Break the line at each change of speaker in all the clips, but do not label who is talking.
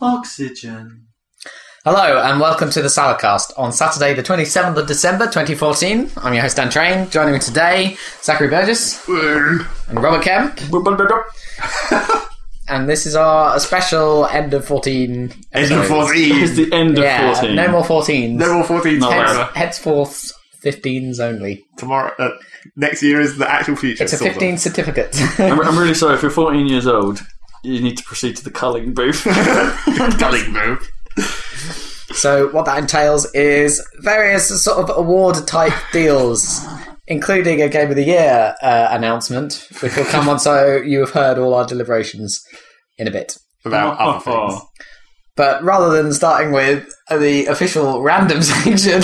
Oxygen.
Hello and welcome to the Saladcast on Saturday, the 27th of December 2014. I'm your host Dan Train. Joining me today, Zachary Burgess and Robert Kemp. And this is our special end of 14.
End
episode.
of 14.
It's the end of
Yeah,
14.
no more 14s.
No more 14
No,
tomorrow.
whatever.
Henceforth, 15s only.
Tomorrow, uh, next year is the actual future.
It's a
sort of.
15 certificate.
I'm, I'm really sorry. If you're 14 years old, you need to proceed to the culling booth.
Culling move.
So what that entails is various sort of award type deals, including a game of the year uh, announcement, which will come on. So you have heard all our deliberations in a bit.
About
Oh.
other things.
But rather than starting with the official random section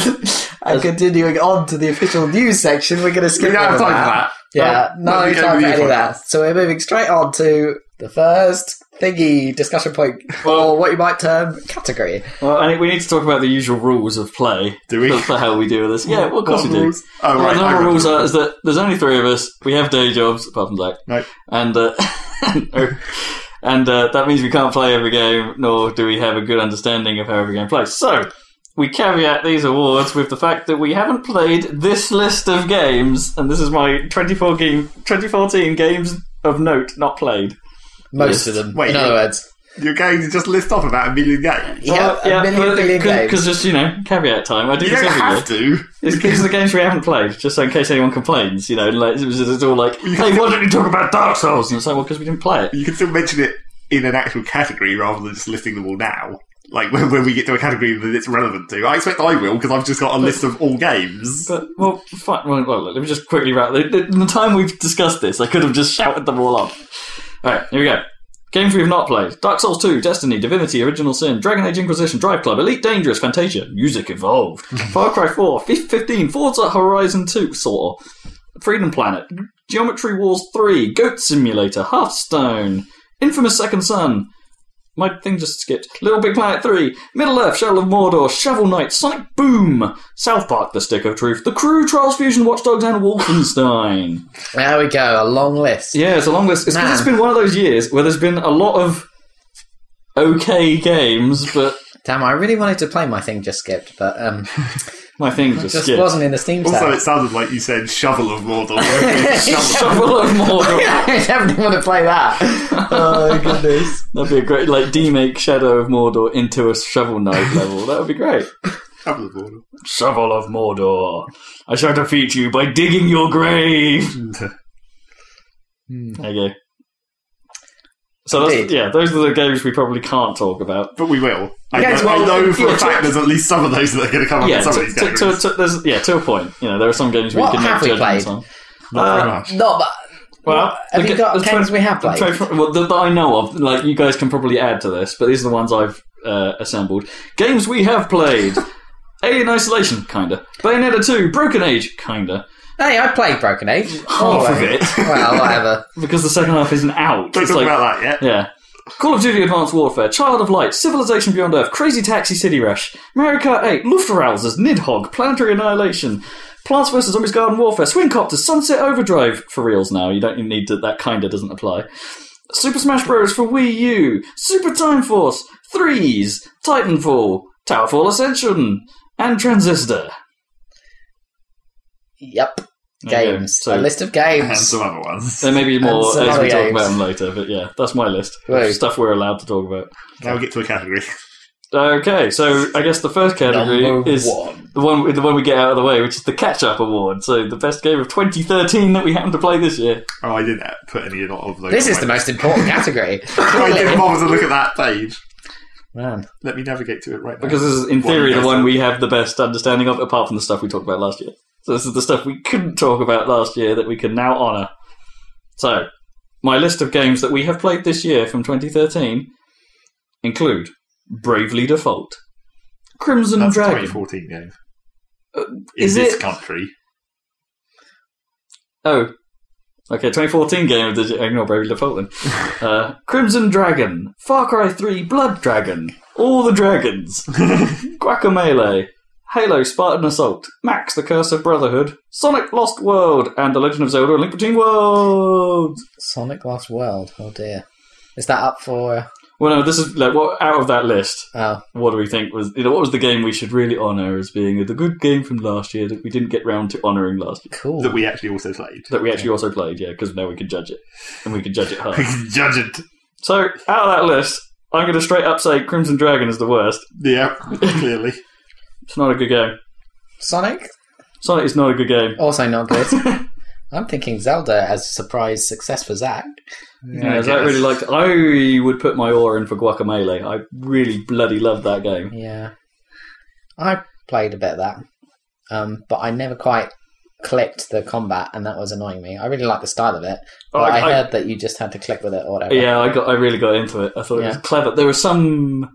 and continuing on to the official news section, we're going to
We
skip
don't have
over
time for
that.
that.
Yeah,
not
no
the game
time
of
for
the
any
year
of that.
podcast.
So we're moving straight on to the first thingy discussion point, or what you might term category.
Well, I think we need to talk about the usual rules of play.
Do we?
For, for how we deal with this. Yeah, well, of course
What
we do.
rules? Oh,
Well,
right.
the
I
normal
remember.
rules are is that there's only three of us. We have day jobs, apart from Zach.
Right.
And, uh, no. and uh, that means we can't play every game, nor do we have a good understanding of how every game plays. So, we caveat these awards with the fact that we haven't played this list of games, and this is my 2014, 2014 games of note not played.
Most
Yes.
of them,
Wait,
in other
you-
words.
You're going to just list off about a million games.
Yeah, a million billion games.
Because just, you know, caveat time. I do
You
this
don't
every year.
have to.
It's because the games we haven't played, just so in case anyone complains, you know, like it was it's all like, hey, why don't you talk about Dark Souls? And it's like, well, because we didn't play it.
You can still mention it in an actual category rather than just listing them all now. Like when, when we get to a category that it's relevant to. I expect I will because I've just got a list of all games.
But well, fine. Well, well, let me just quickly wrap. The, the, the time we've discussed this, I could have just shouted them all up. All right, here we go. Games we've not played: Dark Souls Two, Destiny, Divinity: Original Sin, Dragon Age Inquisition, Drive Club, Elite Dangerous, Fantasia, Music Evolved, Far Cry 4, Fif- 15, Forza Horizon Two, Saw, Freedom Planet, Geometry Wars Three, Goat Simulator, Hearthstone, Infamous Second Son, my thing just skipped. Little Big Planet 3, Middle Earth, Shadow of Mordor, Shovel Knight, Sonic Boom, South Park, The Stick of Truth, The Crew, Trials Fusion, Watchdogs, and Wolfenstein.
There we go, a long list.
Yeah, it's a long list. It's 'cause
Man.
it's been one of those years where there's been a lot of okay games, but
Damn, I really wanted to play my thing just skipped, but um,
my thing just,
just
skipped.
wasn't in the Steam
also,
tab.
it sounded like you said Shovel of Mordor.
Shovel of Mordor.
I definitely want to play that. Oh goodness!
That'd be a great, like, demake Shadow of Mordor into a Shovel Knight level. That would be great.
Shovel of Mordor.
Shovel of Mordor, I shall defeat you by digging your grave. There you go. So that's,
Indeed.
yeah, those are the games we probably can't talk about.
But we will. I,
Yes,
know, I
well,
know for
yeah,
a fact there's at least some of those that are going to come up
Yeah,
in some of
to,
these
to,
categories.
to, to- there's, yeah, to a point. You know, there are some games we
What
can
have
make
we
judgments
played?
on.
Not very
Uh,
much.
Not, but
Well,
have
the
you
ga-
got
the
games
tro-
we have played?
Trophy- well, that, that I know of, like you guys can probably add to this, but these are the ones I've uh, assembled. Games we have played: Alien Isolation, kinda. Bayonetta Two, Broken Age, kinda.
Hey, I played Broken Age.
Half of
Always.
it.
well, whatever.
Because the second half isn't out.
Don't
It's
talk
like-
about that yet.
Yeah. Call of Duty Advanced Warfare, Child of Light, Civilization Beyond Earth, Crazy Taxi City Rush, Mario Kart 8, Luftrausers, Nidhogg, Planetary Annihilation, Plants vs. Zombies Garden Warfare, Swing Copters, Sunset Overdrive, for reals now, you don't you need to, that kinda doesn't apply. Super Smash Bros. for Wii U, Super Time Force, Threes, Titanfall, Towerfall Ascension, and Transistor.
Yep.
There you go.
Games.
So-
a list of
And
games.
some other ones.
There may be more
some
as
other
we talk
games.
about them later, but yeah, that's my list.
Right.
Stuff we're allowed to talk about.
Now we get to a category.
Okay, so I guess the first category
Number
is
one.
the one the one we get out of the way, which is the catch up award. So the best game of 2013 that we happened to play this year.
Oh, I didn't put any of those.
This
on
is the
my-
most important category.
I didn't bother to look at that page.
Man.
Let me navigate to it right now.
Because this is in
What
theory
you
the
guys
one
said.
we have the best understanding of, apart from the stuff we talked about last year. So this is the stuff we couldn't talk about last year that we can now honour. So my list of games that we have played this year from 2013 include Bravely Default, Crimson
that's a
Dragon.
2014 game.
Uh,
in
is
this
it-
country,
Oh. Okay, 2014 game of the ignore Bravely Default then. Uh, Crimson Dragon, Far Cry 3, Blood Dragon, All the Dragons, Guacamelee, Halo Spartan Assault, Max the Curse of Brotherhood, Sonic Lost World, and The Legend of Zelda and Link Between Worlds.
Sonic Lost World. Oh dear. Is that up for?
Well, no, this is like what out of that list.
Oh,
What do we think was you know what was the game we should really honour as being the good game from last year that we didn't get round to honouring last year
cool.
that we actually also played.
that we actually also played? Yeah, because now we can judge it and we can judge it hard.
Judge it.
so out of that list, I'm going to straight up say Crimson Dragon is the worst.
Yeah, clearly.
It's not a good game.
Sonic
Sonic is not a good game.
also not good. I'm thinking Zelda as a surprise success for Zach.
Yeah,
I
I
guess.
really liked. I would put my oar in for Guacamole. I really bloody loved that game.
Yeah, I played a bit of that, um, but I never quite clicked the combat, and that was annoying me. I really like the style of it, but
Oh, I-
I,
I-
heard that you just had to click with it or whatever.
Yeah, I got. I really got into it. I thought it was
Yeah.
clever. There was some.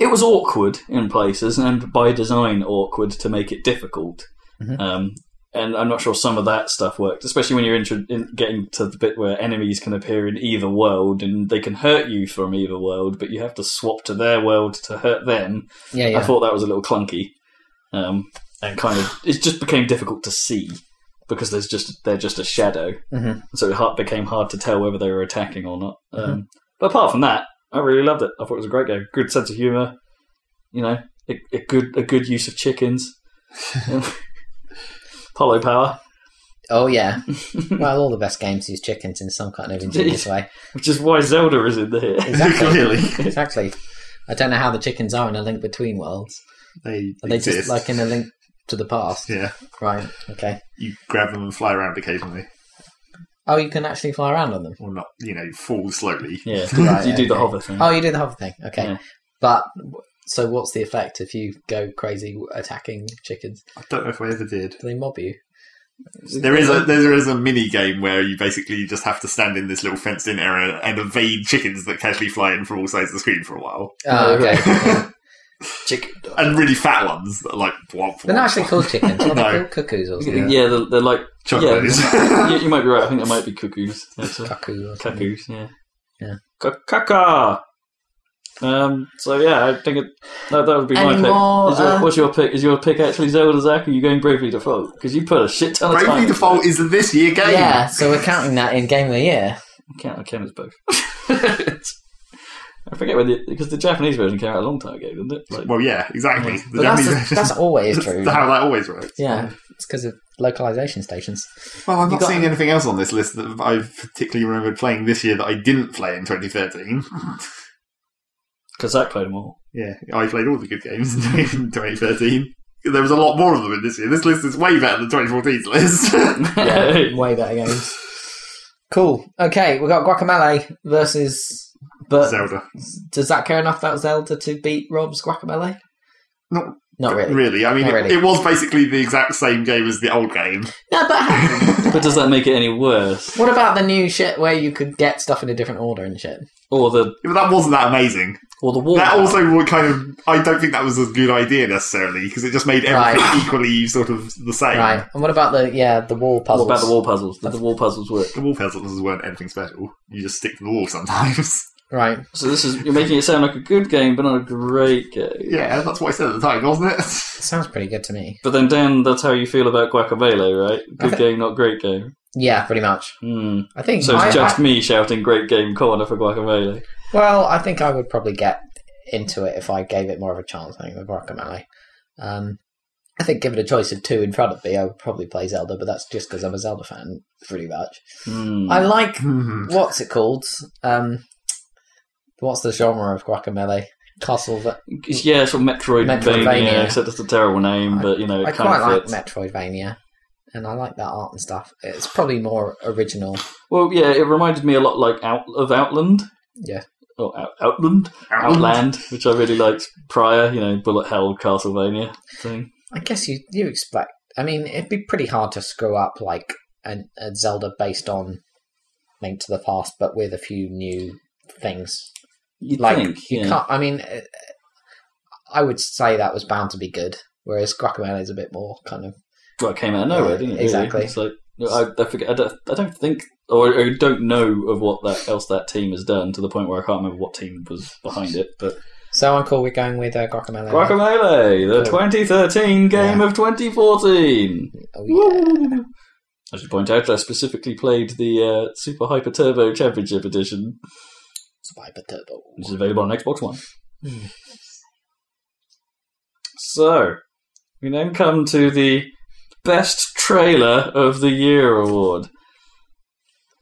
It was awkward in places, and by design, awkward to make it difficult.
Mhm.
Um, and I'm not sure some of that stuff worked, especially when you're intro- in getting to the bit where enemies can appear in either world and they can hurt you from either world, but you have to swap to their world to hurt them.
yeah, yeah.
I thought that was a little clunky, um, and kind of it just became difficult to see because there's just they're just a shadow,
Mhm.
so it hard, became hard to tell whether they were attacking or not.
Mm-hmm.
Um, But apart from that, I really loved it. I thought it was a great game, good sense of humor, you know, a, a good a good use of chickens, Apollo power,
Oh yeah. well, all the best games use chickens in some kind of ingenious way.
which is why Zelda is in there.
Exactly.
clearly.
exactly. I don't know how the chickens are in a link between worlds.
They
Are they
exist.
just like in a link to the past?
yeah,
Right. Okay.
you grab them and fly around occasionally,
Oh, you can actually fly around on them.
or not. You know, fall slowly.
Yeah,
Right,
you do the
okay.
hover thing.
Oh, you do the whole thing. Okay.
Yeah.
But so, what's the effect if you go crazy attacking chickens?
I don't know if I ever did.
Do they mob you?
There is a there is a mini game where you basically just have to stand in this little fenced in area and evade chickens that casually fly in from all sides of the screen for a while,
Oh,
No,
okay. Yeah.
chicken.
and really fat ones that are like womp,
They're not actually
womp,
called chickens. What are
No.
they called? Cuckoos or something?
Yeah, they're, they're like
chocolates.
you, you might be right. I think they might be cuckoos. That's a-
Cuckoo or something.
Cuckoos, yeah.
Yeah.
Kaka. Um. So yeah, I think it, that that would be my
Any
pick.
more,
Is your,
uh,
what's your pick? Is your pick actually Zelda Zach? Are you going Bravely Default? Because you put a shit ton of time.
Bravely
into
Default is the this year game.
Yeah, so we're counting that in game of the year.
it. I count. I count as both. I forget when the because the Japanese version came out a long time ago, didn't it? Like,
Well, yeah, exactly.
Yeah.
The
But that's,
Japanese
just- that's always true.
how that always works.
Yeah,
Um,
it's because of localization stations.
Well, I'm
You
not
got-
seeing anything else on this list that I've particularly remembered playing this year that I didn't play in 2013.
because Zach played them all.
yeah, I played all the good games in 2013. There was a lot more of them in this year. This list is way better than 2014's list.
Yeah, way better games. Cool. Okay, we got Guacamole versus. But
Zelda.
does that care enough about Zelda to beat Rob's Guacamole?
Not
Not really.
Really, I mean,
Not really.
It, it was basically the exact same game as the old game.
No, but how-
but does that make it any worse?
what about the new shit where you could get stuff in a different order and shit?
Or the
But that wasn't that amazing.
or the war?
That also would kind of. I don't think that was a good idea necessarily because it just made everything
Right.
equally sort of the same.
Right. And what about the yeah the wall
what
puzzles?
about the wall puzzles? Did the wall puzzles work?
The wall puzzles weren't anything special. You just stick to the wall sometimes.
Right.
So this is you're making it sound like a good game, but not a great game.
yeah, that's what I said at the time, wasn't it?
Sounds pretty good to me.
But then, Dan, that's how you feel about Guacamole, right? Good game, not great game.
Yeah, pretty much.
Hmm.
I think
So it's
I-
just me shouting "Great game corner" for Guacamole.
Well, I think I would probably get into it if I gave it more of a chance. I think with Guacamole. Um, I think given a choice of two in front of me, I would probably play Zelda, but that's just because I'm a Zelda fan, pretty much.
Hmm.
I like
Hmm.
what's it called? Um, what's the genre of Guacamole? Castlevania.
It's- yeah, sort of Metroidvania,
Metroidvania.
except it's a terrible name,
I-
but you know it
I
kind
quite
of
like
fits.
Metroidvania, and I like that art and stuff. It's probably more original.
well, yeah, it reminded me a lot like out of Outland.
Yeah.
Oh, out- Outland, Outland, which I really liked prior. You know, Bullet Hell Castlevania thing.
I guess you you expect. I mean, it'd be pretty hard to screw up like a, a Zelda based on Link to the Past, but with a few new things.
You'd
Like
think,
you
yeah.
can't. I mean, uh, I would say that was bound to be good. Whereas Guacamole is a bit more kind of
well, it came out of nowhere, didn't it? really?
Exactly.
It's like I, I forget. I don't, I don't think, or I don't know of what that else that team has done to the point where I can't remember what team was behind it. But
so. I'm cool. We're going with uh, Guacamole.
Guacamole, the
Yeah.
2013 game of 2014.
Oh, yeah.
I should point out I specifically played the uh, Super Hyper Turbo Championship Edition.
Survivor Turtle.
which is available on Xbox One. so, we then come to the Best Trailer of the Year award.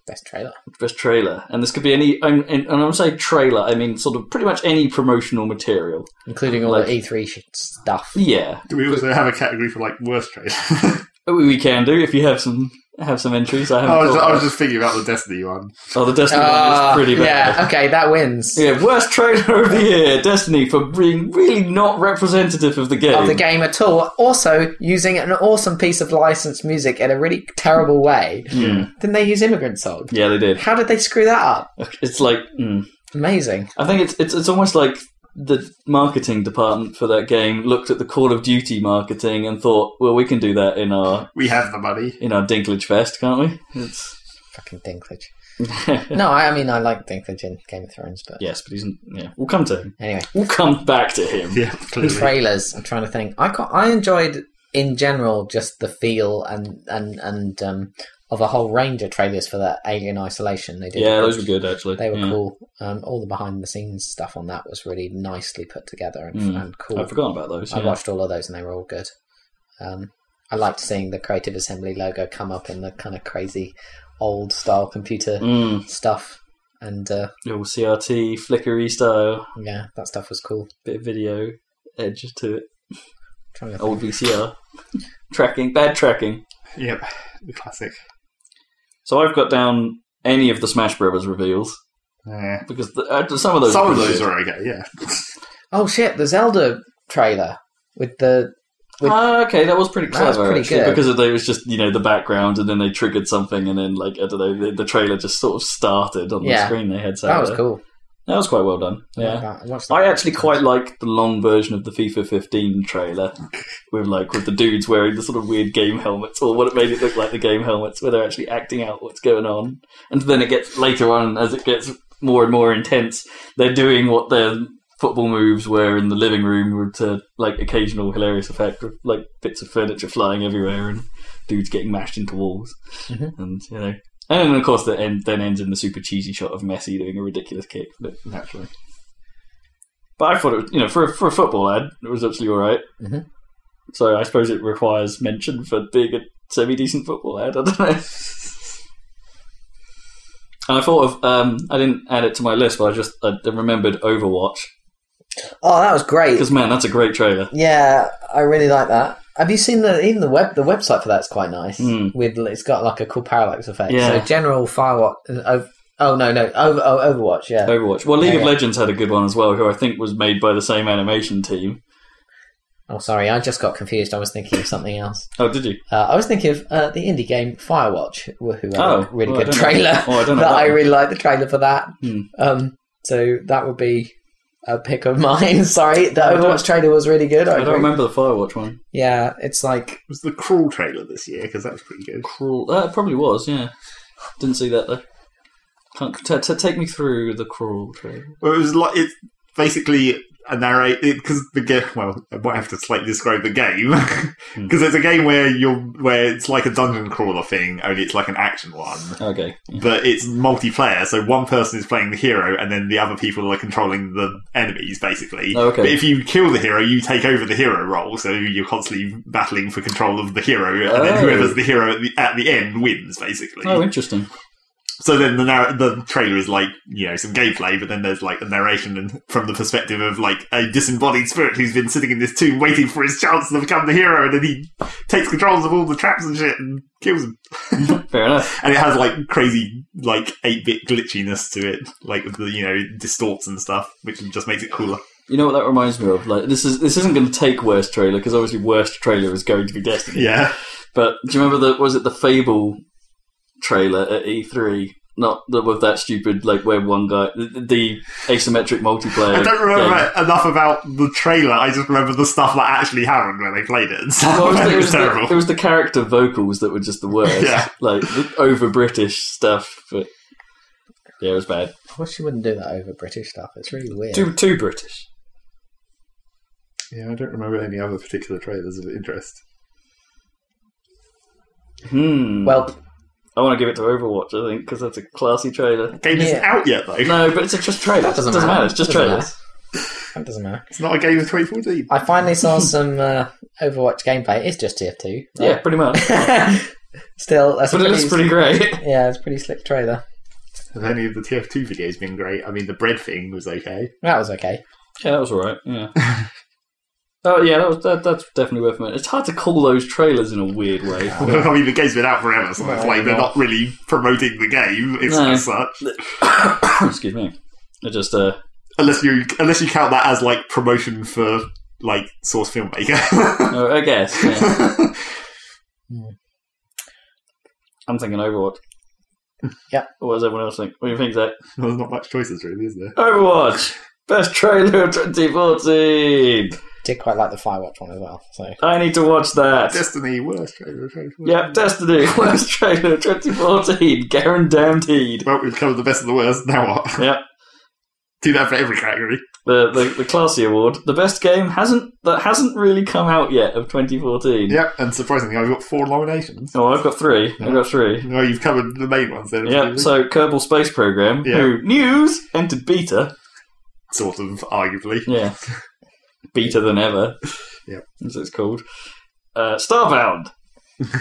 Best trailer.
Best Trailer. And this could be any, and, and and when I say trailer, I mean sort of pretty much any promotional material.
Including all
Like-
the E3 sh- stuff.
Yeah.
Do we also have a category for like worst trailer? I,
We we can do if you have some have some entries. I haven't.
was,
thought
I was
of.
just thinking about the Destiny one.
oh, the Destiny
Ah,
one is pretty bad.
Yeah, okay, that wins.
Yeah, worst trailer of the year, Destiny, for being really not representative of the game.
Of the game at all. Also, using an awesome piece of licensed music in a really terrible way.
Mm.
Didn't they use Immigrant Song?
Yeah, they did.
How did they screw that up?
It's like, mm.
Amazing.
I think it's it's it's almost like the marketing department for that game looked at the Call of Duty marketing and thought, well, we can do that in our
We have the money.
in our Dinklage Fest, can't we? It's
Fucking Dinklage. No, I, I mean, I like Dinklage in Game of Thrones, but
yes, but he's yeah. We'll come to him.
anyway.
We'll come back to him.
Yeah, clearly.
Trailers, I'm trying to think. I, ca- I enjoyed, in general, just the feel and, and, and um, of a whole range of trailers for that Alien Isolation they did.
Yeah, those were good Mm. actually.
They were
Yeah.
cool. Um, all the behind the scenes stuff on that was really nicely put together and,
Mm.
and cool.
I'd forgotten about those.
I
yeah.
watched all of those and they were all good. Um, I liked seeing the Creative Assembly logo come up in the kind of crazy old style computer
Mm,
stuff. And uh,
little CRT flickery style
yeah, that stuff was cool.
bit of video edge to it.
Trying to think.
Old VCR tracking, bad tracking.
Yep, the classic.
So I've got down any of the Smash Brothers reveals
Yeah.
because the, uh, some of those
Some of
pretty
those
good.
are okay. Yeah,
Oh shit, the Zelda trailer with the. with-
Ah, okay, that was pretty
That was
clever.
pretty
actually,
good.
Because of they- it was just you know the background, and then they triggered something, and then like I don't know, the, the trailer just sort of started on the
Yeah.
screen they had. So
That was cool.
That was quite well done. Yeah,
I watched that.
I actually quite liked the long version of the FIFA 15 trailer with like with the dudes wearing the sort of weird game helmets, or what it made it look like the game helmets, where they're actually acting out what's going on, and then it gets later on as it gets more and more intense, they're doing what their football moves were in the living room with uh, like occasional hilarious effect of like bits of furniture flying everywhere and dudes getting mashed into walls
Mhm.
and you know and then of course that end, then ends in the super cheesy shot of Messi doing a ridiculous kick but
naturally.
but I thought it was, you know, for a, for a football ad, it was actually all right.
Mhm.
So I suppose it requires mention for being a semi decent football ad. I don't know. And I thought of, um, I didn't add it to my list, but I just I remembered Overwatch
Oh, that was great.
because man, that's a great trailer.
Yeah, I really like that. Have you seen the even the web the website for that's quite nice.
Mm.
With it's got like a cool parallax effect.
Yeah.
So general firewatch. Oh, oh no no over, oh, Overwatch. Yeah.
Overwatch. Well, League
Yeah,
of
yeah.
Legends had a good one as well, who I think was made by the same animation team.
Oh sorry, I just got confused. I was thinking of something else.
Oh, did you?
Uh, I was thinking of uh, the indie game Firewatch, who had
Oh,
a really
well, I
good
don't know.
trailer.
Oh, I don't know
that
that
I
one.
really like the trailer for that.
Hmm.
Um, so that would be a pick of mine. sorry, the
I don't-
Overwatch trailer was really good. I,
I
agree.
don't remember the Firewatch one.
Yeah, it's like
It was the crawl trailer this year because that was pretty good.
Crawl. Uh, it probably was. Yeah, didn't see that though. Can't t- t- take me through the crawl trailer.
Well, it was like it's basically a narrate because the game. Well, I might have to slightly describe the game because it's a game where you're where it's like a dungeon crawler thing, only it's like an action one.
Okay. yeah.
But it's multiplayer, so one person is playing the hero, and then the other people are controlling the enemies, basically.
Oh, Okay.
But if you kill the hero, you take over the hero role, so you're constantly battling for control of the hero, and then
Oh.
whoever's the hero at the, at the end wins, basically.
Oh, interesting.
So then the narr- the trailer is like you know some gameplay, but then there's like a narration and from the perspective of like a disembodied spirit who's been sitting in this tomb waiting for his chance to become the hero, and then he takes controls of all the traps and shit and kills him.
Fair enough.
And it has like crazy like eight bit glitchiness to it, like the, you know it distorts and stuff, which just makes it cooler.
You know what that reminds me of? Like this is this isn't going to take worst trailer because obviously worst trailer is going to be Destiny.
Yeah,
But do you remember the was it the Fable trailer at E3? Not the, with that stupid like where one guy the, the asymmetric multiplayer.
I don't remember
game.
enough about the trailer. I just remember the stuff that actually happened when they played it. And stuff.
Well, it, was the,
it was
the,
terrible.
it was the character vocals that were just the worst.
Yeah.
Like the over British stuff, but yeah, it was bad.
I wish you wouldn't do that over British stuff. It's really weird.
Too too British.
Yeah, I don't remember any other particular trailers of interest.
Hmm.
Well,
I want to give it to Overwatch, I think, because that's a classy trailer.
Game isn't
Yeah.
out yet though.
No, but it's just trailers.
That doesn't, matter.
It's just
Doesn't
trailers.
matter. That doesn't matter.
It's not a game of 2014.
I finally saw some uh, Overwatch gameplay. It's just TF2.
Yeah, pretty much.
Yeah. Still, that's a
but it looks pretty great.
Yeah, it's a pretty slick trailer.
Have any of the TF2 videos been great? I mean, the bread thing was okay.
That was okay.
Yeah, that was alright. Yeah. oh yeah, that was that, that's definitely worth a minute. It's hard to call those trailers in a weird way.
I mean, the game's been out forever, so it's
No,
like they're
not.
not really promoting the game it's
No.
as such.
Excuse me. It just uh,
Unless you unless you count that as like promotion for like Source Filmmaker.
oh, I guess. Yeah. I'm thinking Overwatch.
Yep.
What does everyone else think? What do you think, Zach?
There's not much choices really, is there?
Overwatch. Best trailer of 2014.
Did quite like the Firewatch one as well. So
I need to watch that.
Destiny, worst trailer. trailer, trailer.
Yep, Destiny. Worst trailer of 2014. Guaranteed.
Well, we've covered the best of the worst. Now what?
Yep.
Do that for every category.
The, the the classy award, the best game hasn't that hasn't really come out yet of 2014.
Yep. And surprisingly, I've got four nominations.
Oh, I've got three. I've got three.
No, you've covered the main ones then.
Yeah,
haven't you?
so Kerbal Space Program,
Yeah.
who news entered beta.
sort of, arguably.
Yeah, beta than ever.
Yep.
as it's called. Uh, Starbound,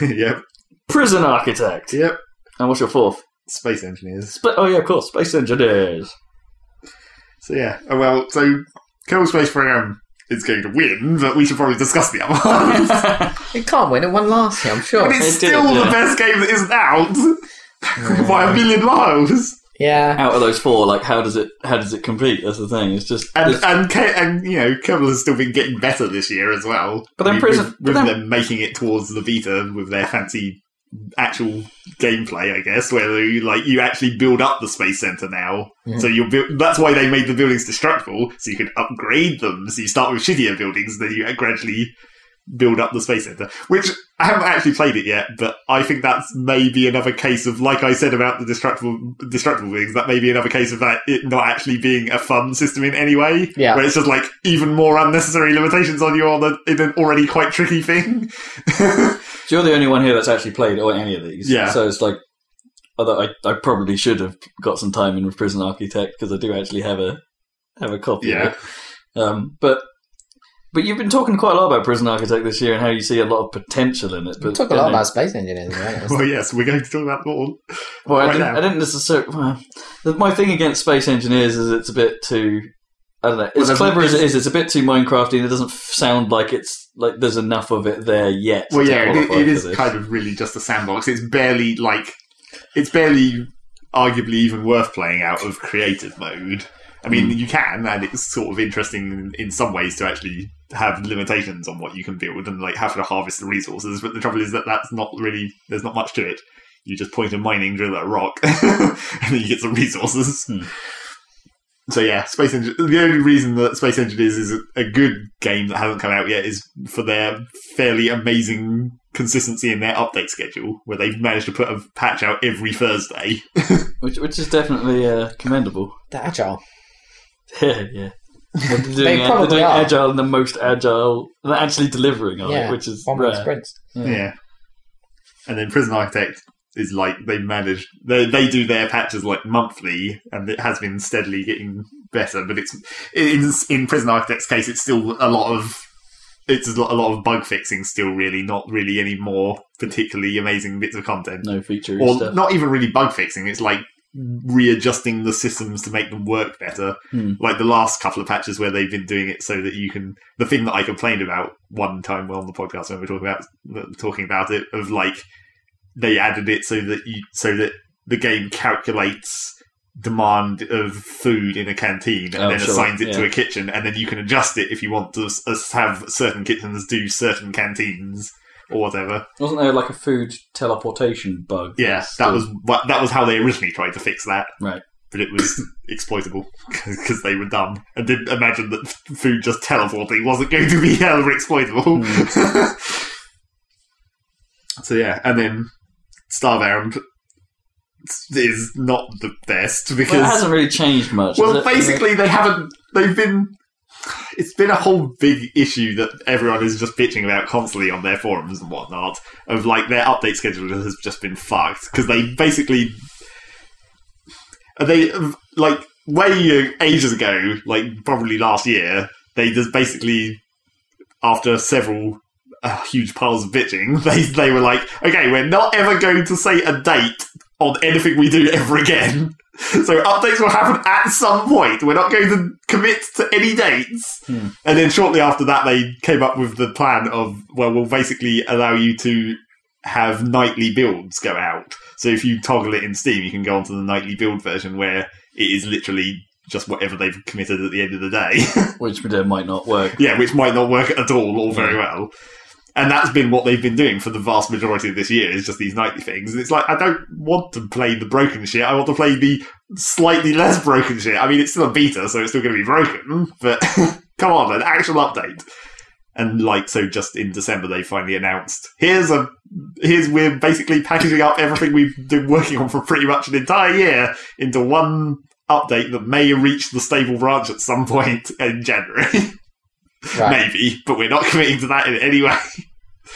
yep.
Prison Architect,
Yep.
and what's your fourth?
Space engineers.
Sp- oh yeah, of course, Space Engineers.
So yeah. Oh, well, so Kerbal Space Program is going to win, but we should probably discuss the other ones.
it can't win. It won last year, I'm sure.
but it's
They did
still
it,
the
yeah.
best game that isn't out by a million miles.
yeah,
Out of those four, like how does it how does it compete? That's the thing. It's just
And
it's-
and Ke- and you know, Kerbal has still been getting better this year as well.
But then
with,
Prison-
with,
but then-
them making it towards the Vita with their fancy actual gameplay, I guess, where you like you actually build up the space center now.
Mhm.
So you build. That's why they made the buildings destructible, so you can upgrade them. So you start with shittier buildings, then you gradually build up the space center. Which I haven't actually played it yet, but I think that's maybe another case of, like I said about the destructible destructible things, that may be another case of that it not actually being a fun system in any way.
Yeah.
Where it's just like even more unnecessary limitations on you on a, in an already quite tricky thing.
you're the only one here that's actually played or any of these.
Yeah.
so it's like. Although I, I probably should have got some time in with Prison Architect because I do actually have a have a copy. of it.
yeah.
Um, but but you've been talking quite a lot about Prison Architect this year and how you see a lot of potential in it. But
we talk a
you
lot
know-
about space engineers. to be honest.
Well, yes, we're going to talk about all.
Well, I,
right
didn't,
now.
I didn't necessarily. Well, the- my thing against space engineers is it's a bit too. I don't know. As
there's-
clever as it is, it's a bit too Minecrafty, and it doesn't f- sound like it's like there's enough of it there yet.
Well,
to
yeah, it,
qualify
it
for
is
this.
kind of really just a sandbox. It's barely like it's barely arguably even worth playing out of creative mode. I mean,
Hmm.
you can, and it's sort of interesting in, in some ways to actually have limitations on what you can build and like have to harvest the resources. But the trouble is that that's not really there's not much to it. You just point a mining drill at a rock, and then you get some resources.
Hmm.
So yeah, Space Engine. The only reason that Space Engineers is a good game that hasn't come out yet is for their fairly amazing consistency in their update schedule, where they've managed to put a patch out every Thursday.
which, which is definitely uh, commendable.
They're agile.
yeah, yeah. They're doing,
They
they're
probably
doing
are.
agile and the most agile, they're actually delivering on
Yeah,
it, which is
One
rare.
man sprints.
Yeah.
Yeah. And then Prison Architect is like they manage they they do their patches like monthly, and it has been steadily getting better. But it's in in Prison Architect's case, it's still a lot of it's a lot, a lot of bug fixing still. Really, not really any more particularly amazing bits of content
No feature
or
stuff.
not even really bug fixing. It's like readjusting the systems to make them work better.
Hmm.
Like the last couple of patches where they've been doing it so that you can. The thing that I complained about one time on the podcast when we were talking about talking about it of like they added it so that you so that the game calculates demand of food in a canteen and
Oh,
then
sure,
assigns it to
yeah.
a kitchen and then you can adjust it if you want to s- s- have certain kitchens do certain canteens or whatever
Wasn't there like a food teleportation bug?
yeah, that was wha- that was how they originally tried to fix that.
Right.
But it was exploitable because they were dumb and didn't imagine that f- food just teleporting wasn't going to be ever
Hmm.
exploitable. so yeah, and then Starbound is not the best
Well, it
because
hasn't really changed much.
well,
has it?
basically they haven't. They've been it's been a whole big issue that everyone is just bitching about constantly on their forums and whatnot of like their update schedule has just been fucked because they basically they like way ages ago like probably last year they just basically after several uh, huge piles of bitching they they were like okay we're not ever going to say a date on anything we do ever again so updates will happen at some point. We're not going to commit to any dates.
Hmm.
And then shortly after that, they came up with the plan of well, we'll basically allow you to have nightly builds go out. So if you toggle it in Steam, you can go onto the nightly build version where it is literally just whatever they've committed at the end of the day.
which we did might not work.
yeah, which might not work at all or very well. And that's been what they've been doing for the vast majority of this year is just these nightly things. And it's like, I don't want to play the broken shit. I want to play the slightly less broken shit. I mean, it's still a beta, so it's still going to be broken, but come on, an actual update. And like, so just in December, they finally announced, here's a, here's, we're basically packaging up everything we've been working on for pretty much an entire year into one update that may reach the stable branch at some point in January.
Right.
maybe, but we're not committing to that in any way.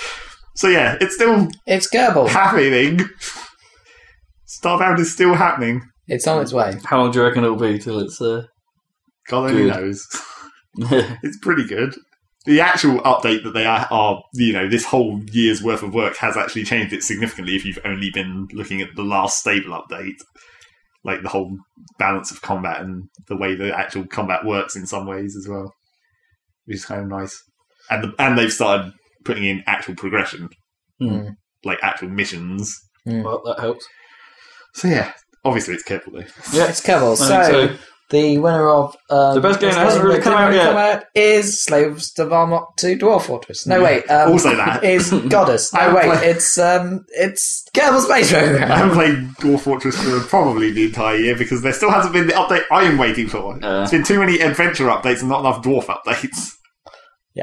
So yeah, it's still
It's Gerbil.
happening. Starbound is still happening.
It's on its way.
How long do you reckon it'll be till it's uh,
God only
Good.
knows. It's pretty good. The actual update that they are, are, you know, this whole year's worth of work has actually changed it significantly if you've only been looking at the last stable update. Like the whole balance of combat and the way the actual combat works in some ways as well, which is kind of nice. And the, and they've started putting in actual progression,
Hmm.
like actual missions.
well, that helps.
So yeah, obviously it's careful though.
Yeah,
It's Kerbal.
I
So,
think
the winner of um,
The best game
it's
that hasn't
not-
really come
didn't
out
really
yet.
come out is Slaves to Varmot to Dwarf Fortress. No
Yeah.
wait. Um,
also that.
is Goddess. No
I
wait.
play-
It's um. It's Kerbal Space
I
Program.
haven't played Dwarf Fortress for probably the entire year because there still hasn't been the update I am waiting for.
Uh.
it's been too many adventure updates and not enough dwarf updates.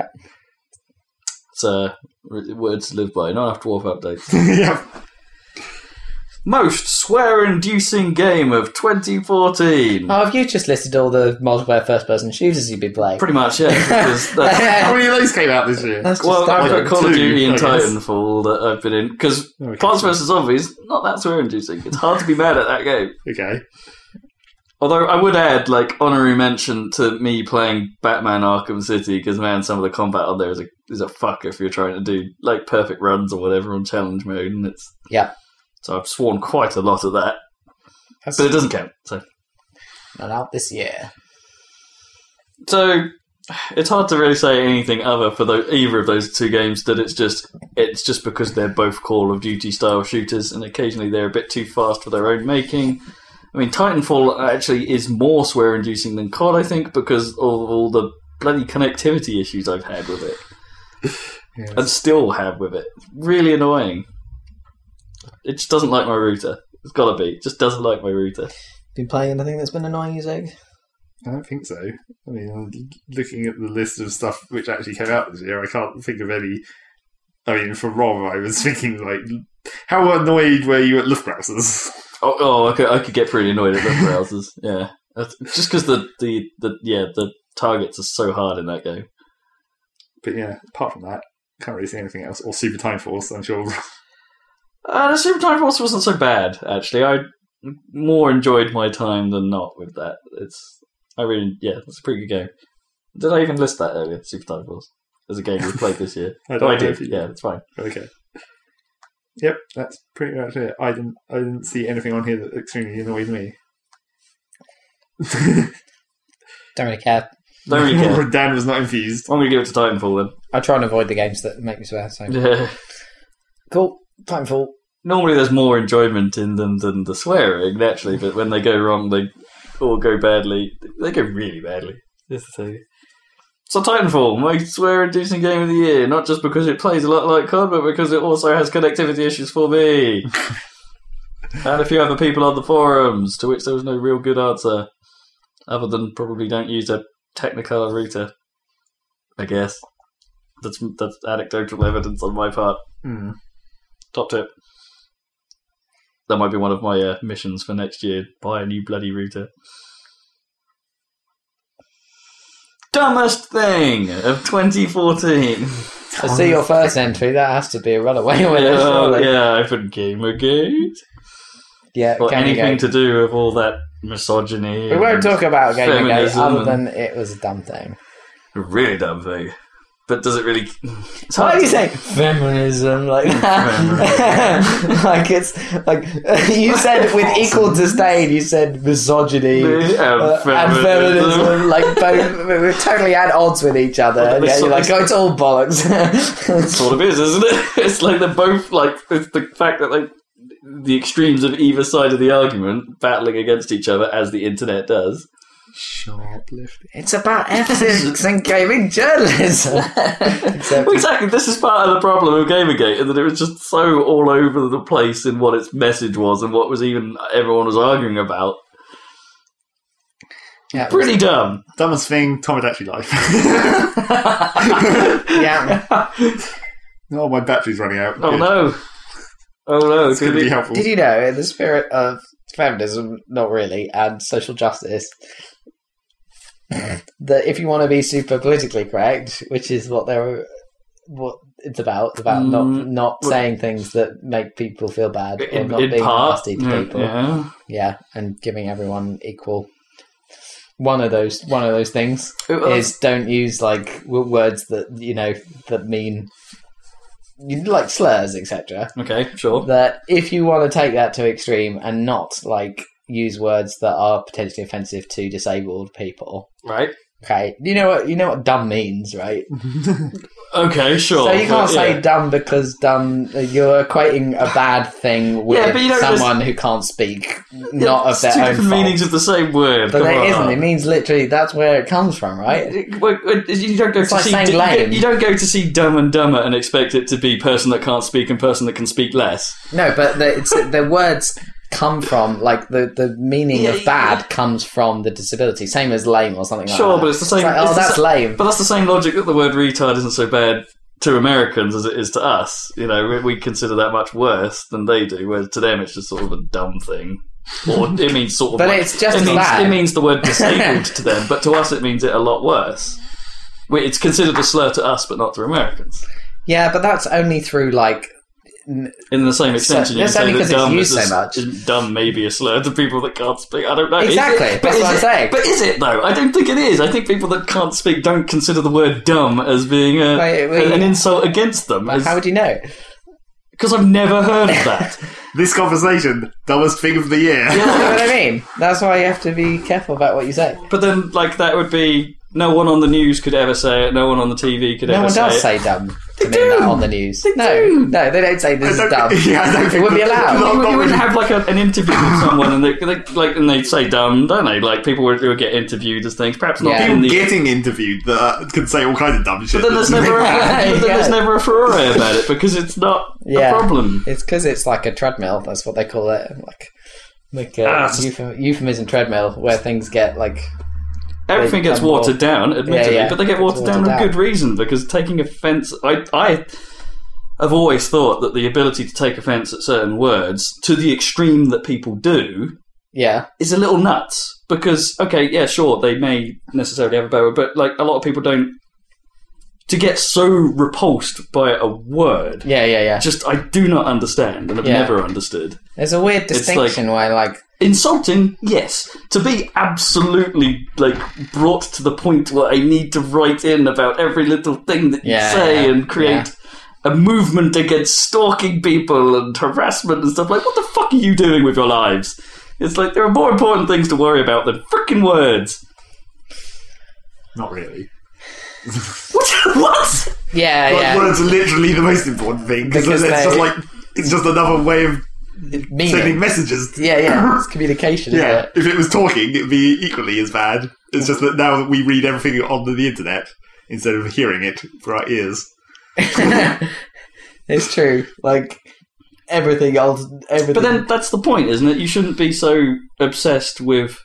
It's uh, r- words to live by. Not after warp updates.
yeah.
Most swear-inducing game of 2014.
Oh, have you just listed all the multiplayer first-person shooters you've been playing?
Pretty much, yeah. because that's-
How many of those came out this year?
That's just
well, I've
staggering.
got Call of
Two,
Duty and
I guess.
Titanfall that I've been in because
Okay.
Plants vs Zombies not that swear-inducing. It's hard to be mad at that game.
Okay.
Although I would add, like, honorary mention to me playing Batman Arkham City because man, some of the combat on there is a is a fuck if you're trying to do like perfect runs or whatever on challenge mode, and it's
Yeah.
So I've sworn quite a lot of that,
That's
but it doesn't count. So
not out this year.
so it's hard to really say anything other for tho- either of those two games that it's just it's just because they're both Call of Duty style shooters and occasionally they're a bit too fast for their own making. I mean, Titanfall actually is more swear inducing than COD, I think, because of all the bloody connectivity issues I've had with it and still have with it. Really annoying. It just doesn't like my router. It's gotta be. It just doesn't like my router.
Been playing anything that's been annoying you, Zig?
I don't think so. I mean, I'm looking at the list of stuff which actually came out this year, I can't think of any. I mean, for Rob, I was thinking, like, how annoyed were you at Luftbrausers?
Oh, oh I, could, I could get pretty annoyed at the browsers. Yeah, That's- just because the, the the yeah the targets are so hard in that game.
But yeah, apart from that, can't really see anything else. Or Super Time Force, I'm sure.
Uh, the Super Time Force wasn't so bad actually. I more enjoyed my time than not with that. It's I really yeah, it's a pretty good game. Did I even list that earlier? Super Time Force as a game we played this year.
I
oh, I
know
did.
if you-
Yeah, that's fine.
Okay. Yep, that's pretty much it. I didn't I didn't see anything on here that extremely annoyed me.
Don't really care.
Don't really care.
Dan was not infused.
I'm gonna give it to Titanfall
I try and avoid the games that make me swear. So
then. Yeah.
cool. Timefall.
Normally, there's more enjoyment in them than the swearing naturally, but when they go wrong, they all go badly. They go really badly. This is so. So Titanfall, my swear-inducing game of the year, not just because it plays a lot like COD, but because it also has connectivity issues for me and a few other people on the forums, to which there was no real good answer, other than probably don't use a Technicolor router. I guess that's that's anecdotal evidence on my part.
Hmm.
Top tip. That might be one of my uh, missions for next year. Buy a new bloody router. dumbest thing of 2014.
I see your first entry. That has to be a runaway winner.
yeah,
surely.
Oh, yeah, open Gamergate.
yeah.
Or
Gamergate.
anything to do with all that misogyny.
we won't
and
talk about Gamergate
feminism
other
and-
than it was a dumb thing.
Really dumb thing. But does it really. It's
Why
hard
do you
to-
say feminism like that? like it's like you said with equal disdain. You said misogyny
And
uh, and
feminism.
feminism. Like both, we're totally at odds with each other.
Well,
and
they
yeah, you're
sort
like,
of-
oh, it's all bollocks.
sort of is, isn't it? It's like they're both like it's the fact that like the extremes of either side of the argument battling against each other as the internet does.
Shoplifting.
it's about ethics and gaming journalism. Except
Well, exactly. This is part of the problem of Gamergate, and that it was just so all over the place in what its message was and what was even everyone was arguing about.
yeah,
Pretty dumb.
Dumbest thing, Tomodachi Life.
yeah.
oh, my battery's running out.
Oh
Good.
no. Oh no.
It's going
Could
to
it-
be helpful.
Did you know, in the spirit of feminism, not really, and social justice, that if you want to be super politically correct, which is what they're what it's about, it's about not
Mm,
not
well-
saying things that make people feel bad or
in,
not
in
being
part,
nasty to
yeah,
people. Yeah.
yeah.
and giving everyone equal. One of those one of those things
It was-
is don't use like w- words that you know that mean like slurs etc
okay, sure.
that if you want to take that to extreme and not like use words that are potentially offensive to disabled people
Right.
okay you know what you know what dumb means right
Okay, sure.
so you
But,
can't say
Oh, yeah.
dumb because dumb you're equating a bad thing with
but you don't
someone who can't speak not of
It's two
their own
different meanings
fault
of the same word.
but
Come
there
on.
isn't it means literally that's where it comes from right
Well, uh, You don't go to
like
see
saying
you don't-
lame.
you don't go to see Dumb and Dumber and expect it to be person that can't speak and person that can speak less.
no but the, it's, the words come from like the, the meaning
Yeah,
of bad comes from the disability same as lame or something like
Sure,
that
but it's the same.
It's like,
it's
oh
the
that's
sa-
lame
But that's the same logic that the word retard isn't so bad to Americans as it is to us. You know, we, we consider that much worse than they do. Whereas to them, it's just sort of a dumb thing, or it means sort of.
But
like-
it's just
it
as
means,
bad.
It means the word disabled to them, but to us, it means it a lot worse. We- It's considered a slur to us, but not to Americans.
Yeah, but that's only through like
In the same extension, you can
that's
say
only
that
'cause it's
dumb
used
is
so much.
is dumb may be a slur to people that can't speak. I don't know. Is it?
Exactly, that's
is
what I'm
it-
saying.
But is it though? I don't think it is. I think people that can't speak don't consider the word dumb as being a,
Wait, wait.
an insult against them.
how would you know?
Because I've never heard of that.
This conversation, dumbest thing of the year.
You know what I mean? That's why you have to be careful about what you say.
but then, like that would be no one on the news could ever say it. No one on the TV could
No
ever
one
say
does
it.
say dumb to me
do.
now on the news.
They
no,
do.
no, they don't say this is dumb.
Yeah, I don't
It wouldn't be allowed.
you,
Not,
you
not
wouldn't
really.
have like a, an interview with someone, and they, they like, and they say dumb, don't they? Like people would, would get interviewed as things, perhaps not
Yeah.
People
in the
getting interviewed that uh, can say all kinds of dumb shit.
But then there's never a,
Yeah.
but then there's never a furore about it because it's not
Yeah.
a problem.
It's because it's like a treadmill. That's what they call it. Like. Like a
Ah, it's-
euphem- euphemism treadmill where things get like
Everything
They
gets
come
watered down, admittedly,
yeah.
but they
It's
get watered
watered
down with
down.
good reason because taking offence. I I have always thought that the ability to take offence at certain words to the extreme that people do
yeah
is a little nuts because okay, yeah, sure, they may necessarily have a better, but like a lot of people don't. To get so repulsed by a word,
yeah yeah yeah.
just I do not understand and have
Yeah.
never understood.
There's a weird
like-
distinction where like
insulting yes to be absolutely like brought to the point where i need to write in about every little thing that you
Yeah,
say
yeah,
and create a movement against stalking people and harassment and stuff like what the fuck are you doing with your lives it's like there are more important things to worry about than freaking words
Not really.
what what
yeah
Like,
yeah
Words are literally the most important thing because
Because
it's
they-
just like it's just another way of sending
meaning
messages.
yeah yeah it's communication isn't
Yeah,
it?
if it was talking, it'd be equally as bad. It's just that now that we read everything on the internet instead of hearing it for our ears.
it's true. Like everything else, everything.
but then that's the point isn't it you shouldn't be so obsessed with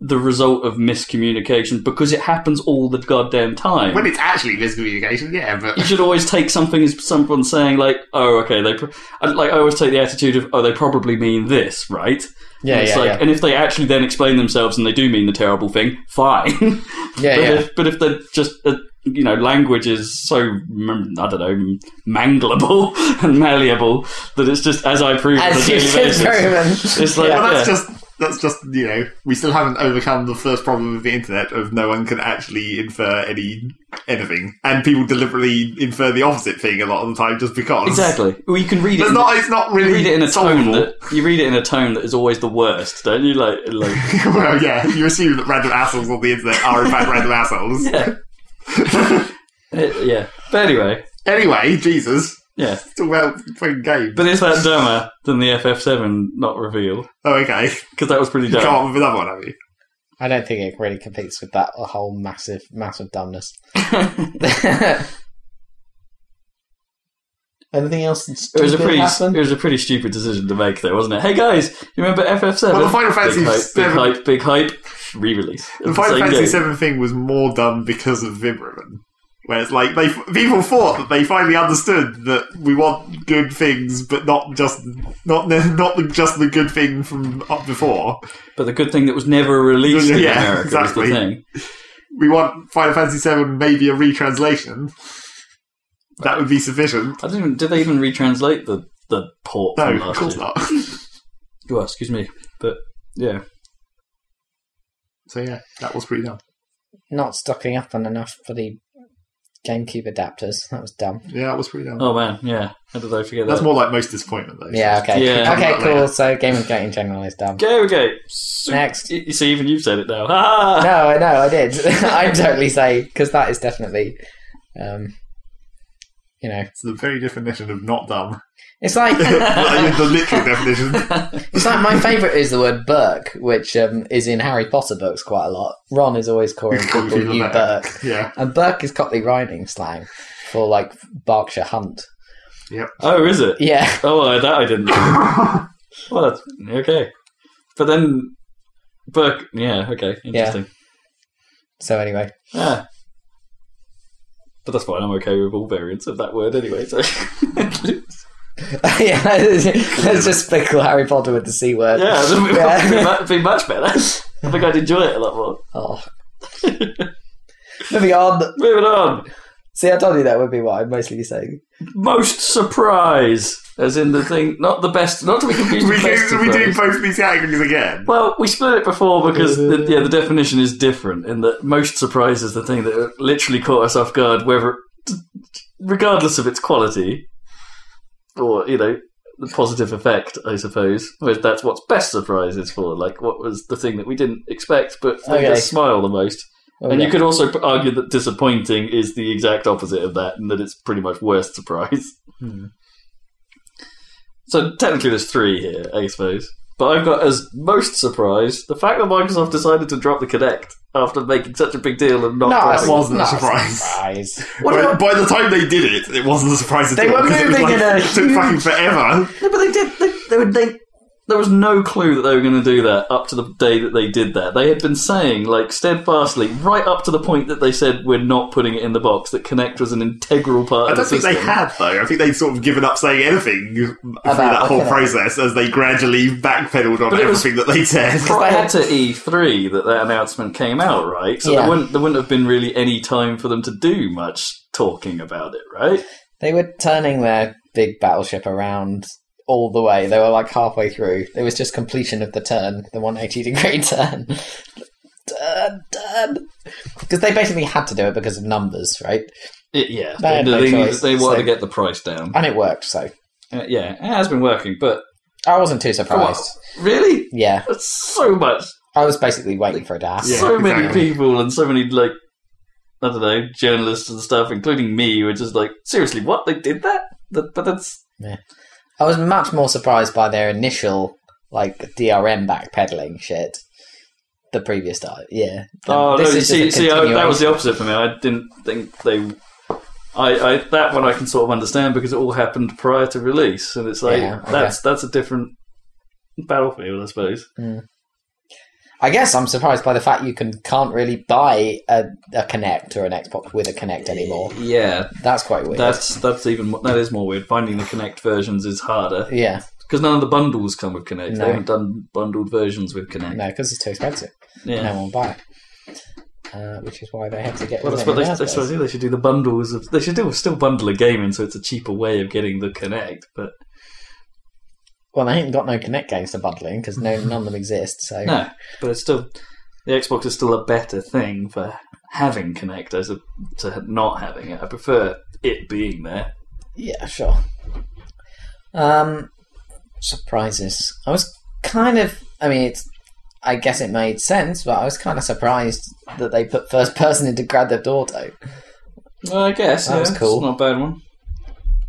the result of miscommunication because it happens all the goddamn time.
When it's actually miscommunication, yeah, but
you should always take something as someone saying like, "Oh, okay," they pro- I- like I always take the attitude of, "Oh, they probably mean this, right?"
Yeah,
And it's
yeah,
like, and if they actually then explain themselves and they do mean the terrible thing, fine.
yeah,
but,
yeah, yeah.
If, but if they're just uh, you know, language is so mm, I don't know, mangleable and malleable that it's just as I prove on a
As you
daily
should,
basis.
Roman.
It's like
Yeah.
Well, that's
yeah.
just that's just you know we still haven't overcome the first problem of the internet of no one can actually infer any anything, and people deliberately infer the opposite thing a lot of the time just because.
exactly. Well, you can read it.
It's
in the-
not. It's not
you
really.
read it in a tone
solvable.
that you read it in a tone that is always the worst, don't you? Like, like
well, yeah. You assume that random assholes on the internet are in fact random assholes.
yeah, It- yeah. But anyway,
Anyway, Jesus,
yeah.
it's all about the fucking game.
But it's that dumber than the FF7 not reveal
oh, okay.
because that was pretty
You
dumb.
come up with another one, have you?
I don't think it really competes with that whole massive, massive dumbness. Anything else?
It was a pretty,
Happen?
it was a pretty stupid decision to make, though, wasn't it? Hey guys, you remember FF7?
Well, the Final Fantasy
big hype,
VII
big hype, big hype, re-release.
The
It's
Final
same
Fantasy
game.
VII thing was more dumb because of Vibram. Where it's like they people thought that they finally understood that we want good things, but not just not not the, just the good thing from up before.
But the good thing that was never released in
Yeah,
America
exactly.
was the thing.
We want Final Fantasy VII, maybe a retranslation. That would be sufficient.
I didn't. Even, did they even retranslate the the port?
No,
from
of
last
course
year?
not.
Well, excuse me, but yeah,
So yeah, that was pretty dumb.
Not stocking up on enough for the GameCube adapters. That was dumb.
Yeah, that was pretty dumb.
Oh man, yeah. How did I forget
That's
that?
more like most disappointment though.
Yeah. Okay.
Yeah.
Okay.
Talk about
Cool.
later.
So Game of Gate in general is dumb.
Game of Gate. So-
Next.
You you see, even you've said it now. Ah!
No, I know. I did. I totally say because that is definitely, um, you know,
It's the very definition of not dumb.
it's like
Like, the literal definition.
It's like my favourite is the word Burke, which um, is in Harry Potter books quite a lot. Ron is always calling
Calling
people
people
you
Burke.
Burke.
Yeah.
And Burke is Cockney rhyming slang for like Berkshire Hunt.
Oh, is it?
Yeah.
Oh, well, that I didn't. know. well, that's okay. But then, Burke. Yeah, okay, interesting.
So anyway.
Yeah. But that's fine. I'm okay with all variants of that word anyway. So
yeah, let's just pickle Harry Potter with the C word.
yeah, that'd be,
Yeah.
that'd be much better. I think I'd enjoy it a lot more.
Oh. Moving on.
Moving on.
See, I told you that would be what I'd mostly be saying.
Most surprise, as in the thing, not the best, not to be confused.
we
with best
do we do
surprise.
both these categories again.
Well, we split it before because the, yeah, the definition is different in that most surprise is the thing that literally caught us off guard, whether regardless of its quality or you know the positive effect, I suppose. Whereas that's what's best surprise is for, like what was the thing that we didn't expect but made
Okay.
us smile the most.
Oh,
And
yeah.
you could also p- argue that disappointing is the exact opposite of that, and that it's pretty much worst surprise.
Hmm.
So technically, there's three here, I suppose. But I've got as most surprised the fact that Microsoft decided to drop the Kinect after making such a big deal and not.
No,
dropping
it's
it.
it wasn't a
not
surprise.
surprise.
What
But
about-
by the time they did it, it wasn't a surprise at
They
all.
were
'cause it was
moving in a
it took
huge-
fucking forever.
No, but they did. They, they, were- they, there was no clue that they were going to do that up to the day that they did that. They had been saying, like, steadfastly, right up to the point that they said, we're not putting it in the box, that Kinect was an integral part
I
of
don't
the
think
system.
they had though. I think they'd sort of given up saying anything through
About
that whole
looking at it.
process as they gradually backpedaled on
But it was-
everything that they said.
prior to E3 that that announcement came out, right? So
Yeah.
there, wouldn't, there wouldn't have been really any time for them to do much talking about it, right?
They were turning their big battleship around all the way. They were like halfway through. It was just completion of the turn, the 180 degree turn. turn, turn. Because they basically had to do it because of numbers, right?
It, yeah,
They
they,
had no
they,
choice,
they wanted
so-
to get the price down.
And it worked, so
Uh, yeah, it has been working, but
I wasn't too surprised.
really,
Yeah,
that's so much,
I was basically waiting for it to happen.
Yeah,
so many
exactly.
people and so many like. I don't know, journalists and stuff, including me, were just like, seriously, what? They did that? That- But that's.
I was much more surprised by their initial, like, DRM backpedaling shit the previous time. Yeah.
Oh, no,
This
you
is just
see,
a
see I, that
continuation.
was the opposite for me. I didn't think they. I, I that one I can sort of understand because it all happened prior to release, and it's like
Yeah, okay.
that's that's a different battlefield, I suppose.
I guess I'm surprised by the fact you can can't really buy a, a Connect or an Xbox with a Connect anymore.
Yeah,
That's quite weird.
that's that's even mo- that is more weird. Finding the Connect versions is harder
yeah,
because none of the bundles come with Connect.
No.
They haven't done bundled versions with Connect.
no, because it's too expensive.
Yeah.
No one will buy. it. Uh, which is why they have to get.
Well,
rid
that's
of
what
it
they,
in the
that's
first
what they
place.
do. They should do the bundles. Of, they should do, still bundle a game in, so it's a cheaper way of getting the Connect. But
Well, they ain't got no Connect games to bundling because no, none of them exist. So
no, but it's still the Xbox is still a better thing for having Connect as a, to not having it. I prefer it being there.
Yeah, sure. Um, surprises. I was kind of. I mean, it's. I guess it made sense, but I was kind of surprised that they put first person into Grand Theft Auto.
Well, I guess
That
yeah,
was
it's
cool.
not a bad one.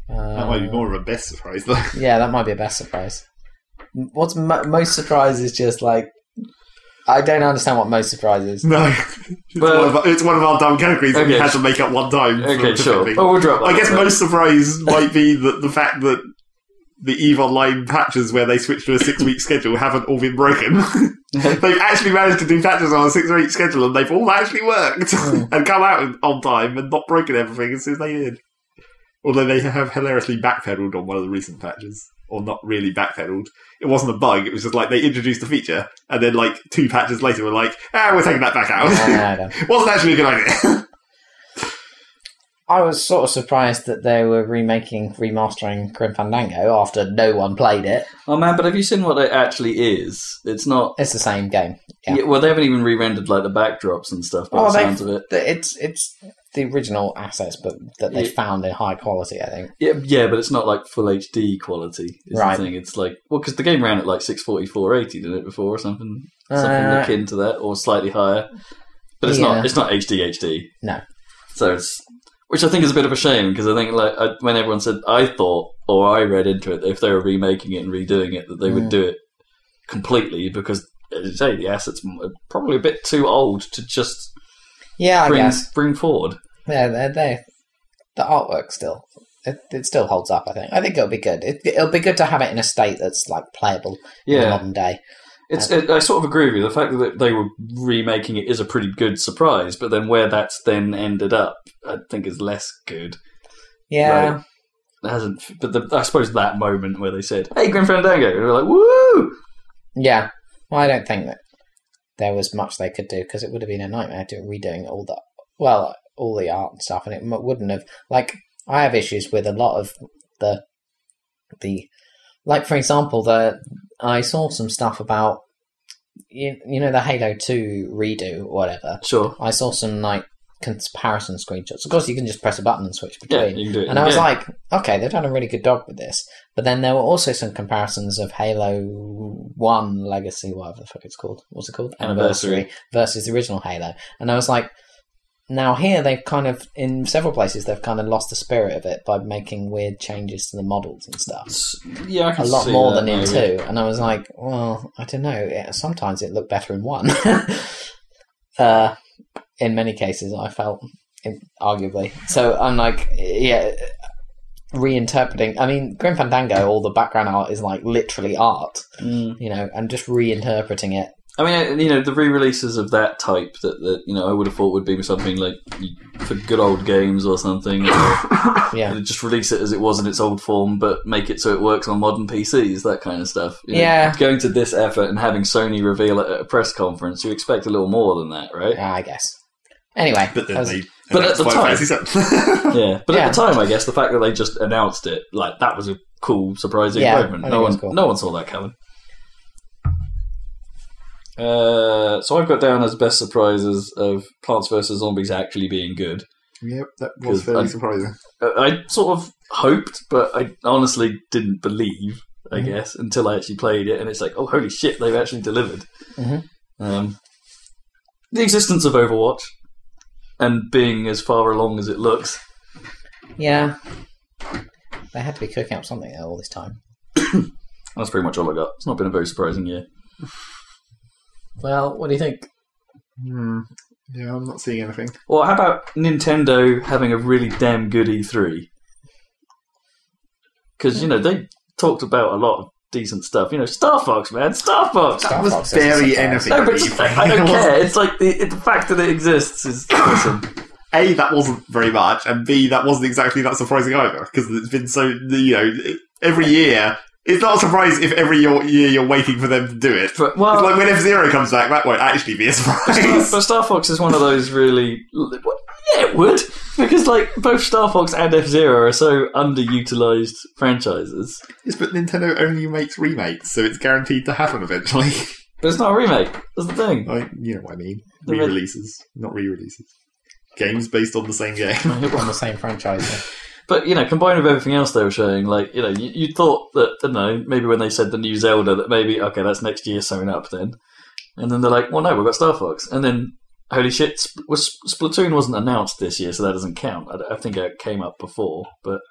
Uh,
That might be more of a best surprise, though.
Yeah, that might be a best surprise. M- What's mo- most surprise is just like I don't understand what most surprise is.
No, it's,
Well-
one of, it's one of our dumb categories that we
Okay,
had to make up one time. for-
Okay,
for
sure.
fitting.
Oh, we'll drop. That
I guess
one.
most surprise might be that the fact that the EVE Online patches where they switched to a six-week schedule haven't all been broken. they've actually managed to do patches on a six-week schedule, and they've all actually worked
Hmm.
and come out on time and not broken everything as soon as they did. Although they have hilariously backpedaled on one of the recent patches, or not really backpedaled. It wasn't a bug; it was just like they introduced a feature, and then like two patches later, were like, "Ah, we're taking that back out."
I, don't know.
wasn't actually a good idea.
I was sort of surprised that they were remaking, remastering Grim Fandango after no one played it.
Oh man, but have you seen what it actually is? It's not.
It's the same game. Yeah.
Yeah, well, they haven't even re-rendered like the backdrops and stuff. By
Oh,
the
they-
sounds of it.
The- It's it's the original assets, but that they
Yeah.
found in high quality. I think.
Yeah, yeah, but it's not like full HD quality. Is
Right.
the thing. It's like well, because the game ran at like 640, 480, didn't it before or something? Something
Uh,
akin to that, or slightly higher. But it's
Yeah.
not. It's not HD HD.
No.
So it's which I think is a bit of a shame because I think like I, when everyone said I thought or I read into it that if they were remaking it and redoing it that they
Mm.
would do it completely because as you say the assets are probably a bit too old to just
yeah, I
bring
guess.
bring forward.
Yeah, they're, they the artwork still. It, it still holds up. I think. I think it'll be good. It, it'll be good to have it in a state that's like playable in the
Yeah,
modern day.
It's. It, I sort of agree with you. The fact that they were remaking it is a pretty good surprise, but then where that's then ended up, I think is less good.
Yeah,
Right. It hasn't. But the, I suppose that moment where they said, "Hey, Grim Fandango," and we're like, "Woo!"
yeah. Well, I don't think that there was much they could do because it would have been a nightmare to redoing all the well, all the art and stuff, and it m- wouldn't have. Like, I have issues with a lot of the the like, for example, the I saw some stuff about you, you know the Halo Two redo or whatever.
Sure.
I saw some like comparison screenshots. Of course, you can just press a button and switch
Yeah,
between.
you can do it.
and I was
again.
like, okay, they've done a really good job with this. But then there were also some comparisons of Halo One Legacy, whatever the fuck it's called. What's it called?
Anniversary.
versus the original Halo. And I was like, now here they've kind of in several places they've kind of lost the spirit of it by making weird changes to the models and stuff.
S- "Yeah, I
A
can
lot
see
more
that,
than in
maybe.
two, and I was like, "Well, I don't know. It, sometimes it looked better in one." uh, in many cases, I felt in, arguably. So I'm like, yeah, reinterpreting. I mean, Grim Fandango, all the background art is like literally art,
Mm.
you know, and just reinterpreting it.
I mean, uh, you know, the re-releases of that type that, that you know I would have thought would be something like for good old games or something.
Yeah,
And just release it as it was in its old form, but make it so it works on modern PCs, that kind of stuff. You know,
Yeah.
Going to this effort and having Sony reveal it at a press conference, you expect a little more than that, right? Yeah.
I guess. Anyway, that
But then
was-
they.
But at the
Final
time-
Fantasy VII.
But
Yeah.
at the time, I guess the fact that they just announced it, like that was a cool, surprising
Yeah, I
moment.
think
No
it
one,
was cool.
no one saw that coming. Uh, so I've got down as best surprises of Plants vs Zombies actually being good.
Yep, that
was fairly
surprising.
Uh, I sort of hoped, but I honestly didn't believe. I
Mhm.
guess until I actually played it, and it's like, oh, holy shit, they've actually delivered.
Mhm.
Um, the existence of Overwatch and being as far along as it looks.
yeah, they had to be cooking up something all this time.
That's pretty much all I got. It's not been a very surprising year.
Well, what do you think?
Hmm. Yeah, I'm not seeing anything.
Or how about Nintendo having a really E damn good E3? Because you know they talked about a lot of decent stuff. You know, Star Fox, man, Star Fox.
Star
That was
Fox doesn't
very
surprise
innovative.
No, but just, I don't care. It's like the, the fact that it exists is awesome.
A, that wasn't very much, and B, that wasn't exactly that surprising either, because it's been so, you know, every year. It's not a surprise if every year, year you're waiting for them to do it.
But, well,
it's like when F Zero comes back, that won't actually be a surprise.
but Star Fox is one of those really. well, Yeah, it would because like both Star Fox and F Zero are so underutilized franchises.
yes, but Nintendo only makes remakes, so it's guaranteed to happen eventually.
But it's not a remake. That's the thing.
like, you know what I mean?
The red-
Re-releases, not re-releases. Games based on the same game.
on the same franchise.
But you know, combined with everything else they were showing, like you know, you, you thought that I don't know maybe when they said the new Zelda that maybe okay that's next year sewn up then, and then they're like, well no, we've got Star Fox, and then holy shit, Sp- was Splatoon wasn't announced this year, so that doesn't count. I, don't- I think it came up before, but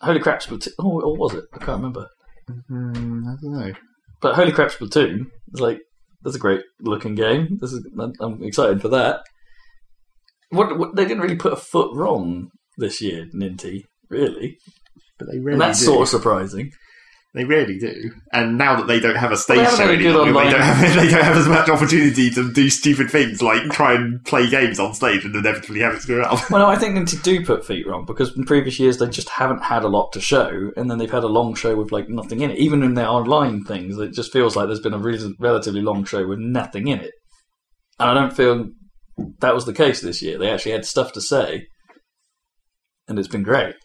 holy crap, Splatoon, oh, or was it? I can't remember.
Hmm, I don't know.
But holy crap, Splatoon is like that's a great looking game. This is I'm- I'm excited for that. What, what they didn't really put a foot wrong this year, Ninty. Really,
But they really
and that's
do.
sort of surprising.
They really do. And now that they don't have a
Well,
stage
they
show
haven't had a good
anymore, they
online-
don't, have, they don't have as much opportunity to do stupid things like try and play games on stage and inevitably have it screw up.
Well, no, I think Ninty do put feet wrong because in previous years they just haven't had a lot to show, and then they've had a long show with like nothing in it. Even in their online things, it just feels like there's been a reason, relatively long show with nothing in it. And I don't feel that was the case this year. They actually had stuff to say, and it's been great.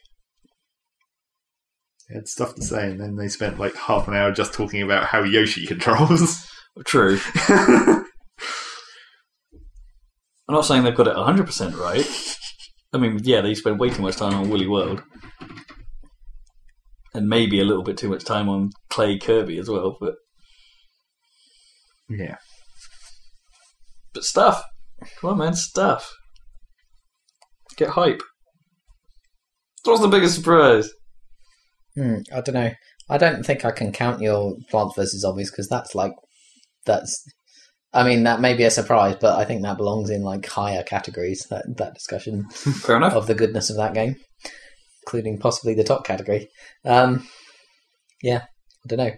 They had stuff to say, and then they spent like half an hour just talking about how Yoshi controls.
True.
I
I'm not saying they've got it 100 percent right. I mean, yeah, they spend way too much time on Woolly World, and maybe a little bit too much time on Clay Kirby as well. But
Yeah.
but stuff. Come on, man, stuff. Get hype. What was the biggest surprise?
Hmm, I don't know. I don't think I can count your Plants vs Zombies because that's like that's. I mean, that may be a surprise, but I think that belongs in like higher categories. That that discussion
Fair enough.
of the goodness of that game, including possibly the top category. Um, yeah, I don't know.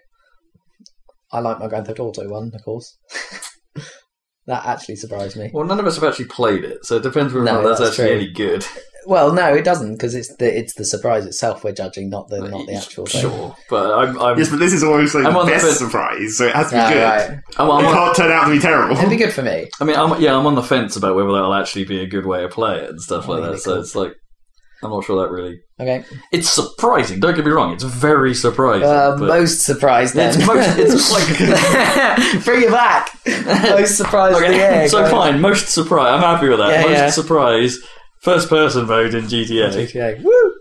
I like my Grand Theft Auto one, of course. that actually surprised me.
Well, none of us have actually played it, so it depends whether or
No,
not that's,
that's
actually
true.
any good.
Well, no, it doesn't because it's the it's the surprise itself we're judging, not the not the actual thing.
Sure, but I'm I'm,
Yes, but this is also
I'm
the
on the
best
fence.
surprise, so it has to be
Ah,
good.
right.
I'm, I'm
It
on,
can't turn out to be terrible.
It'd be good for me.
I mean, I'm, yeah, I'm on the fence about whether that'll actually be a good way to play it and stuff like that. So it's like, I'm not sure that really.
Okay,
It's surprising. Don't get me wrong. It's very surprising.
uh,
but-
most surprised then.
It's most- it's like-
bring it back. Most surprised.
Okay,
yeah,
so
go.
fine. Most surprise. I'm happy with that.
Yeah,
most
yeah.
surprise. First person vote in GTA.
GTA. Woo!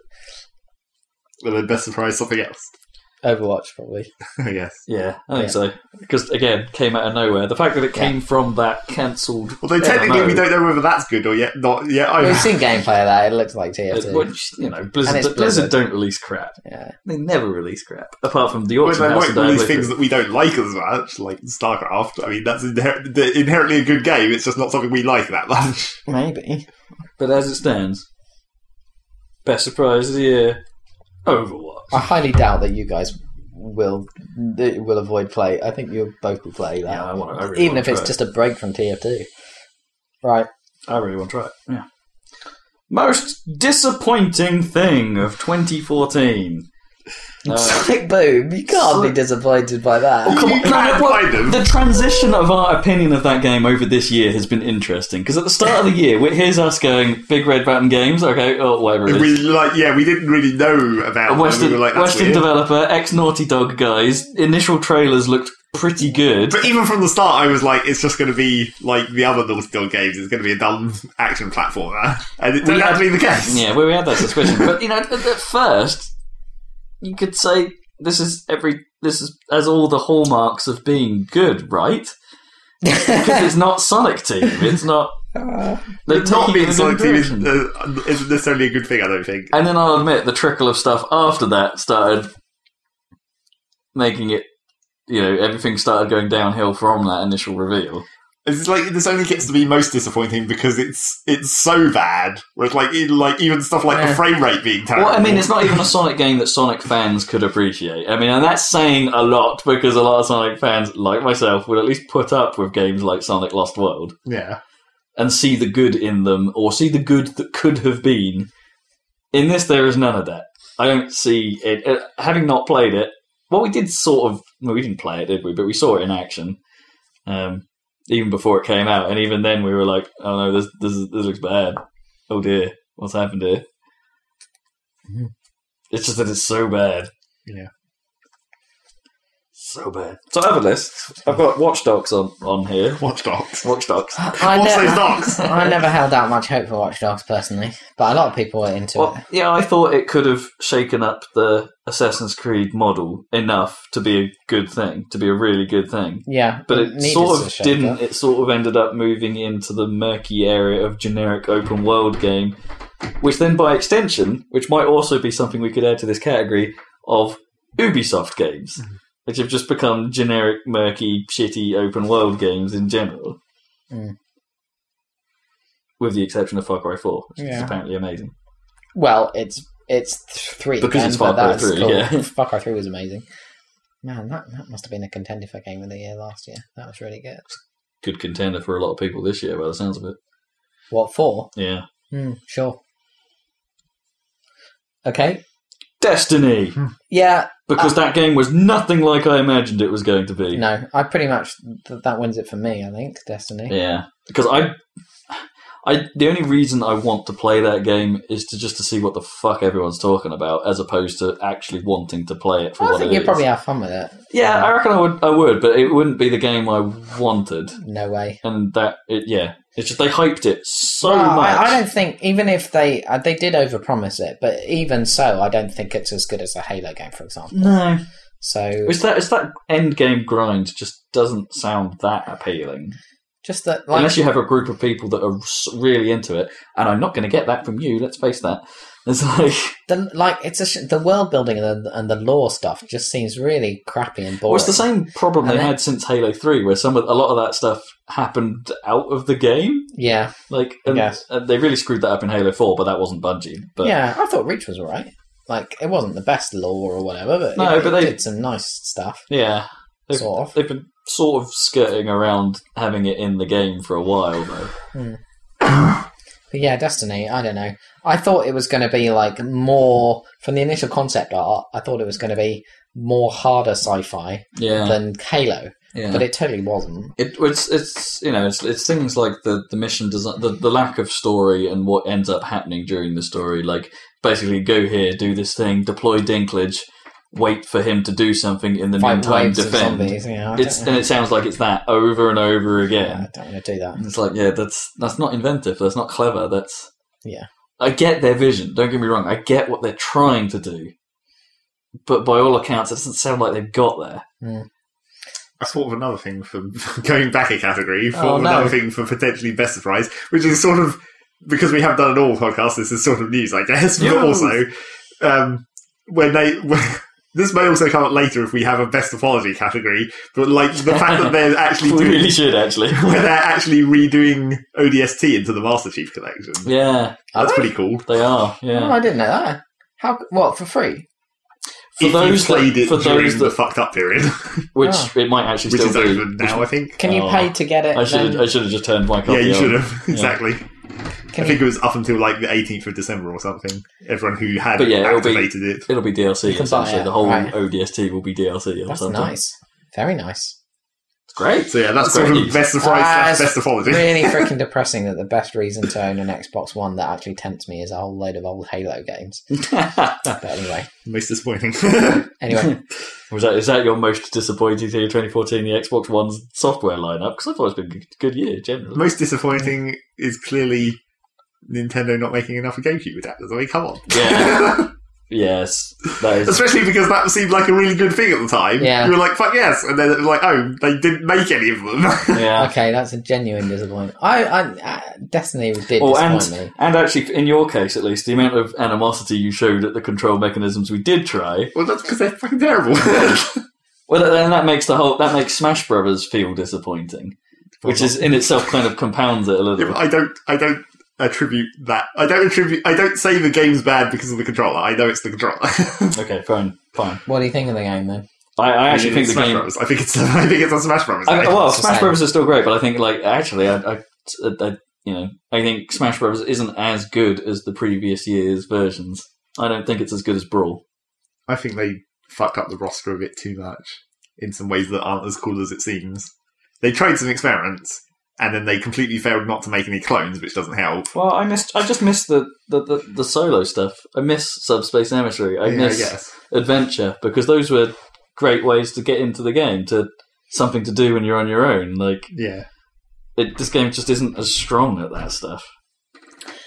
But the best surprise, something else.
Overwatch probably.
I guess.
Yeah, I
Yeah.
think so. Because again, came out of nowhere. The fact that it came from that cancelled.
Although
Yeah,
technically
no.
we don't know whether that's good or yet not yet
We've
either.
seen gameplay of that. It looks like TF2.
Which you know, Blizzard,
it's
Blizzard.
Blizzard.
don't release crap.
yeah.
They never release crap, apart from the
Well,
auction
they
house.
might
and Diablo
release things
III.
that we don't like as much, like StarCraft. I mean, that's inher- the- inherently a good game. It's just not something we like that much.
Maybe.
But as it stands, best surprise of the year, Overwatch.
I highly doubt that you guys will that you will avoid play. I think you'll both will play that,
Yeah, I want. I really
even
wanna
if it's
try it.
just a break from TF2. Right.
I really want to try it. Yeah. Most disappointing thing of 2014. Uh,
Sonic Boom. You can't
Sonic-
be disappointed by that.
Oh, come on.
You can't
No, no,
find them.
the transition of our opinion of that game over this year has been interesting because at the start of the year, we- here's us going big red button games, okay, or whatever it
We
is.
like, yeah, we didn't really know about.
A
them.
Western,
we were like, that's
Western
weird.
developer, ex Naughty Dog guys. Initial trailers looked pretty good.
But even from the start, I was like, it's just going to be like the other Naughty Dog games. It's going to be a dumb action platformer, and it turned out to be the case.
Yeah, well, we had that suspicion. but you know, at, at first, you could say this is every this is has all the hallmarks of being good, right? Because it's not Sonic Team. It's not. They're
Not
taking it in
being
a
Sonic
good
Team is,
direction.
uh, isn't necessarily a good thing, I don't think.
And then I'll admit the trickle of stuff after that started making it. You know, everything started going downhill from that initial reveal.
It's like this only gets to be most disappointing because it's it's so bad. Whereas like in, like even stuff like
Yeah.
the frame rate being terrible.
Well, I mean, it's not even a Sonic game that Sonic fans could appreciate. I mean, and that's saying a lot because a lot of Sonic fans, like myself, would at least put up with games like Sonic Lost World
yeah,
and see the good in them or see the good that could have been. In this, there is none of that. I don't see it. uh, Having not played it, well, we did sort of. Well, we didn't play it, did we? But we saw it in action, um, even before it came out, and even then we were like, "Oh no, this this, is- this looks bad. Oh dear, what's happened here?"
Mhm.
It's just that it's so bad.
Yeah.
so bad. So I have a list. I've got Watch Dogs on on here.
Watch Dogs.
Watch Dogs.
I,
Watch
ne-
those dogs.
I never held out much hope for Watch Dogs personally, but a lot of people were into
Well,
it.
yeah, I thought it could have shaken up the Assassin's Creed model enough to be a good thing, to be a really good thing.
Yeah,
But it
needed
sort
to
of
shake
didn't.
up.
It sort of ended up moving into the murky area of generic open world game, which then, by extension, which might also be something we could add to this category of Ubisoft games,
Mm-hmm.
which have just become generic, murky, shitty open world games in general,
Mm.
with the exception of Far Cry Four, which is
Yeah.
apparently amazing.
Well, it's it's th- three
Because it's
but
Far Cry
that's
3,
cool.
yeah.
Far Cry Three was amazing. Man, that, that must have been a contender for game of the year last year. That was really good.
good contender for a lot of people this year, by the sounds of it.
What for?
Yeah.
Hmm, sure. Okay.
Destiny!
Yeah.
Because that game was nothing like I imagined it was going to be.
No, I pretty much th- that wins it for me. I think Destiny.
Yeah. Because I. I, the only reason I want to play that game is to just to see what the fuck everyone's talking about, as opposed to actually wanting to play it for
I
what
think
it
you'd
is.
probably have fun with it.
yeah, I reckon I would, I would, but it wouldn't be the game I wanted.
No way.
And that, it, yeah, it's just they hyped it so
Well,
much.
I, I don't think even if they uh, they did overpromise it, but even so, I don't think it's as good as a Halo game, for example.
no,
So
it's that it's that end game grind just doesn't sound that appealing.
just that, like,
Unless you have a group of people that are s- really into it, and I'm not going to get that from you. Let's face that. It's like,
the like it's a sh- the world building and the, and the lore stuff just seems really crappy and boring.
well, it's the same problem
And
they
then-
had since Halo Three, where some of, a lot of that stuff happened out of the game.
Yeah,
Like, and,
Yes.
and they really screwed that up in Halo Four, but that wasn't Bungie. But
yeah. I thought Reach was alright. Like it wasn't the best lore or whatever, but
No,
it,
but
it
they-
did some nice stuff.
yeah, they've,
Sort of.
they've been sort of skirting around having it in the game for a while, though.
But yeah, Destiny. I don't know. I thought it was going to be like more from the initial concept art. I thought it was going to be more harder sci-fi
Yeah,
than Halo,
yeah.
but it totally wasn't.
It, it's it's you know it's it's things like the the mission design the, the lack of story and what ends up happening during the story like basically go here do this thing deploy Dinklage wait for him to do something in the
Fight
meantime
waves of
defend
zombies. Yeah, I don't
it's
know.
and it sounds like it's that over and over
Yeah,
again
I don't want to do that.
And it's like yeah that's that's not inventive that's not clever that's
Yeah.
I get their vision don't get me wrong I get what they're trying to do but by all accounts it doesn't sound like they've got there
I thought of another thing for going back a category. Thought
Oh,
of
no.
another thing for potentially best surprise, which is sort of because we have done an all podcast. This is sort of news, I guess, but
Yeah.
also um, when they. When, this may also come up later if we have a best apology category, but like the fact that they're actually
we
doing,
really should actually
where they're actually redoing ODST into the Master Chief Collection.
yeah
That's
Are
pretty cool.
they are yeah.
Oh, I didn't know that. How? What for free?
For
if
those
you played
that-
it
for
during
those
the
that-
fucked up period,
which
Ah.
it might actually
which
still
is
be.
over now, I think.
Can you
Oh.
pay to get it?
I should
then?
I should have just turned my
Yeah,
copy.
you
on.
should have exactly.
Can
I think it was up until like the 18th of December or something. Everyone who had
But yeah, it'll be-
activated it.
It'll be DLC
You can buy
essentially.
it,
The whole
right.
ODST will be DLC or
That's
something.
nice. Very nice.
It's great.
So yeah, that's,
That's great
sort of
news.
best surprise
Ah,
slash
it's
best apology.
Really freaking depressing that the best reason to own an Xbox One that actually tempts me is a whole load of old Halo games. But anyway,
Most disappointing. I
anyway,
Was that is that your most disappointing thing of 2014? The Xbox One's software lineup because I thought it's been a good, good year generally.
Most disappointing is clearly Nintendo not making enough of GameCube adapters. I mean, come on.
Yeah. Yes, that is.
Especially because that seemed like a really good thing at the time.
Yeah.
You were like, fuck yes. And then it was like, oh, they didn't make any of them.
Yeah.
okay, that's a genuine disappointment. I, I uh, Destiny did
Oh, and
disappoint me.
and actually, in your case at least, the amount of animosity you showed at the control mechanisms we did try.
well, that's because they're fucking terrible.
Well, then that makes the whole that makes Smash Brothers feel disappointing which is in itself kind of compounds it a little.
I don't. I don't attribute that. I don't attribute. I don't say the game's bad because of the controller. I know it's the controller.
Okay, fine, fine.
What do you think of the game then?
I, I actually
It's
think the
Smash
game.
Brothers. I think it's. I think it's on Smash Brothers.
I mean,
right?
well,
It's the
Smash
same.
Brothers is still great, but I think like actually, I, I, I- you know, I think Smash Brothers isn't as good as the previous year's versions. I don't think it's as good as Brawl.
I think they fucked up the roster a bit too much in some ways that aren't as cool as it seems. They tried some experiments and then they completely failed not to make any clones, which doesn't help.
Well, I missed. I just missed the the, the, the solo stuff. I miss Subspace Emissary. I
Yeah,
miss
guess.
Adventure because those were great ways to get into the game to something to do when you're on your own. Like
Yeah,
it, this game just isn't as strong at that stuff.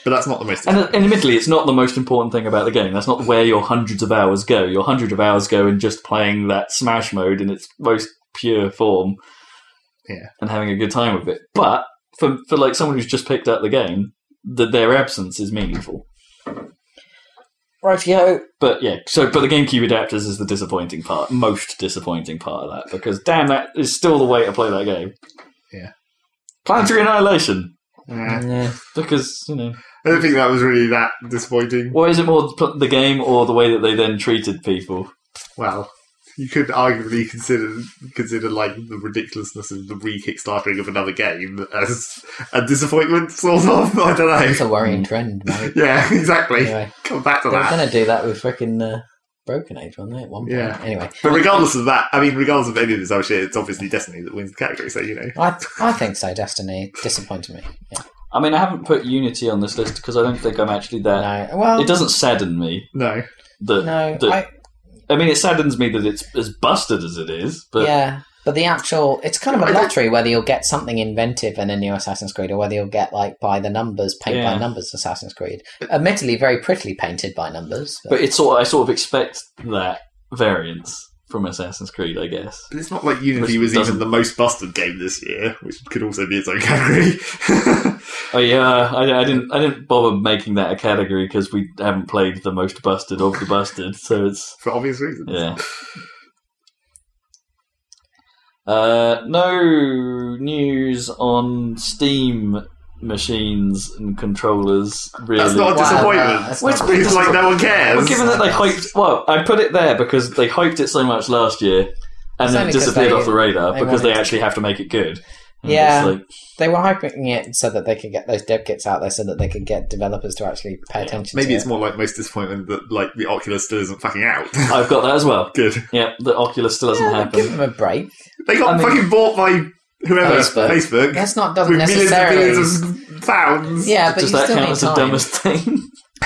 but that's not the most.
And, uh, and admittedly, it's not the most important thing about the game. That's not where your hundreds of hours go. Your hundred of hours go in just playing that Smash mode in its most pure form,
Yeah.
and having a good time with it. But for for like someone who's just picked up the game, that their absence is meaningful.
Rightio,
But yeah, so but the GameCube adapters is the disappointing part, most disappointing part of that, because damn, that is still the way to play that game.
Yeah.
Planetary Annihilation,
Yeah.
Mm, Yeah.
because you know.
I don't think that was really that disappointing.
Or is it more pl- the game or the way that they then treated people?
Well, you could arguably consider consider like the ridiculousness of the re-kickstarting of another game as a disappointment, sort of. I don't
It's
know.
a worrying trend, mate.
Yeah, exactly.
Anyway,
Come back
they
to
were
that.
going to do that with freaking uh, Broken Age, weren't they? At one point.
Yeah.
Anyway,
But regardless of that, I mean, regardless of any of this other shit, it's obviously Destiny that wins the category. So you know,
I I think so. Destiny disappointed me. Yeah.
I mean, I haven't put Unity on this list because I don't think I'm actually there.
No. Well.
It doesn't sadden me
no,
that.
no.
that-
I,
I mean, it saddens me that it's as busted as it is, but
yeah. But the actual, it's kind of
I
a
don't-
lottery whether you'll get something inventive in a new Assassin's Creed or whether you'll get like by the numbers, paint
Yeah.
by numbers Assassin's Creed. Admittedly, very prettily painted by numbers. But,
but it's sort. I sort of expect that variance from Assassin's Creed, I guess.
but it's not like Unity
Which
was
doesn't-
even the most busted game this year, which could also be its own category.
Oh yeah, I, I didn't. I didn't bother making that a category because we haven't played the most busted of the busted, so it's
For obvious reasons.
yeah. Uh, no news on Steam machines and controllers. Really,
That's not a
Wow,
disappointment.
no, that's
Well,
not-
it's-
It's like no one cares.
Well, given that they hyped, well, I put it there because they hyped it so much last year, and
It's
then
only
it
'cause
disappeared
they-
off the radar
they
because they
wanted to-
actually have to make it good. And
Yeah.
it's like,
They were hyping it so that they could get those dev kits out there, so that they could get developers to actually pay
Yeah.
attention.
Maybe
to
it's
it.
more like most disappointment that like the Oculus still isn't fucking out.
I've got that as well.
Good.
Yeah, the Oculus still hasn't
Yeah, give
happened.
them a break.
They got
I mean-
fucking bought by whoever
Facebook.
Facebook,
That's not doesn't
with millions and
necessarily.
millions of pounds.
yeah, but
Does
you
that
still
count
need
as the
time.
dumbest thing?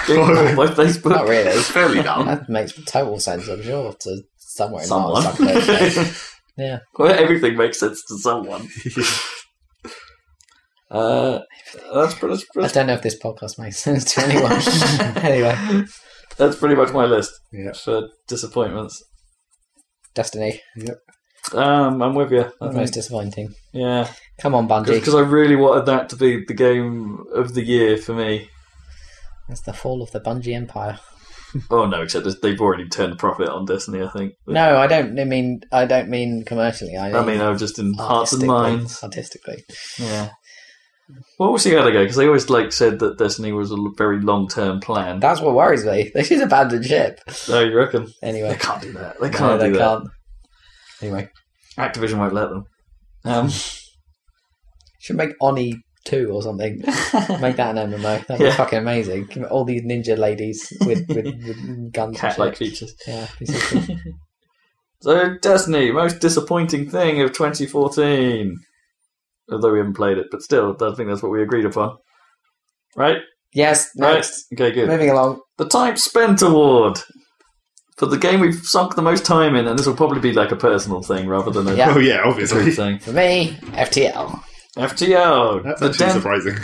Being bought by Facebook?
Not really.
it's fairly dumb.
That makes total sense. I'm sure to somewhere in
Someone.
life. someplace. Yeah.
Well, everything makes sense to someone. Uh, that's, pre- that's, pre-
I don't know if this podcast makes sense to anyone. anyway,
that's pretty much my list
Yeah.
for disappointments.
Destiny,
Um, I'm with you. I
the
think.
most disappointing.
Yeah.
Come on, Bungie.
because I really wanted that to be the game of the year for me.
That's the fall of the Bungie Empire.
Oh no, except that they've already turned profit on Destiny. I think.
No, I don't. I mean, I don't mean commercially. I mean,
I mean, I was just in hearts and
artistically-
minds.
Artistically,
Yeah. Well, we'll see how they go because they always like said that Destiny was a l- very long-term plan.
that's what worries me. They should abandon ship.
No, you reckon? They
Anyway,
can't do that. They
No,
can't
they
do that.
can't. Anyway,
Activision won't let them. Um,
should make Oni two or something. Make that an MMO. That'd
Yeah.
be fucking amazing. Give it All these ninja ladies with, with, with guns. and shit.
cat-like features.
Yeah, be so cool.
So, Destiny, most disappointing thing of 2014. Although we haven't played it, but still, I think that's what we agreed upon. Right?
yes. Next,
Okay, good.
moving along.
The Time Spent Award for the game we've sunk the most time in, and this will probably be like a personal thing rather than a
Yeah.
Oh yeah,
group
obviously.
thing.
For me, FTL.
FTO.
That's
the
actually
Den-
surprising.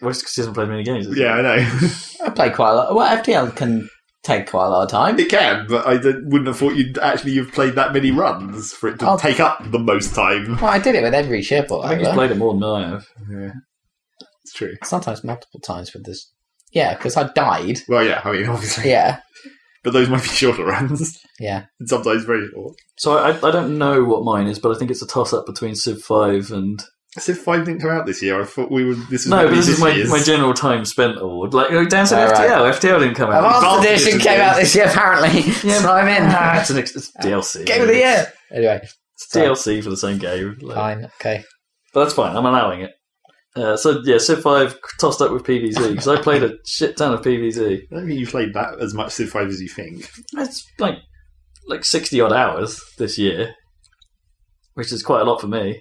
well, it's 'cause he hasn't played many games. has he?
Yeah, I know.
I play quite a lot. Well, FTL can take quite a lot of time.
It can, but I don't- wouldn't have thought you'd actually have played that many runs for it to
Oh.
take up the most time.
Well, I did it with every ship or
I think he's
whatever.
played it more than I have.
Yeah, it's true.
Sometimes multiple times with this. Yeah, because I died.
Well, yeah, I mean, obviously,
Yeah,
but those might be shorter runs,
yeah.
and sometimes very short.
So I, I don't know what mine is, but I think it's a toss up between Civ 5 and
As if five didn't come out this year. I thought we would. This was
No,
gonna
but
be
this is my,
year's.
my general time spent award. Like oh, Dan said,
Oh, right.
FTL. FTL didn't come out.
Advanced
Advanced
Edition
Edition
came out
game.
this year, apparently.
Yeah,
so I'm
Ah,
in.
it's an ex- it's DLC.
game of the year. Anyway,
It's DLC for the same game. Like,
fine. Okay.
But that's fine. I'm allowing it. Uh, so yeah, Civ Five tossed up with PVZ because I played a shit ton of PVZ.
I don't think you played that as much Civ Five as you think.
It's like like sixty odd hours this year, which is quite a lot for me.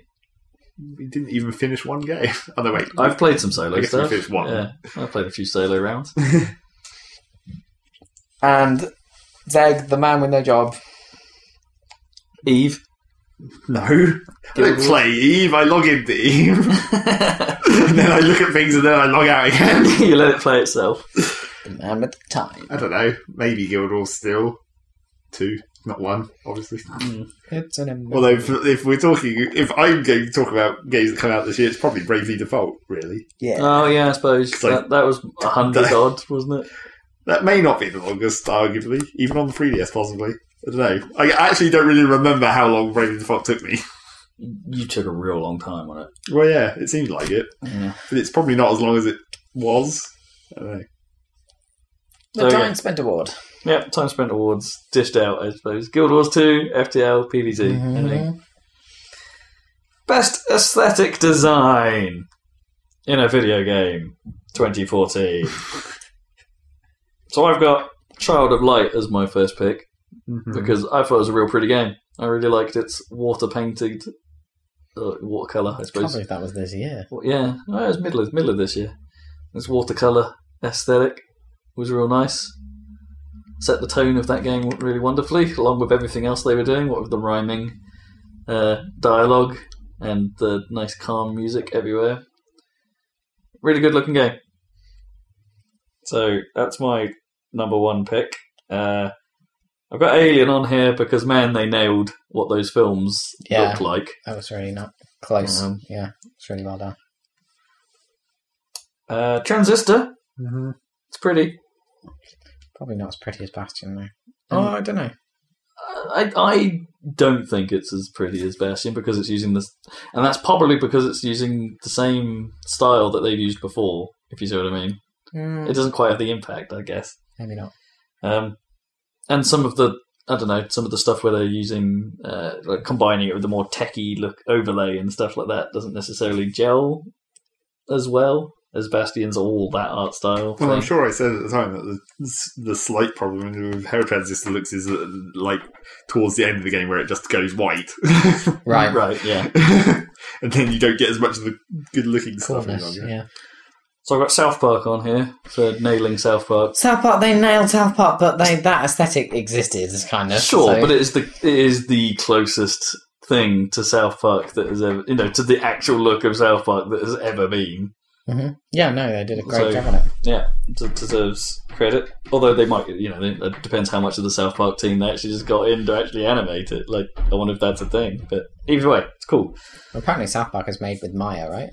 We didn't even finish one game. Oh no, wait.
I've played some solo
I guess we
stuff.
finished one.
Yeah, I played a few solo rounds.
And Zeg, the man with no job.
Eve.
No, I don't play Eve. I log into Eve, and then I look at things, and then I log out again.
you let it play itself.
The man with the time.
I don't know. Maybe Guild Wars still two, not one, obviously.
It's an emotion.
Although, if, if we're talking, if I'm going to talk about games that come out this year, it's probably Bravely Default, really.
yeah.
Oh yeah, I suppose
It's like-
that, that was a hundred odd, wasn't it?
That may not be the longest, arguably, even on the 3DS, possibly. I don't know. I actually don't really remember how long Bravely Default took me.
You took a real long time on it.
Well, yeah, it seems like it,
Yeah.
but it's probably not as long as it was. Uh, I don't know.
The
So,
time
yeah.
spent award.
Yep, time spent awards dished out, I suppose. Guild Wars Two, FTL, PVZ. I think.
Mhm.
Best aesthetic design in a video game 2014. so I've got Child of Light as my first pick
Mm-hmm.
because I thought it was a real pretty game. I really liked its water painted uh, watercolor, I
Can't
suppose.
believe that was this year.
Well, yeah, no, it was middle of, middle of this year. Its watercolor aesthetic was real nice. Set the tone of that game really wonderfully, along with everything else they were doing, what with the rhyming uh, dialogue and the nice calm music everywhere. Really good looking game. So that's my number one pick. Uh, I've got Alien on here because man, they nailed what those films
Yeah.
look like.
That was really not close.
Um,
yeah, it's really well done.
Uh, Transistor,
Mm-hmm.
it's pretty.
Probably not as pretty as Bastion, though. Um,
Oh,
I don't know.
I, I don't think it's as pretty as Bastion because it's using this, and that's probably because it's using the same style that they've used before. If you see what I mean, it doesn't quite have the impact, I guess.
Mm, maybe not.
Um, and some of the I don't know some of the stuff where they're using uh, like combining it with the more techie look overlay and stuff like that doesn't necessarily gel as well as Bastion's all that art style.
Well, I'm
thing.
sure I said at the time that the, the slight problem with how Transistor looks is uh, like towards the end of the game where it just goes white,
Right.
right, yeah.
and then you don't get as much of the good-looking stuff. any
Coolness,
longer.
yeah.
So I've got South Park on here for nailing South Park.
South Park, they nailed South Park, but they that aesthetic existed, kind of.
Sure,
so-
but it is the it is the closest thing to South Park that has ever you know to the actual look of South Park that has ever been.
yeah, no, they did a great
So-
job on it.
Yeah, d- deserves credit. Although they might, you know, they- it depends how much of the South Park team they actually just got in to actually animate it. Like, I wonder if that's a thing. But either way, it's cool.
Apparently, South Park is made with Maya, right?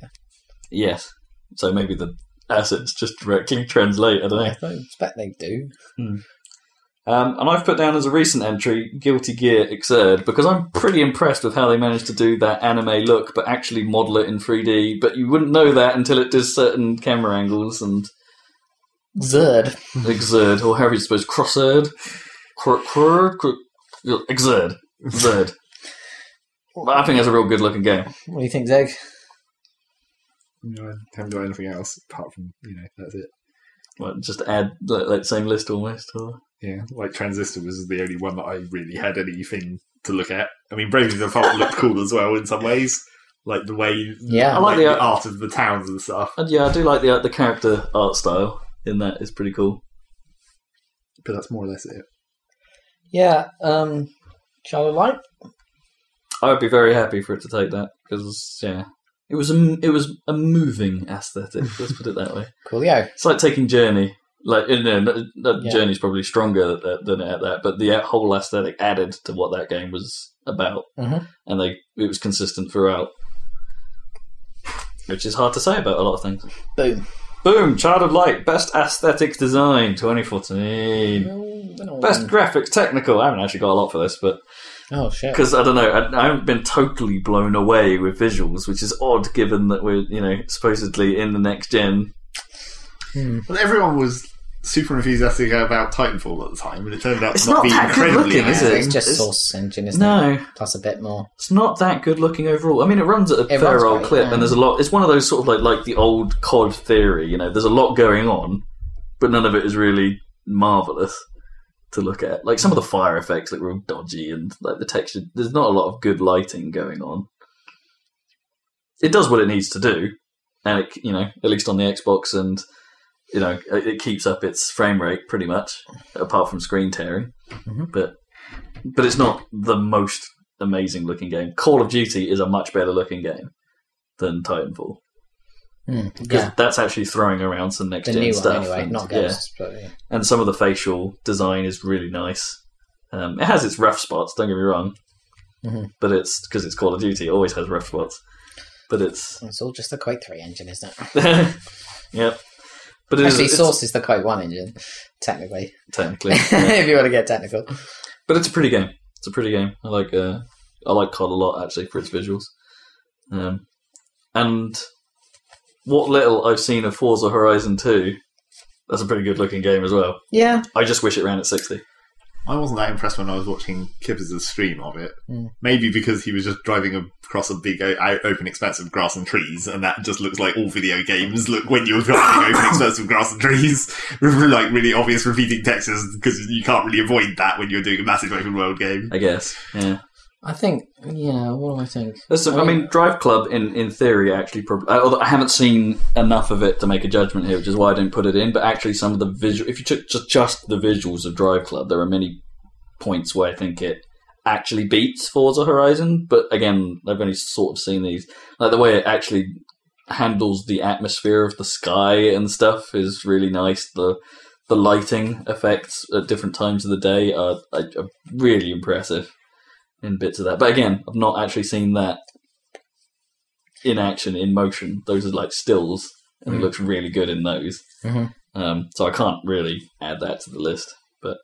Yes. So maybe the assets just directly translate. I don't know.
I don't expect they do.
Um, and I've put down as a recent entry Guilty Gear Xrd because I'm pretty impressed with how they managed to do that anime look but actually model it in 3D. But you wouldn't know that until it does certain camera angles and
Zerd.
Xrd, or however you suppose, Crossrd. Cr- cr- cr- Xrd. Xrd. But I think that's a real good looking game.
What do you think, Zeg?
No, I haven't got anything else apart from you know that's it.
Well, just add that, that same list almost. Or...
Yeah, like Transistor was the only one that I really had anything to look at. I mean, Bravely Default looked cool as well in some ways, like the way
Yeah.
I like the-
the art of the towns and stuff.
And yeah, I do like the, the character art style in that, it's pretty cool.
But that's more or less it.
Yeah, um, Child of Light?
I would be very happy for it to take that because yeah, it was a it was a moving aesthetic. let's put it that way.
Coolio.
It's like taking Journey. Like in no, no,
Yeah.
Journey's probably stronger than, than at that, but the whole aesthetic added to what that game was about,
Mhm.
and they it was consistent throughout, which is hard to say about a lot of things.
Boom.
Boom! Child of Light, best aesthetic
Mm.
design, 2014. Best graphics, technical. I haven't actually got a lot for this, but
Oh shit!
because I don't know, I, I haven't been totally blown away with visuals, which is odd given that we're you know supposedly in the next gen.
Well, everyone was super enthusiastic about Titanfall at the time, and it turned out
It's
to not,
not
be
that good
incredibly
looking, is
Yeah,
it?
amazing.
it's just
It's-
source engine, isn't it?
No,
Plus a bit more.
it's not that good looking overall. I mean, it runs at a
It
fair
runs
old
great,
clip,
yeah.
and there's a lot. It's one of those sort of like like the old COD theory. You know, there's a lot going on, but none of it is really marvelous to look at. Like some of the fire effects look real dodgy, and like the texture. There's not a lot of good lighting going on. It does what it needs to do, and it you know at least on the Xbox, and you know it, it keeps up its frame rate pretty much, apart from screen tearing.
Mhm.
But but it's not the most amazing looking game. Call of Duty is a much better looking game than Titanfall
Hmm,
because
Yeah,
that's actually throwing around some next
the
gen
new
stuff.
one anyway,
and,
not
yeah.
Ghosts, but yeah.
and some of the facial design is really nice. Um, it has its rough spots. Don't get me wrong,
Mhm.
but it's because it's Call of Duty. It always has rough spots, but it's
It's all just the Quake Three engine, isn't it?
yep. But it is
Actually,
it's-
Source is the Quake One engine, technically.
technically, yeah.
if you want to get technical.
but it's a pretty game. It's a pretty game. I like uh, I like COD a lot actually for its visuals, um, and what little I've seen of Forza Horizon Two, that's a pretty good looking game as well.
Yeah,
I just wish it ran at sixty.
I wasn't that impressed when I was watching Kippers' stream of it.
Mm.
Maybe because he was just driving across a big o- out- open expanse of grass and trees, and that just looks like all video games look when you're driving open expanse of grass and trees, like really obvious repeating textures because you can't really avoid that when you're doing a massive open world game.
I guess. Yeah.
I think. Yeah, what do I think?
That's, I mean, Drive Club in in theory actually. Prob- I- although I haven't seen enough of it to make a judgment here, which is why I didn't put it in. But actually, some of the visual, if you took just just the visuals of Drive Club, there are many points where I think it actually beats Forza Horizon. But again, I've only sort of seen these. Like the way it actually handles the atmosphere of the sky and stuff is really nice. The the lighting effects at different times of the day are, are are really impressive in bits of that. But again, I've not actually seen that in action, in motion. Those are like stills, and
Mm.
it looks really good in those.
Mhm.
Um, so I can't really add that to the list. But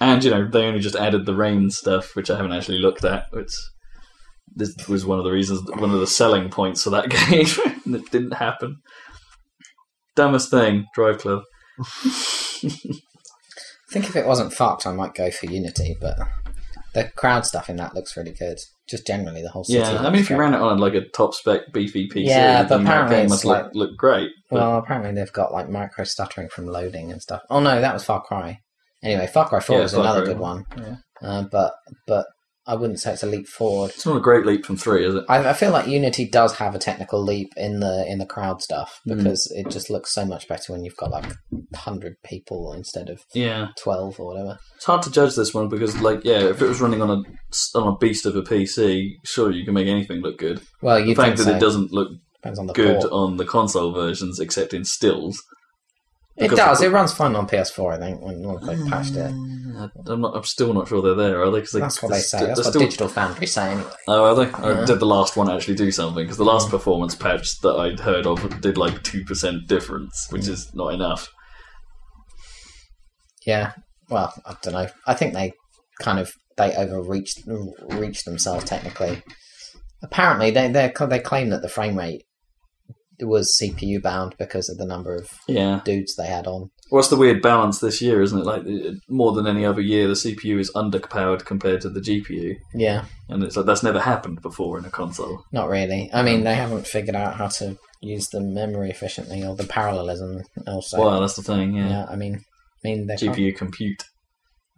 and you know they only just added the rain stuff, which I haven't actually looked at. Which this was one of the reasons, one of the selling points for that game that didn't happen. Dumbest thing, Drive Club.
I think if it wasn't fucked, I might go for Unity, but the crowd stuff in that looks really good. Just generally, the whole city.
Yeah, I
looks
mean, if you
great.
ran it on like a top spec beefy PC,
Yeah, but
then that
apparently
game
it's
must look,
like-
look great. But-
Well, apparently they've got like micro stuttering from loading and stuff. Oh no, that was Far Cry. Anyway, Far Cry Four
Yeah,
is
Far
another
Cry
good one,
Yeah.
uh, but but I wouldn't say it's a leap forward.
It's not a great leap from three, is it?
I, I feel like Unity does have a technical leap in the in the crowd stuff
Mm.
because it just looks so much better when you've got like hundred people instead of
Yeah,
twelve or whatever.
it's hard to judge this one because, like, yeah, if it was running on a on a beast of a PC, sure you can make anything look good.
Well, you
The fact
think
that
so.
it doesn't look
depends on the
good
port.
on the console versions, except in stills.
It
because
does.
the- Hmm.
It runs fine on PS4, I think, when, when they patched it.
I'm not. I'm still not sure they're there, are they? Because
That's what they say. That's
they're
what
still
Digital Foundry say anyway.
Oh, are they? Or
Yeah.
Did the last one actually do something? Because the last performance patch that I'd heard of did like two percent difference, which is not enough.
Yeah. Well, I don't know. I think they kind of they overreached reached themselves technically. Apparently, they they they claim that the frame rate was CPU bound because of the number of
Yeah.
dudes they had on.
What's the weird balance this year, isn't it? Like it- more than any other year, the CPU is underpowered compared to the GPU,
Yeah,
and it's like that's never happened before in a console.
not really. I mean, they haven't figured out how to use the memory efficiently or the parallelism. Also,
wow, that's the thing.
yeah.
Yeah.
I mean, I mean they can't-
GPU compute.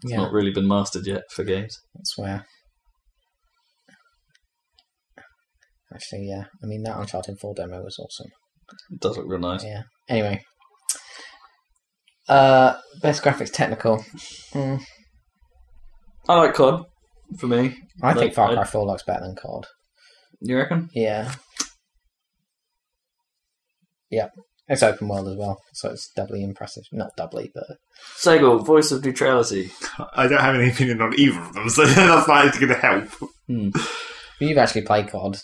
It's
Yeah,
not really been mastered yet for games.
That's where. Actually, yeah. I mean, that Uncharted 4 demo was awesome.
It does look real nice.
Yeah. Anyway. Uh, best graphics technical. Hmm.
I like COD. For me,
I think
Like,
Far
I-
Cry 4 looks better than COD.
you reckon?
Yeah. Yeah. It's open world as well, so it's doubly impressive. Not doubly, but
Segal, voice of neutrality.
I don't have any opinion on either of them, so that's not actually going to help.
But you've actually played COD.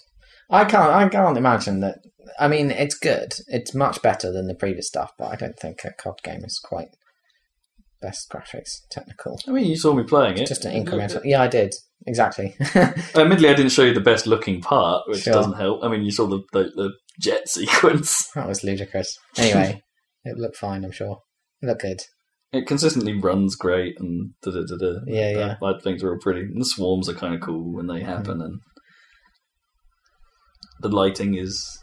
I can't. I can't imagine that. I mean, it's good. It's much better than the previous stuff, but I don't think a COD game is quite best graphics technical.
I mean, you saw me playing it. Uh,
Just an incremental. Yeah, I did. exactly.
Admittedly, I didn't show you the best looking part, which
Sure.
doesn't help. I mean, you saw the, the, the jet sequence.
that was ludicrous. Anyway, it looked fine, I'm sure. It looked good.
It consistently runs great and da da da da.
Yeah, yeah.
I think they're all pretty. And the swarms are kind of cool when they happen, and the lighting is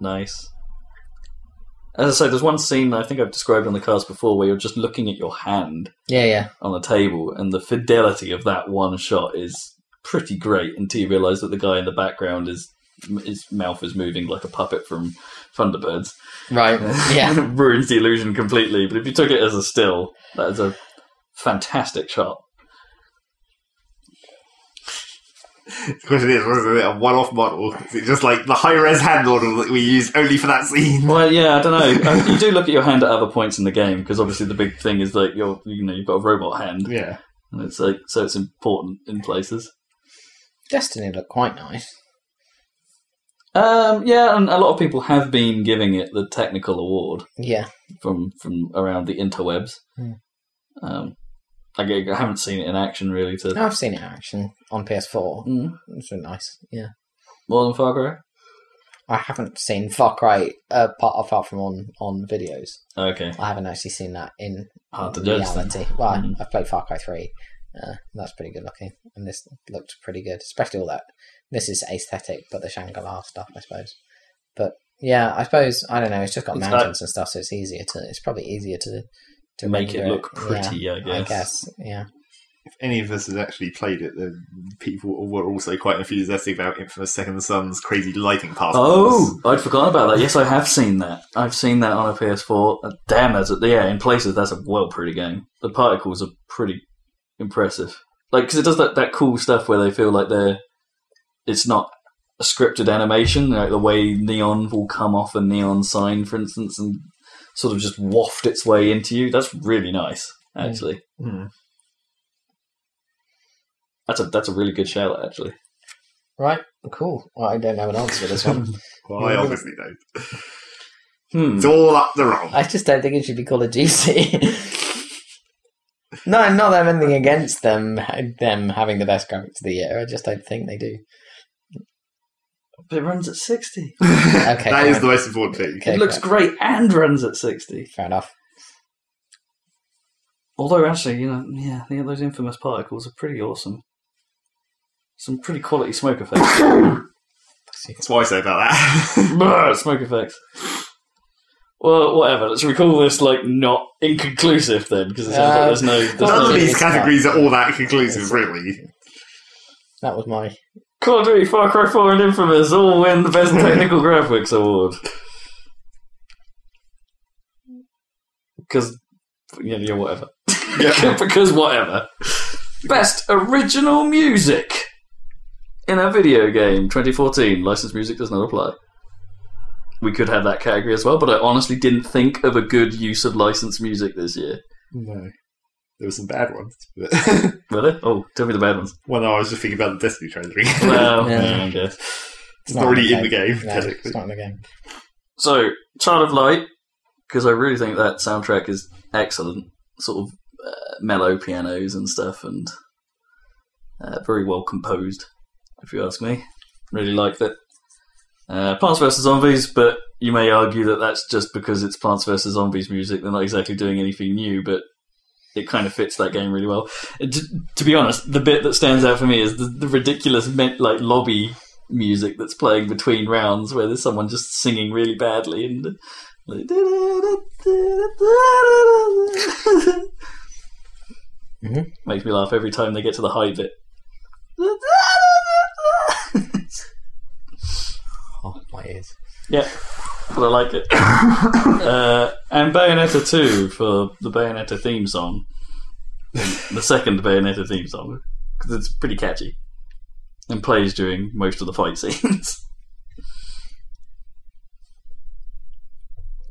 nice. As I say, there's one scene I think I've described on the cast before where you're just looking at your hand
Yeah, yeah.
on a table, and the fidelity of that one shot is pretty great until you realise that the guy in the background is his mouth is moving like a puppet from Thunderbirds.
Right. Yeah.
ruins the illusion completely. But if you took it as a still, that is a fantastic shot.
The question is, was it a one-off model? Is it just like the high-res hand model that we use only for that scene?
Well, yeah, I don't know. Um, you do look at your hand at other points in the game because obviously the big thing is that you're, you know, you've got a robot hand,
Yeah.
and it's like so it's important in places.
Destiny looked quite nice.
Um, yeah, and a lot of people have been giving it the technical award
Yeah.
from from around the interwebs.
Hmm.
Um, I, g- I haven't seen it in action really. To
No, I've seen it in action on PS4.
Mm.
It's really nice. Yeah.
more than Far Cry.
I haven't seen Far Cry uh, apart, apart from on, on videos.
Okay,
I haven't actually seen that in
hard to judge. then.
reality. Well, I-
Mm.
I've played Far Cry 3. Uh, that's pretty good looking. And this looked pretty good, especially all that. This is aesthetic, but the Shangri La stuff, I suppose. But yeah, I suppose, I don't know, it's just got
It's
mountains and stuff, so it's easier to, it's probably easier to, to
To make it
render
look pretty,
Yeah,
I
I
guess.
guess, yeah.
If any of us has actually played it, then people were also quite enthusiastic about Infamous Second Son's crazy lighting pass.
Oh, I'd forgotten about that. Yes, I have seen that. I've seen that on a PS4. Uh, Damn, that's a, yeah. In places, that's a well pretty game. The particles are pretty impressive. Like because it does that, that cool stuff where they feel like they're it's not a scripted animation. Like the way neon will come off a neon sign, for instance, and sort of just waft its way into you. That's really nice,
Mm.
actually.
Hmm.
That's a that's a really good shout, actually.
Right, cool. Well, I don't have an answer for this one.
Well, I obviously don't.
Hmm.
It's all up the wrong.
I just don't think it should be Call of Duty. no, not that I'm anything against them, them having the best graphics of the year. I just don't think they do.
But it runs at sixty.
that is
fine.
the most important thing.
Okay.
it looks great and runs at sixty.
Fair enough.
Although, actually, you know, yeah, yeah, those infamous particles are pretty awesome. Some pretty quality smoke effects.
That's what I say about that.
Brr, smoke effects. Well, whatever. Let's recall this like not inconclusive then, because it sounds
Uh,
like there's no. There's
Well,
None
no
of these
it's not-
categories are all that conclusive,
it's-
really.
That was my
Call of Duty, Far Cry 4, and Infamous all win the Best Technical Graphics Award. Because, yeah, yeah, whatever.
Yeah.
because whatever. Best original music in a video game 2014. Licensed music does not apply. We could have that category as well, but I honestly didn't think of a good use of licensed music this year.
No. There were some bad ones. But
Really? Oh, tell me the bad ones.
well, no, I was just thinking about the Destiny trilogy.
Well,
Yeah.
yeah, I guess.
it's not already in the game,
No,
technically.
it's not in the game.
So, Child of Light, because I really think that soundtrack is excellent. Sort of uh, mellow pianos and stuff, and uh, very well composed, if you ask me. Really liked it. Uh, Plants vs. Zombies, but you may argue that that's just because it's Plants vs. Zombies music. They're not exactly doing anything new, but it kind of fits that game really well. And To, to be honest, the bit that stands out for me is the, the ridiculous me- like lobby music that's playing between rounds where there's someone just singing really badly and like,
Mhm.
makes me laugh every time they get to the high bit.
Oh, my ears.
yeah, but I like it. uh, and Bayonetta 2 for the Bayonetta theme song, the second Bayonetta theme song, because it's pretty catchy and plays during most of the fight scenes.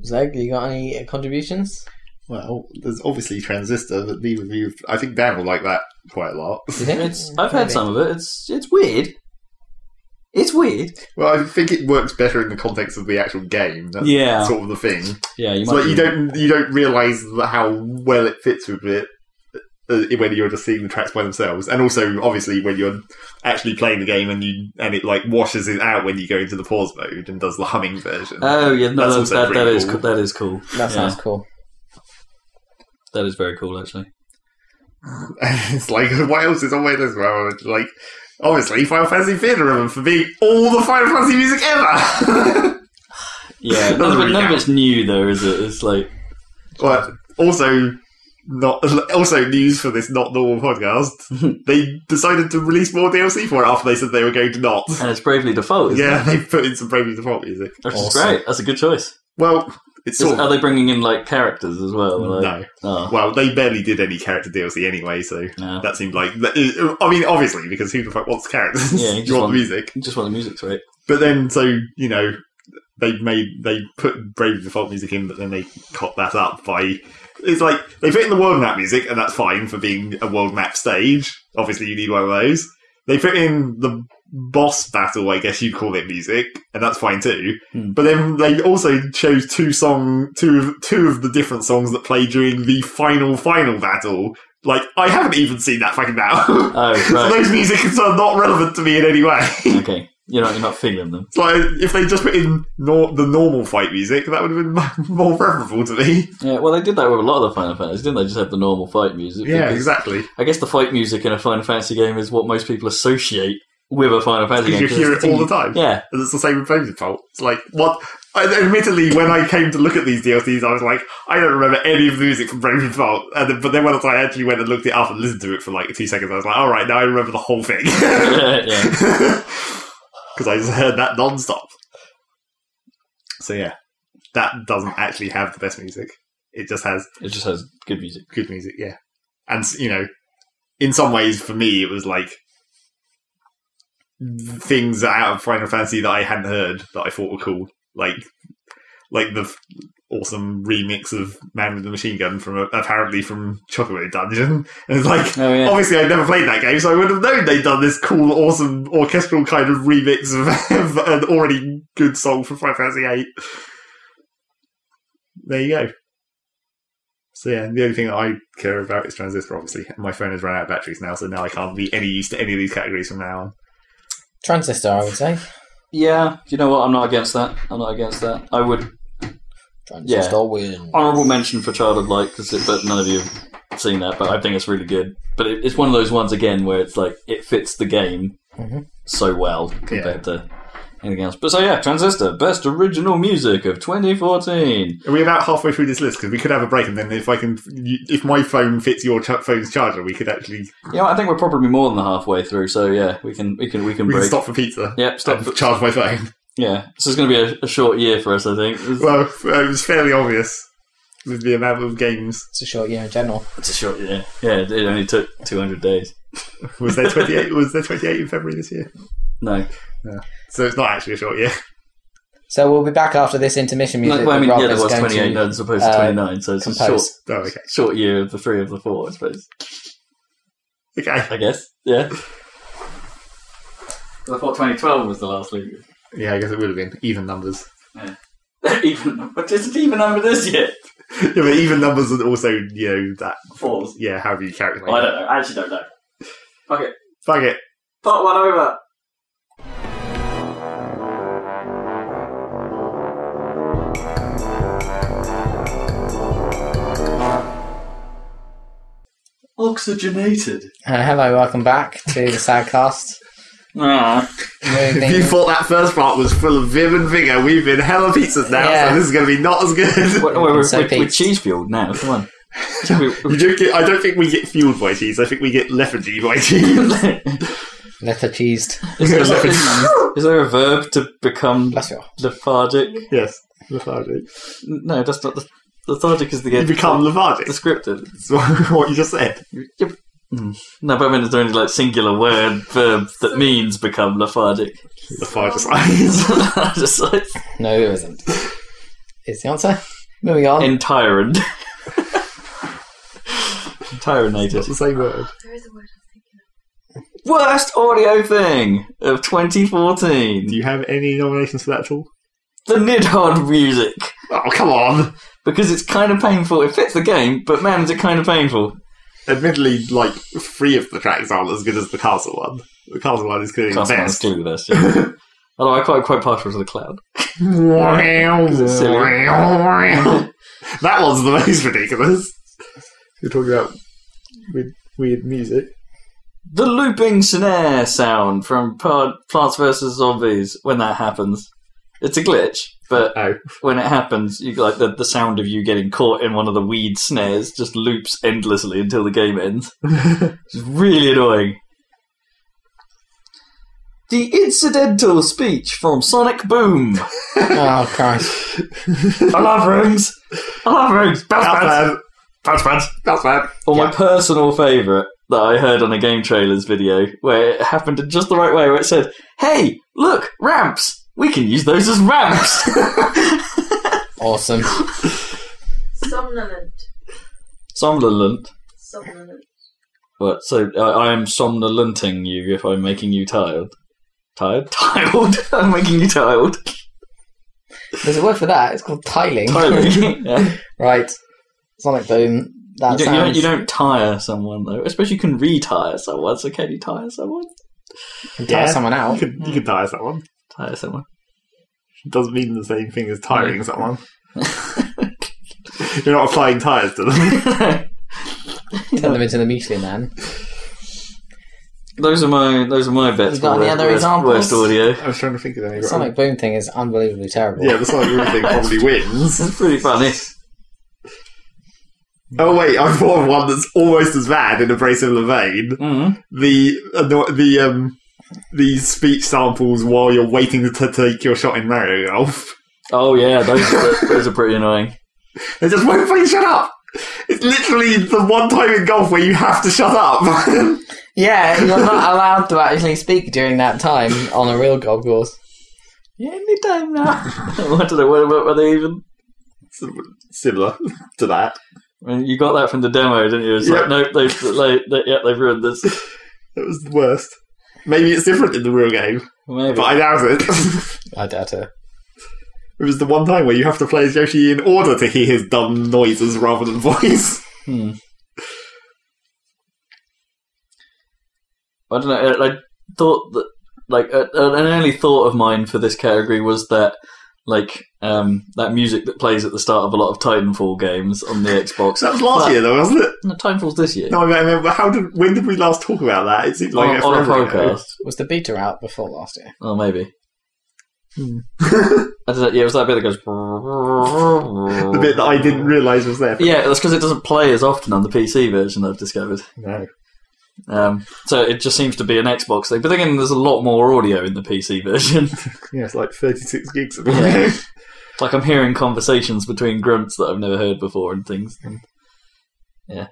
Zeg, you got any uh, contributions?
Well, there's obviously Transistor, but neither of you. I think Dan will like that quite a lot.
You think?
It's, I've had
Maybe.
some of it. It's it's weird. It's weird.
Well, I think it works better in the context of the actual game. That's
Yeah.
sort of the thing.
Yeah, you
It's like you don't you don't realize how well it fits with it uh, when you're just seeing the tracks by themselves, and also obviously when you're actually playing the game and you and it like washes it out when you go into the pause mode and does the humming version.
Oh yeah,
That's
no, that's
also
that, that
pretty
is
cool.
cool. That is cool.
That sounds
Yeah,
cool.
that is very cool actually.
it's like what else is on my list? Well, like obviously Final Fantasy Theater Rhythm for being all the Final Fantasy music ever.
Yeah,
Doesn't
none, of it,
really
none of
count.
it's new though, is it? It's like
but also. Not also news for this not normal podcast. they decided to release more DLC for it after they said they were going to not.
and it's bravely default. Isn't
Yeah, they put in some Bravely Default music.
it? which
Awesome.
is great. That's a good choice.
Well, it's
Is-
sort of
are they bringing in like characters as well? Like,
no.
Oh,
Well, they barely did any character DLC anyway, so
no.
that seemed like. I mean, obviously, because who the fuck wants characters?
Yeah, you just
you want
want-
the music.
You just want the music's right.
But then, so you know, they made they put Brave Default music in, but then they cop that up by. It's like they put in the world map music, and that's fine for being a world map stage. Obviously, you need one of those. They put in the boss battle, I guess you'd call it music, and that's fine too.
Hmm.
But then they also chose two song, two of two of the different songs that play during the final final battle. Like I haven't even seen that fucking now.
Oh
so
right.
those music are not relevant to me in any way.
okay. You're not you're not feeling them.
It's like if they just put in nor- the normal fight music, that would have been mu- more preferable to me.
Yeah. Well, they did that with a lot of the Final Fantasy, didn't they? Just have the normal fight music. because-
exactly.
I guess the fight music in a Final Fantasy game is what most people associate with a Final Fantasy
Because
game.
you
'cause it's
hear it
thing
all the
you-
time,
Yeah.
and it's the same with Flames Fault. It's like what? I, admittedly, when I came to look at these DLCs, I was like, I don't remember any of the music from Brave Default. And then, but then once I actually went and looked it up and listened to it for like two seconds, I was like, all right, now I remember the whole thing
yeah, yeah.
because I just heard that non-stop. So yeah, that doesn't actually have the best music. It just has
It just has good music.
good music, yeah. And you know, in some ways, for me, it was like things out of Final Fantasy that I hadn't heard that I thought were cool, like like the f- awesome remix of Man with the Machine Gun from apparently from Chocobo Dungeon. And it's like,
Oh yeah.
obviously, I'd never played that game, so I would have known they'd done this cool, awesome orchestral kind of remix of, of an already good song from Final Fantasy VIII. There you go. So yeah, the only thing that I care about is transistor, obviously. And my phone has run out of batteries now, so now I can't be any use to any of these categories from now on.
Transistor, I would say.
Yeah. You know what? I'm not against that. I'm not against that. I would
Transistor win.
honorable mention for Child of Light because but none of you have seen that, but I think it's really good. But it, it's one of those ones again where it's like it fits the game
Mhm.
so well compared to anything else. But so yeah, Transistor, best original music of 2014.
Are we about halfway through this list? Because we could have a break, and then if I can, if my phone fits your ch- phone's charger, we could actually
Yeah, I think we're probably more than halfway through. So yeah, we can we can we can
we
break.
can stop for pizza.
Yep, stop.
and charge my phone.
Yeah, this is going to be a, a short year for us, I think. It's,
Well, it was fairly obvious with the amount of games.
It's a short year in general.
it's a short year. Yeah, it only took 200 days.
Was there twenty eight? was there twenty eight in February this year?
No.
So it's not actually a short year.
So we'll be back after this intermission music.
no well, I
that
mean,
Rob
yeah, there
is
was
going
28
to
as opposed to
uh,
29, so it's a short,
compose.
Oh, okay,
short year of the three of the four, I suppose.
okay,
I guess, yeah. I thought 2012 was the last league.
yeah. I guess it would have been even numbers.
even, but is it even over this yet?
yeah, but even numbers and also you know that
Fours.
yeah. However you calculate.
Well, I don't know. I actually don't know. Fuck it.
Fuck it.
Pop one over. Oxygenated.
Uh, hello, welcome back to the Sadcast.
Ah.
If you
Moving.
thought that first part was full of vim and vigor, we've been hella pizzas now,
Yeah.
so this is going to be not as good.
We're, we're,
So
we're- we're
peaked.
cheese fueled now. Come on.
We don't get, I don't think we get fueled by cheese. I think we get lethargy by cheese.
Letter cheesed.
is, there, is, is there a verb to become
Bless you.
lethargic?
yes, lethargic.
No, that's not the lethargic is the
You become lethargic.
descriptive.
That's what what you just said.
No, but I mean, is there any like singular word verb that means become lethargic?
Lethargic eyes.
I just like
No, it isn't. Is the answer? Moving on.
Um,
entirond.
That's
Entyranated.
the same word.
There is a word I'm thinking
Worst audio thing of 2014.
Do you have any nominations for that at all?
The Nidhogg music.
Oh, come on.
Because it's kind of painful. It fits the game, but man, is it kind of painful.
admittedly, like three of the tracks aren't as good as the castle one. The castle one is clearly
Class
the
one is
best.
clueless. Yeah. Although I quite quite partial to the cloud. It's silly.
that one's the most ridiculous. You're talking about weird, weird music.
The looping snare sound from Pla- Plants vs Zombies when that happens. It's a glitch, but
Oh,
when it happens, you like the, the sound of you getting caught in one of the weed snares just loops endlessly until the game ends. it's really annoying. The incidental speech from Sonic Boom.
oh, Christ.
I love rooms. I love rooms. Bounce,
that's
bounce.
bad. That's bad. That's bad.
Or my
Yeah.
personal favourite that I heard on a game trailers video, where it happened in just the right way, where it said, "Hey, look, ramps. We can use those as ramps."
Awesome.
Somnolent.
Somnolent.
Somnolent.
What? So I, I am somnolenting you if I'm making you tired. Tired? Tiled. I'm making you tiled.
There's a word for that. It's called tiling.
Tiling. Yeah.
right. Sonic Boom. That
You, don't, you,
sounds...
don't, you don't tire someone though. I suppose you can retire someone. So can you tire someone?
tire
Yeah.
someone
You
out.
could you could tire someone.
Tire someone.
It doesn't mean the same thing as tiring someone. You're not applying tires to them.
Turn them into the muesli man.
Those are my those are my bets.
You got any
for worst-
other
worst-
examples?
Worst audio.
I was trying to think of any.
The Sonic Boom thing is unbelievably terrible.
Yeah, the Sonic Boom thing probably wins.
It's pretty funny.
Oh wait, I thought of one that's almost as bad in a very similar vein.
Mm.
The anno- the um the speech samples while you're waiting to take your shot in Mario Golf.
Oh yeah, those are, those are pretty annoying.
They just won't fucking shut up. It's literally the one time in golf where you have to shut up.
Yeah, you're not allowed to actually speak during that time on a real golf course.
Yeah, any time now. what do they? What, what were they even?
Similar to that.
I mean, you got that from the demo, didn't you? It's
Yep.
like nope, they've they, they, yeah, they've ruined this.
That was the worst. Maybe it's different in the real game,
Maybe.
but I doubt it.
I doubt it.
it was the one time where you have to play as Yoshi in order to hear his dumb noises rather than voice.
Hmm. I don't know. I, I thought that, like, a, a- an early thought of mine for this category was that, like, um, that music that plays at the start of a lot of Titanfall games on the Xbox.
That was last year, though, wasn't it?
No, Titanfall's this year.
No, I mean, I mean, how did when did we last talk about that? It seemed like
on,
it
on a
forever ago.
podcast.
Was the beta out before last year?
Oh, maybe. I don't know, yeah, it was that bit that goes.
The bit that I didn't realise was there.
Yeah, that's because it doesn't play as often on the PC version. I've discovered.
No.
Um, so it just seems to be an Xbox thing. But again, there's a lot more audio in the PC version.
Yeah, it's like 36 gigs. Of
Yeah. like I'm hearing conversations between grunts that I've never heard before and things. And, yeah.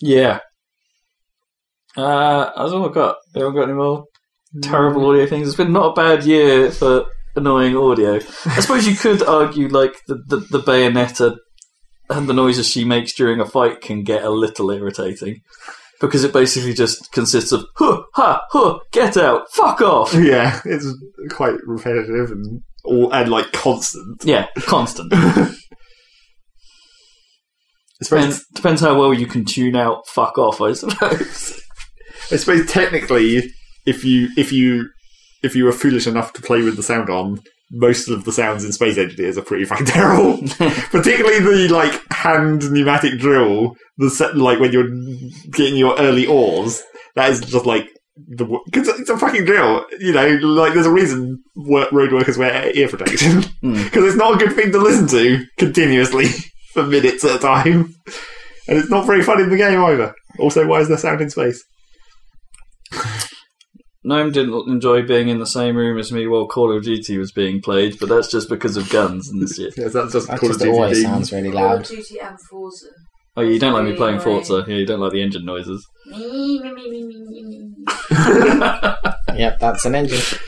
Yeah. Uh, that's all I've got. I haven't got any more terrible audio things. It's been not a bad year for annoying audio. I suppose you could argue like the, the, the bayonetta and the noises she makes during a fight can get a little irritating. Because it basically just consists of huh, ha, huh, get out, fuck off.
yeah, it's quite repetitive and all, and like constant.
Yeah, constant.
It's very
Depends, depends how well you can tune out fuck off, I suppose.
I suppose technically, if you if you if you were foolish enough to play with the sound on, most of the sounds in Space Engineers are pretty fucking terrible. Particularly the like hand pneumatic drill, the set, like when you're getting your early oars. That is just like the because it's a fucking drill. You know, like there's a reason work, road workers wear ear protection because
Hmm.
it's not a good thing to listen to continuously for minutes at a time, and it's not very fun in the game either. Also, why is there sound in space?
Gnome didn't enjoy being in the same room as me while Call of Duty was being played, but that's just because of guns and shit.
Yes, that's just
That
Call of
just
Duty
always
being-
sounds really
Call of
loud.
Duty and Forza.
Oh, you don't like me playing
Anyway.
Forza. Yeah, you don't like the engine noises.
Me, me, me, me, me, me, me.
Yep, that's an engine.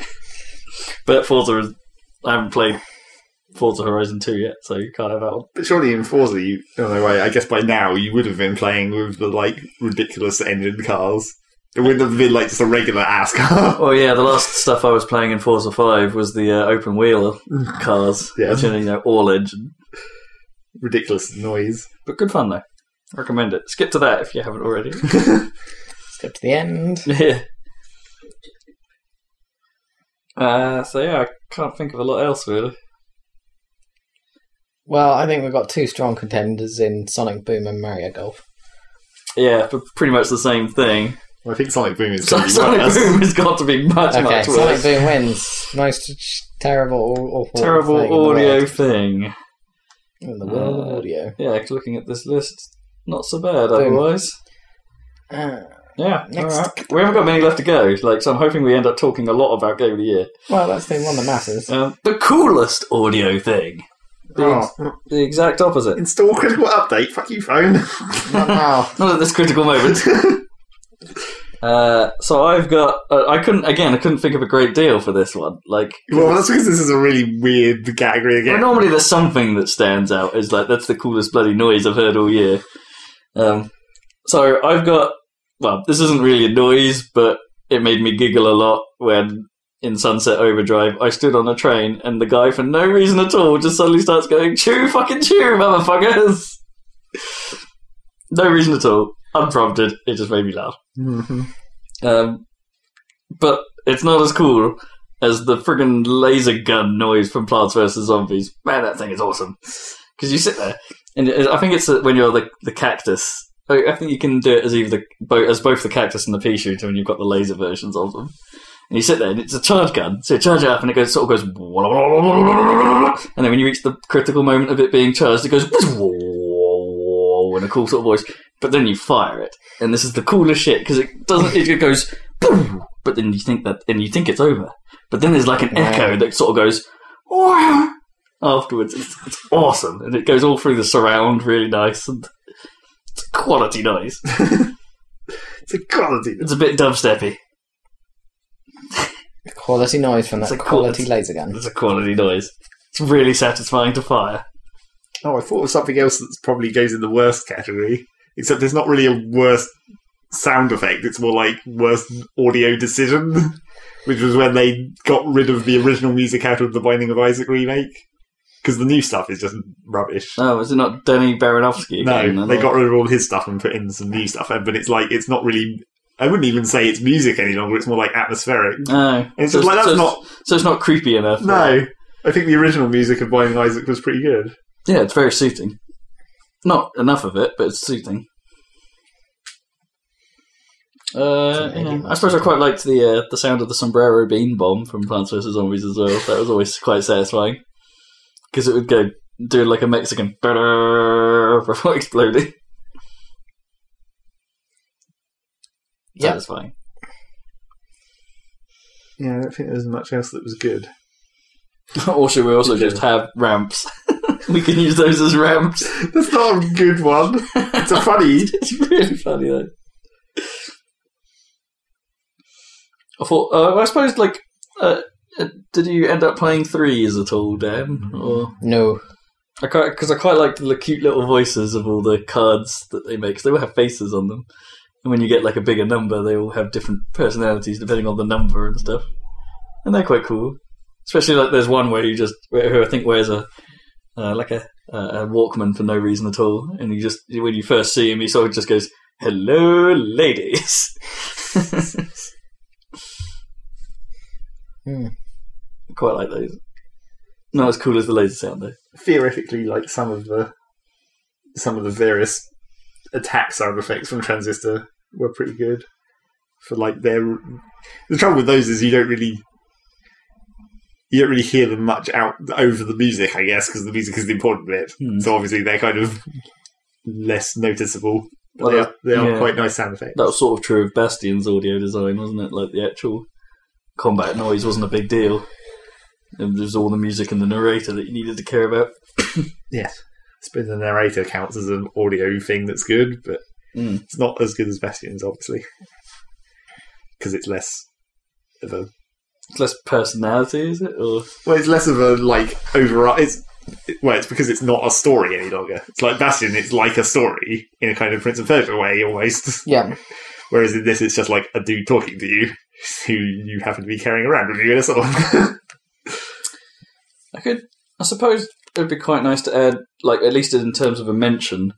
But Forza is. I haven't played Forza Horizon 2 yet, so you can't have that one.
But surely in Forza, you, oh no, wait, I guess by now you would have been playing with the like ridiculous engine cars. It wouldn't have been like just a regular ass car.
Oh, yeah, the last stuff I was playing in Forza 5 was the uh, open wheel cars.
Yeah.
Which are, you know, all engine.
ridiculous noise.
But good fun, though. Recommend it. Skip to that if you haven't already.
Skip to the end.
yeah. Uh, so yeah, I can't think of a lot else really.
Well, I think we've got two strong contenders in Sonic Boom and Mario Golf.
Yeah, but pretty much the same thing.
I think Sonic Boom is going to be
Sonic
worse.
Boom has got to be much
Okay,
much
Sonic
worse.
Boom wins. Most sh- terrible, aw- awful,
Terrible
thing
audio thing.
in the world, in the world of
Uh,
audio.
Yeah, looking at this list, not so bad
Boom.
otherwise.
Ah,
Yeah,
Next.
all right. We haven't got many left to go, like so. I'm hoping we end up talking a lot about game of the year.
well, that's the one that matters.
Um, the coolest audio thing. The, ex- the exact opposite.
Oh, Install critical update. Fuck you, phone.
Not now.
Not at this critical moment. Uh, so I've got. Uh, I couldn't. Again, I couldn't think of a great deal for this one. Like,
well, that's because this is a really weird category
well,
again.
normally there's something that stands out. Is like that's the coolest bloody noise I've heard all year. Um, so I've got. Well, this isn't really a noise, but it made me giggle a lot when in Sunset Overdrive I stood on a train and the guy, for no reason at all, just suddenly starts going "Chew, fucking chew, motherfuckers." no reason at all, unprompted. It just made me laugh. Um, but it's not as cool as the friggin' laser gun noise from Plants vs. Zombies. Man, that thing is awesome. Because you sit there, and it- I think it's when you're the, the cactus. I I think you can do it as either the, bo- as both the cactus and the pea shooter when you've got the laser versions of them. And you sit there, and it's a charge gun. So you charge it up, and it goes sort of goes, and then when you reach the critical moment of it being charged, it goes in a cool sort of voice. But then you fire it, and this is the coolest shit because it doesn't. It goes, boom, but then you think that, and you think it's over. But then there's like an echo that sort of goes, wow, afterwards. It's, it's awesome, and it goes all through the surround, really nice, and it's quality noise.
It's a quality.
It's a bit dubsteppy.
Quality noise from
It's
that
a
quality laser
quality-
gun.
It's a quality noise. It's really satisfying to fire.
Oh, I thought of something else that probably goes in the worst category. Except it's not really a worst sound effect. It's more like worst audio decision, which was when they got rid of the original music out of the Binding of Isaac remake. Because the new stuff is just rubbish.
Oh, is it not Danny Baranowski again?
No,
And
they
all-
got rid of all his stuff and put in some new stuff. But it's like it's not really. I wouldn't even say it's music any longer. It's more like atmospheric.
No,
It's just like that's
Oh. so
not.
So it's not creepy enough.
No, I think the original music of Binding of Isaac was pretty good.
Yeah, it's very soothing. Not enough of it, but it's soothing. Uh,
Doesn't really
yeah.
matter.
I suppose I quite liked the uh, the sound of the sombrero bean bomb from Plants vs Zombies as well. That was always quite satisfying because it would go do like a Mexican before exploding.
Yep.
Satisfying.
Yeah, I don't think there's much else that was good.
or should we also just have ramps? we can use those as ramps.
That's not a good one. It's a funny.
it's really funny though. I thought. Uh, I suppose like, uh, uh, did you end up playing threes at all, Dan? Or
No.
I quite because I quite liked the cute little voices of all the cards that they make. 'cause they all have faces on them, and when you get like a bigger number, they all have different personalities depending on the number and stuff. And they're quite cool, especially like there's one where you just who I think wears a uh, like a, uh, a Walkman for no reason at all, and you just when you first see him, he sort of just goes, "Hello, ladies."
Hmm.
Quite like those. Not as cool as the laser sound though.
Theoretically, like some of the some of the various attack sound effects from Transistor were pretty good. For like their the trouble with those is you don't really you don't really hear them much out over the music, I guess, because the music is the important bit.
Hmm.
So obviously they're kind of less noticeable. But
Well,
they are, they are
yeah.
quite nice sound effects.
That was sort of true of Bastion's audio design, wasn't it? Like the actual combat noise wasn't a big deal. It was all the music and the narrator that you needed to care about.
Yes. I suppose the narrator counts as an audio thing that's good, but
Mm.
it's not as good as Bastion's, obviously. Because it's less of a.
It's less personality, is it? Or
Well, it's less of a, like, overall. It's, it- well, it's because it's not a story any longer. It's like Bastion, it's like a story in a kind of Prince of Persia way, almost.
Yeah.
Whereas in this, it's just like a dude talking to you who you happen to be carrying around with you in a sword.
I could, I suppose, it'd be quite nice to add, like at least in terms of a mention,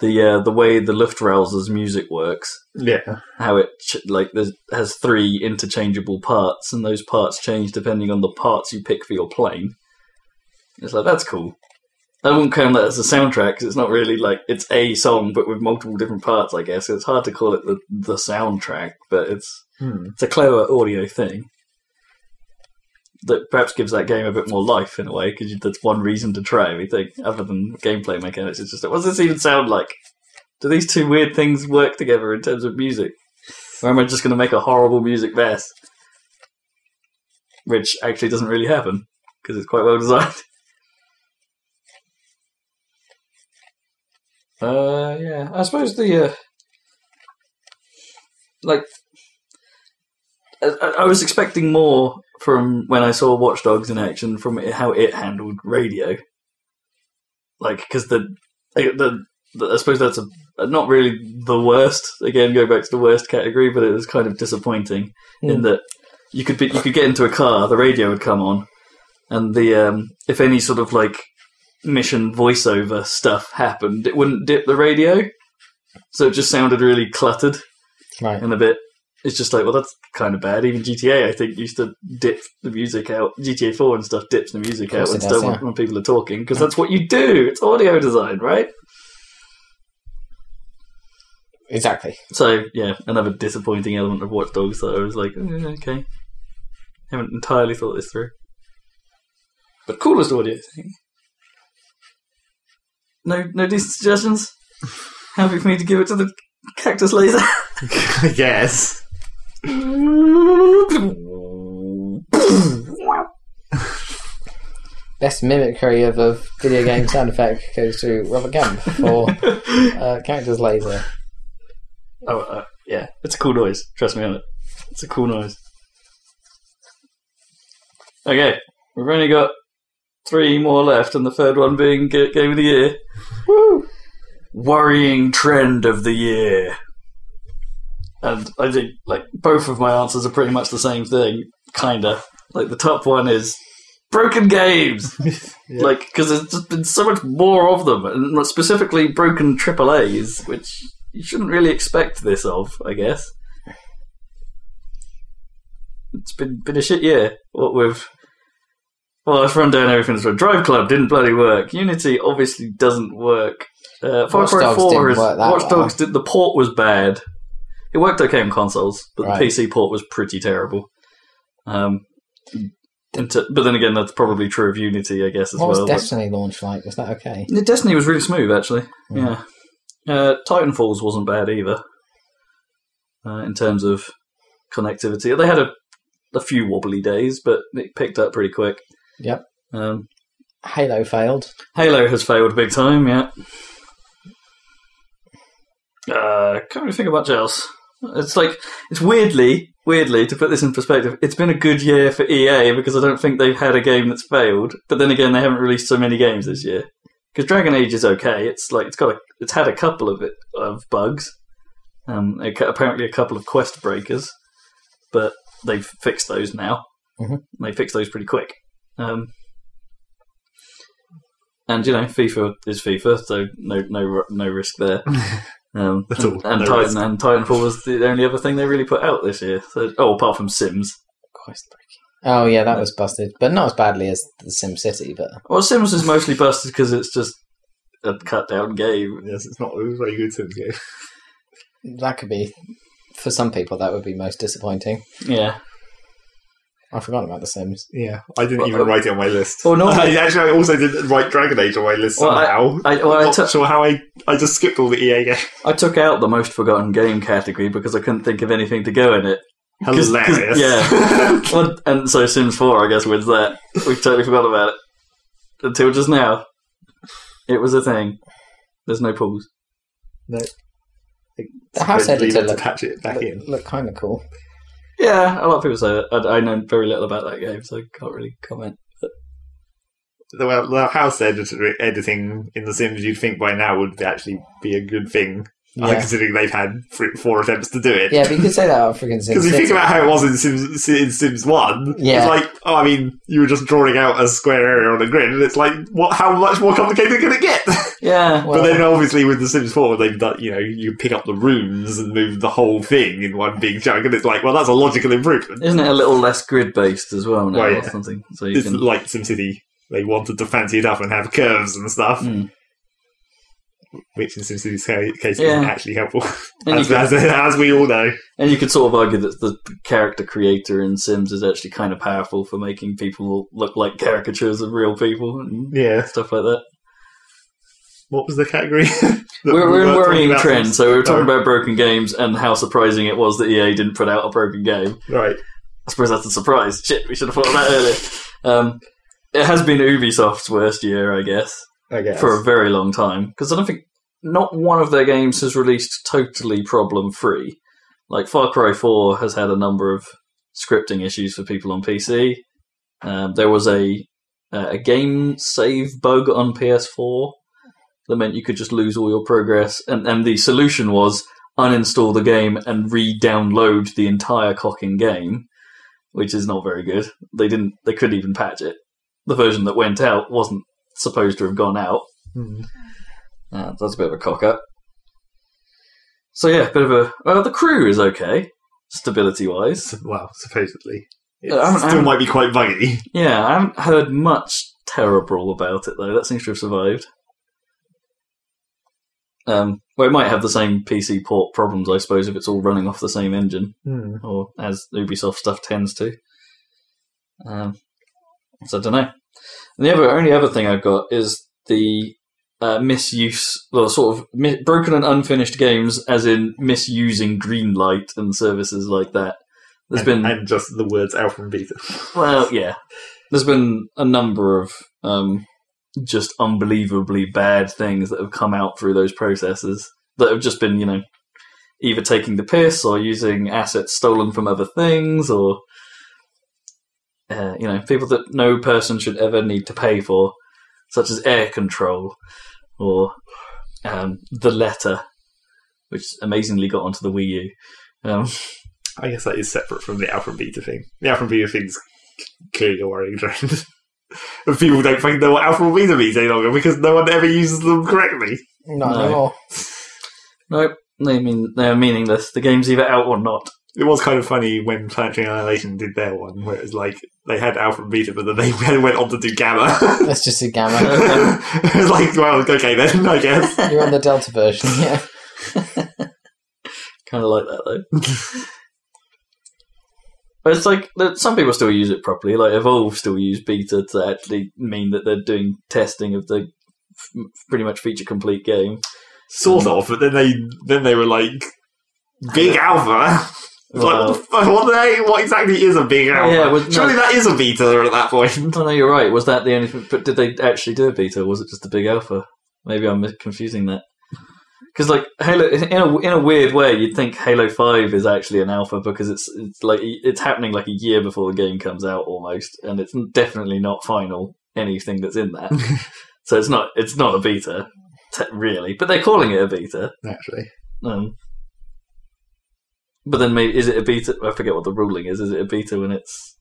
the uh, the way the Luftrauser's music works,
Yeah.
how it ch- like there's, has three interchangeable parts, and those parts change depending on the parts you pick for your plane. It's like that's cool. I wouldn't count that as a soundtrack 'cause it's not really like it's a song, but with multiple different parts. I guess it's hard to call it the the soundtrack, but it's
Hmm.
it's a clever audio thing that perhaps gives that game a bit more life in a way because that's one reason to try everything other than gameplay mechanics. It's just like, what does this even sound like? Do these two weird things work together in terms of music, or am I just going to make a horrible music mess, which actually doesn't really happen because it's quite well designed. Uh, yeah, I suppose the uh, like I, I was expecting more from when I saw Watch Dogs in action from it, how it handled radio. Like, because the, the, the, I suppose that's a, uh, not really the worst. Again, go back to the worst category, but it was kind of disappointing
Hmm.
in that you could be, you could get into a car, the radio would come on, and the um, if any sort of like mission voiceover stuff happened, it wouldn't dip the radio, so it just sounded really cluttered
Right.
and a bit. It's just like, well, that's kind of bad. Even GTA, I think, used to dip the music out. GTA 4 and stuff dips the music
Of
out
course
when,
it does,
still-
yeah.
when people are talking because that's what you do. It's audio design, right?
Exactly.
So, yeah, another disappointing element of Watch Dogs that I was like, "Eh, okay. Haven't entirely thought this through. But coolest audio thing. No, no decent suggestions? Happy for me to give it to the cactus laser?
I guess.
Best mimicry of a video game sound effect goes to Robert Gump for uh, character's laser.
Oh, uh, yeah. It's a cool noise. Trust me on it. It's a cool noise. Okay. We've only got three more left, and the third one being G- Game of the Year. Woo! Worrying trend of the year. And I think, like, both of my answers are pretty much the same thing. Kinda. Like, the top one is broken games! Like, because there's just been so much more of them, and specifically broken AAAs, which you shouldn't really expect this of, I guess. It's been been a shit year. What with well, let's run down everything. So Drive Club didn't bloody work. Unity obviously doesn't work. Uh, Far
Watch
Cry
Dogs
Four
didn't
is
work that
Watch
well.
Dogs. Did, the port was bad. It worked okay on consoles, but
Right.
the PC port was pretty terrible. Um, and to- but then again, that's probably true of Unity, I guess, as
What was
well. but-
Destiny launch like? Was that okay?
yeah, Destiny was really smooth, actually.
Mm.
Yeah. Uh, Titanfalls wasn't bad either uh, in terms of connectivity. They had a, a few wobbly days, but it picked up pretty quick.
Yep.
Um,
Halo failed.
Halo has failed big time, yeah. Uh, can't really think of much else. It's like it's weirdly, weirdly to put this in perspective. It's been a good year for EA because I don't think they've had a game that's failed. But then again, they haven't released so many games this year. Because Dragon Age is okay. It's like it's got a, it's had a couple of it, of bugs. Um, a cou- apparently a couple of quest breakers, but they've fixed those now.
Mm-hmm.
Mhm.
They fixed those pretty quick. Um, and you know, FIFA is FIFA, so no no no risk there. Um,
At all.
and
No
Titan
risk.
and Titanfall was the only other thing they really put out this year. So, oh, apart from Sims.
Christ. Oh yeah, that was busted, but not as badly as the Sim City. But
Well, Sims is mostly busted because it's just a cut down game.
Yes, it's not a very good Sims game.
that could be for some people that would be most disappointing.
Yeah.
I forgot about the Sims.
Yeah, I didn't
Well,
even
uh,
write it on my list.
Well, no,
I actually, I also didn't write Dragon Age on my list
Well, I-
somehow.
I, well, I
not
took-
sure how I I just skipped all the E EA games.
I took out the most forgotten game category because I couldn't think of anything to go in it. Cause-
Hilarious.
yeah. Well, and so Sims 4, I guess, wins that. We've totally forgot about it. Until just now. It was a thing. There's no pools.
The house
Supposedly
editor
meant to
looked,
patch it back in.
looked, looked kind of cool.
Yeah, a lot of people say that. I, I know very little about that game, so I can't really comment.
The, well, the house editor, editing in The Sims, you'd think by now would actually be a good thing uh,
Yeah.
considering they've had three, four attempts to do it.
Yeah, but you could say that about freaking Sim
Because if you think
City.
about how it was in Sims, in Sims One,
Yeah.
it's like, oh, I mean, you were just drawing out a square area on a grid, and it's like, what? How much more complicated can it get?
Yeah.
Well,
but then, obviously, with the Sims Four, they've done, you know, you pick up the rooms and move the whole thing in one big chunk, and it's like, well, that's a logical improvement.
Isn't it a little less grid based as well now
Well,
or
yeah.
something? So you
It's
can.
like SimCity; they wanted to fancy it up and have curves and stuff,
Mm.
which in SimCity's ca- case
Yeah.
isn't actually helpful,
And you,
as,
could,
as, as we all know.
and you could sort of argue that the character creator in Sims is actually kind of powerful for making people look like caricatures of real people and
Yeah,
stuff like that.
what was the category? that
We're, we're in
talking
worrying
about?
trends, so we were talking
Oh.
about broken games and how surprising it was that EA didn't put out a broken game.
right?
I suppose that's a surprise. Shit, we should have thought of that earlier. Um, it has been Ubisoft's worst year, I guess,
I guess
for a very long time. Because I don't think not one of their games has released totally problem free. Like Far Cry 4 has had a number of scripting issues for people on PC. Um, there was a uh, a game save bug on PS4 that meant you could just lose all your progress, and and the solution was uninstall the game and re-download the entire cocking game, which is not very good. They didn't. They couldn't even patch it. The version that went out wasn't supposed to have gone out.
Hmm.
Uh, that's a bit of a cock up. So yeah, bit of a. Well, the crew is okay, stability wise.
Well, supposedly. It
Uh, I'm-
still
I'm-
might be quite buggy.
Yeah, I haven't heard much terrible about it though. That seems to have survived. Um, well, it might have the same PC port problems, I suppose, if it's all running off the same engine, or as Ubisoft stuff tends to. Um, so I don't know. And the other only other thing I've got is the uh, misuse, or sort of mi- broken and unfinished games, as in misusing green light and services like that. There's
and,
been
and just the words alpha and beta.
well, yeah. There's been a number of um, just unbelievably bad things that have come out through those processes that have just been, you know, either taking the piss or using assets stolen from other things or, uh, you know, people that no person should ever need to pay for, such as air control or um, the letter, which amazingly got onto the Wii U. Um,
I guess that is separate from the alpha and beta thing. The alpha and beta thing's c- clearly a worrying trend. and people don't fucking know what alpha and beta means any longer because no one ever uses them correctly.
Not
No.
anymore.
nope, they mean they're meaningless. The game's either out or not.
It was kind of funny when Planetary Annihilation did their one, where it was like they had alpha and beta, but then they went on to do gamma.
Let's just do Gamma.
it was like, well, okay then, I guess.
You're on the Delta version, yeah.
kind of like that though. but it's like that some people still use it properly. Like Evolve still use beta to actually mean that they're doing testing of the f- pretty much feature complete game.
sort of. But then they then they were like big alpha. It's like, what, the fuck, what, the- what exactly is a big alpha?
Yeah, well, no.
Surely that is a beta at that
I
point.
don't know. You're right. Was that the only? thing? But did they actually do a beta? or Was it just the big alpha? Maybe I'm mis- confusing that. Because like Halo, in a in a weird way, you'd think Halo Five is actually an alpha because it's it's like it's happening like a year before the game comes out almost, and it's definitely not final anything that's in that. so it's not it's not a beta te- really, but they're calling it a beta.
Actually,
Um, but then maybe is it a beta? I forget what the ruling is. Is it a beta when it's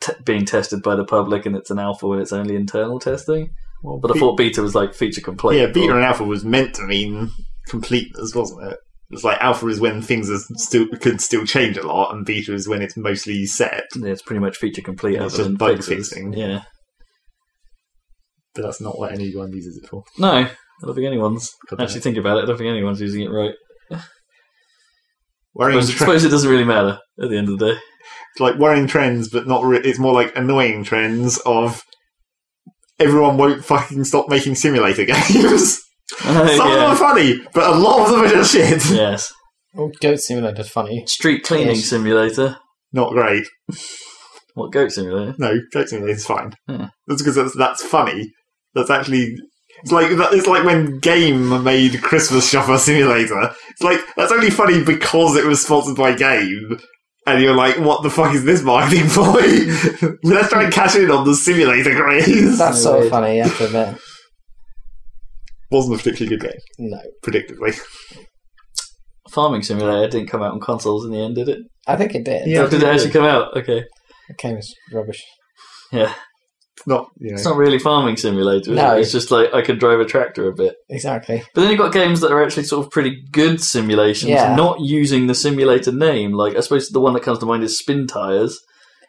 t- being tested by the public and it's an alpha when it's only internal testing?
well,
But I thought beta was like feature complete.
yeah, beta
Or-
and alpha was meant to mean completeness, wasn't it? It's like alpha is when things are still can still change a lot, and beta is when it's mostly set.
yeah, it's pretty much feature complete.
Yeah, it's
other
just
than
bug
fixes.
fixing.
Yeah.
But that's not what anyone uses it for.
No, I don't think anyone's
God damn
actually
it.
think about it. I don't think anyone's using it right. I
Worrying
suppose,
tre-
it doesn't really matter at the end of the day.
it's like worrying trends, but not. Re- it's more like annoying trends of everyone won't fucking stop making simulator games. Some of them are
yeah.
funny, but a lot of them are just shit.
Yes.
Oh, Goat Simulator's funny.
Street cleaning
Yes.
simulator.
Not great.
What goat simulator?
No, Goat Simulator's fine.
Hmm.
That's because that's, that's funny. That's actually. It's like that- it's like when Game made Christmas Shopper Simulator. It's like that's only funny because it was sponsored by Game, and you're like, "What the fuck is this marketing boy? Let's try and cash in on the simulator craze."
That's
So
sort of
weird.
funny, you have to admit.
Wasn't a particularly good game,
No.
predictably.
Farming Simulator didn't come out on consoles in the end, did it?
I think it did.
Yeah, I
Oh, did
think
it
it
actually
did.
come out? Okay.
It came as rubbish.
Yeah.
It's not, you know.
It's not really Farming Simulator, is
No.
it? It's just like I can drive a tractor a bit.
Exactly.
But then you've got games that are actually sort of pretty good simulations,
Yeah.
not using the simulator name. Like, I suppose the one that comes to mind is Spin Tires,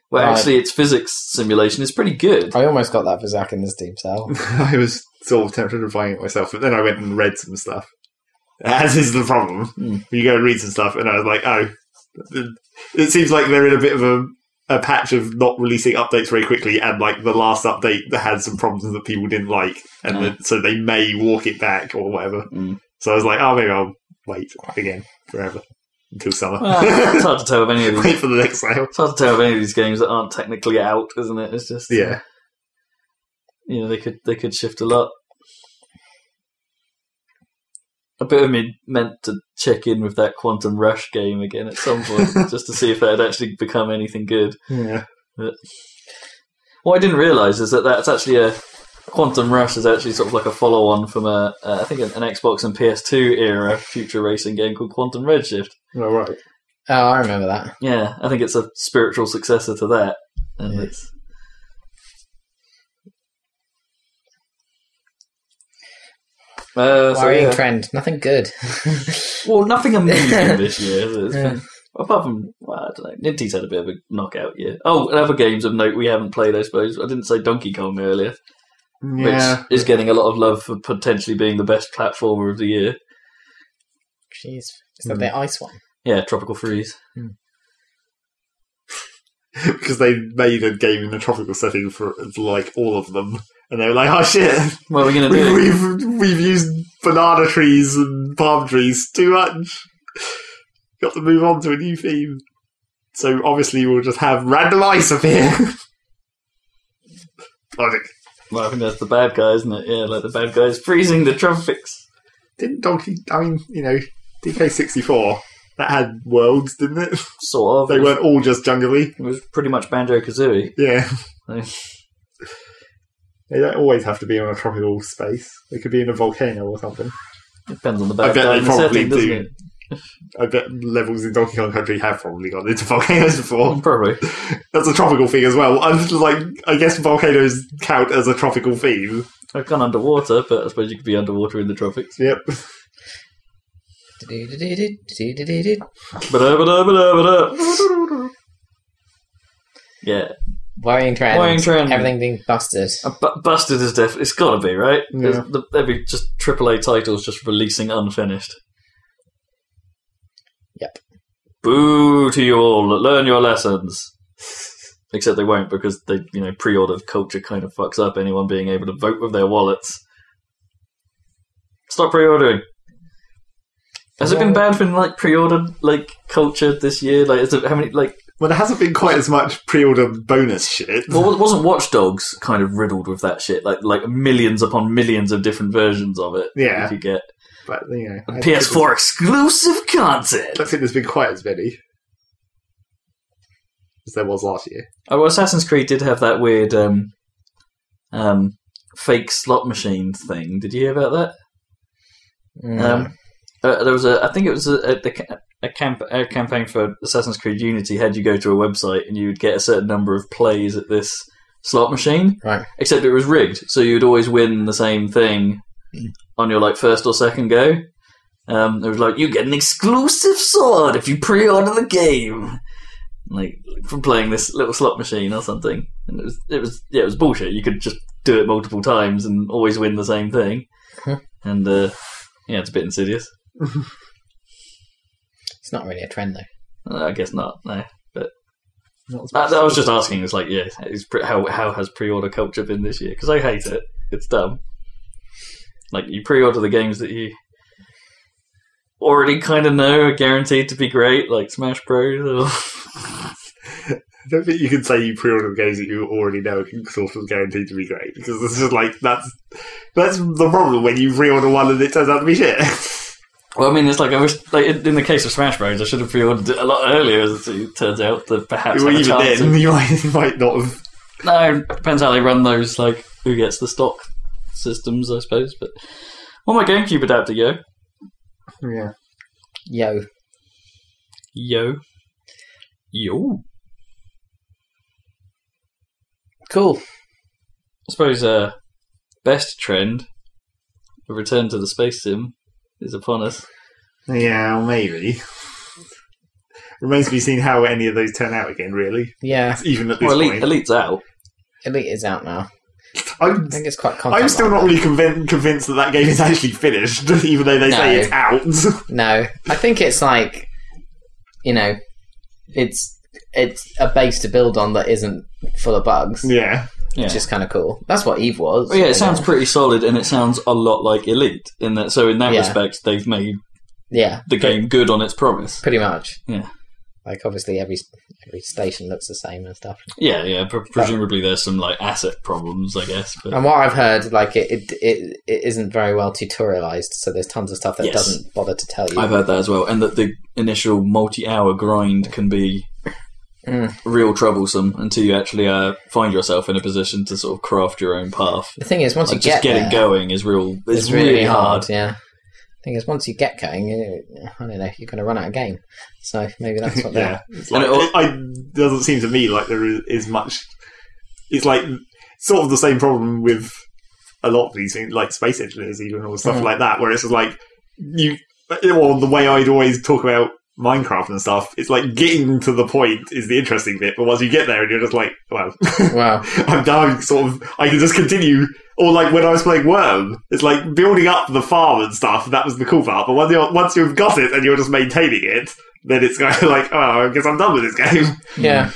where
Right.
actually its physics simulation is pretty good.
I almost got that for Zach in this deep cell.
I was sort of tempted to buying it myself, but then I went and read some stuff. As is the problem.
Hmm.
You go and read some stuff, and I was like, oh, it seems like they're in a bit of a, a patch of not releasing updates very quickly, and like the last update that had some problems that people didn't like, and
Ah.
that- so they may walk it back or whatever.
Hmm.
So I was like, oh, maybe I'll wait again forever until summer.
Well, it's hard to tell of any of these.
wait for the next sale.
It's hard to tell of any of these games that aren't technically out, isn't it? It's just
Yeah.
you know they could they could shift a lot. A bit of me meant to check in with that Quantum Rush game again at some point, just to see if that had actually become anything good.
Yeah.
What I didn't realise is that that's actually a Quantum Rush is actually sort of like a follow-on from a, uh, I think an, an Xbox and PS2 era future racing game called Quantum Redshift.
All right.
Oh, I remember that.
Yeah, I think it's a spiritual successor to that, and
Yeah.
it's uh, so
Worrying
yeah.
trend. Nothing good.
well, nothing amazing this year. Is it? It's been- apart from well, I don't know, Nintendo's had a bit of a knockout year. Oh, and other games of note we haven't played. I suppose I didn't say Donkey Kong earlier.
Yeah.
which is getting a lot of love for potentially being the best platformer of the year.
Jeez. Is that
Hmm.
the ice one?
Yeah, Tropical Freeze.
because they made a game in a tropical setting for like all of them, and they were like, "Oh shit,
What are we going to
we,
do?
we've we've used banana trees and palm trees too much. Got to move on to a new theme." So obviously, we'll just have random ice appear. Logic.
well, I think that's the bad guy, isn't it? Yeah, like the bad guy's freezing the tropics.
Didn't Donkey? I mean, you know, DK sixty four. That had worlds, didn't it?
Sort of.
They
it, was,
weren't all just jungly.
it was pretty much Banjo Kazooie.
Yeah.
Like-
They don't always have to be on a tropical space. They could be in a volcano or something.
Depends on the
I
bad
bet
guy
they
and the
probably
setting, doesn't
do.
it?
I bet levels in Donkey Kong Country have probably gone into volcanoes before.
Probably.
That's a tropical thing as well. I'm just like, I guess volcanoes count as a tropical theme.
I've gone underwater, but I suppose you could be underwater in the tropics.
Yep.
Du-du-du-du-du-du-du-du-du.
Ba-da, ba-da, ba-da, ba-da. Yeah,
Worrying trend.
Worrying trend.
Everything being busted.
Uh, Bu- Busted is definitely. It's got to be right.
Yeah.
There's- The, every just AAA titles just releasing unfinished.
Yep.
Boo to you all! Learn your lessons. Except they won't because they, you know, pre-order culture kind of fucks up anyone being able to vote with their wallets. Stop pre-ordering. Has it been bad for like pre-ordered like culture this year? Like, is it, how many like?
Well, there hasn't been quite as much pre-order bonus shit.
Well, wasn't Watch Dogs kind of riddled with that shit? Like, like millions upon millions of different versions of it.
Yeah.
you could get.
But you know, I don't think
PS4 exclusive content.
there's- I don't think there's been quite as many as there was last year.
Oh, well, Assassin's Creed did have that weird um, um, fake slot machine thing. Did you hear about that?
No.
Um, uh, there was a, I think it was a, a, the ca- a, camp, a campaign for Assassin's Creed Unity. Had you go to a website and you would get a certain number of plays at this slot machine,
Right.
except it was rigged, so you'd always win the same thing
Hmm.
on your like first or second go. Um, it was like you get an exclusive sword if you pre-order the game, like from playing this little slot machine or something. And it was, it was, yeah, it was bullshit. You could just do it multiple times and always win the same thing.
Huh.
and uh, yeah, it's a bit insidious.
It's not really a trend, though.
Uh, I guess not. No,
Not as
I, I was just asking. It's like, yeah, it's pre- how how has pre-order culture been this year? Because I hate it. It's dumb. Like you pre-order the games that you already kind of know are guaranteed to be great, like Smash Bros. Or
I don't think you can say you pre-order games that you already know are sort of guaranteed to be great because it's just like that's that's the problem when you pre-order one and it turns out to be shit.
well, I mean, it's like I wish, like in, in the case of Smash Bros, I should have pre-ordered it a lot earlier. As it turns out, that perhaps
Well,
have a
even
chance
then,
of-
you might, you might not have.
no, depends how they run those. Like who gets the stock systems, I suppose. But Well, my GameCube adapter, yo.
Yeah.
Yo.
Yo. Yo.
Cool.
I suppose uh, best trend, a return to the space sim, is upon us.
Yeah, well, maybe. Remains to be seen how any of those turn out again, really.
Yeah.
Even at this
Well, Elite,
point.
Elite's out.
Elite is out now.
I'm,
I think it's quite content.
I'm still not really convin- convinced that that game is actually finished, even though they say
No.
it's out.
No, I think it's like, you know, it's it's a base to build on that isn't full of bugs,
yeah.
Yeah.
which is kind of cool. That's what Eve was.
Well, yeah,
I
it sounds
guess.
pretty solid, and it sounds a lot like Elite in that. So in that
Yeah.
respect, they've made
yeah,
the game good on its promise.
pretty much.
Yeah.
Like obviously every every station looks the same and stuff.
Yeah, yeah. Pre- presumably, there's some like asset problems, I guess. But
And what I've heard, like it it, it, it isn't very well tutorialized, so there's tons of stuff that
Yes.
doesn't bother to tell you.
I've heard that as well, and that the initial multi-hour grind can be
Mm.
real troublesome until you actually uh, find yourself in a position to sort of craft your own path.
the thing is, once
Like
you get
just getting
there,
going is real. It's,
it's
really, hard.
Yeah. The thing is, once you get going, you- I don't know, you're going to run out of game. So maybe that's what.
Yeah.
they're
It's like,
And it
I- it doesn't seem to me like there is, is much. It's like sort of the same problem with a lot of these things, like space engineers, even or stuff
Mm.
like that, where it's just like you. Or the way I'd always talk about Minecraft and stuff, it's like getting to the point is the interesting bit, but once you get there, and you're just like, well,
Wow.
I'm done. Sort of, I can just continue. Or like when I was playing Worm, it's like building up the farm and stuff. That was the cool part. But once you once you've got it and you're just maintaining it, then it's kind of like, oh, I guess I'm done with this game.
Yeah.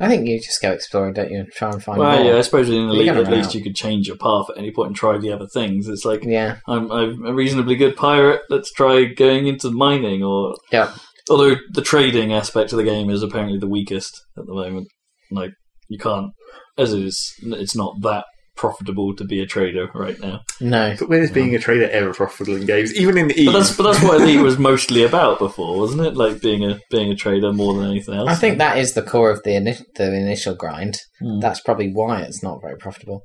I think you just go exploring, don't you, and try and find
Well,
more.
yeah, I suppose in
You're
Elite,
gonna
at
run
least
out.
you could change your path at any point and try the other things. It's like
Yeah.
I'm, I'm a reasonably good pirate. Let's try going into mining, or
Yeah.
Although the trading aspect of the game is apparently the weakest at the moment. Like you can't, as it is, it's not that profitable to be a trader right now.
No.
But when is being a trader ever profitable in games? Even in the E.
But that's but that's what Elite was mostly about before, wasn't it? Like being a being a trader more than anything else.
I think that is the core of the ini- the initial grind.
Mm.
That's probably why it's not very profitable.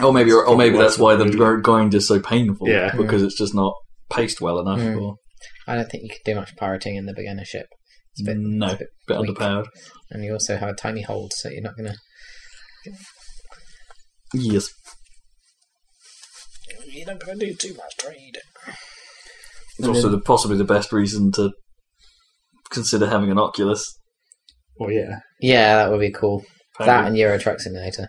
or maybe or maybe that's why the
Probably.
gr- grind is so painful.
Yeah.
because it's just not paced well enough.
Mm.
Or
I don't think you can do much pirating in the beginner ship. It's a bit,
no,
it's a
bit,
bit weak.
underpowered.
and you also have a tiny hold, so you're not going to.
Yes.
You're not going to do too much trade.
It's also the, possibly the best reason to consider having an Oculus.
oh yeah,
Yeah, that would be cool. That
apparently.
and Euro Truck Simulator,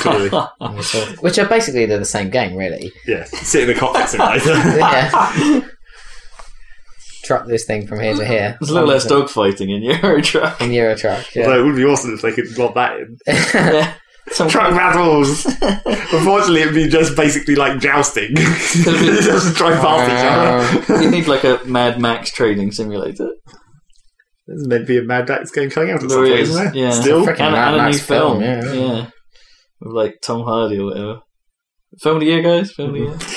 clearly.
And you sort of- which are basically they're the same game, really.
yeah. Sit in the cockpit simulator.
Yeah. Truck this thing from here to here.
There's a little less dogfighting in Euro Truck.
In Euro Truck, yeah.
Although it would be awesome if they could blob that in.
Yeah. Some
Truck rattles. Unfortunately, it'd be just basically like jousting. just drive past each other.
you need like a Mad Max trading simulator.
There's meant to be a Mad Max game coming out at some
There
point,
is,
isn't there?
yeah.
Still?
Frickin'
And,
Mad
and a
Max
new film.
film, yeah.
With like Tom Hardy or whatever. Film of the year, guys. Film of the year.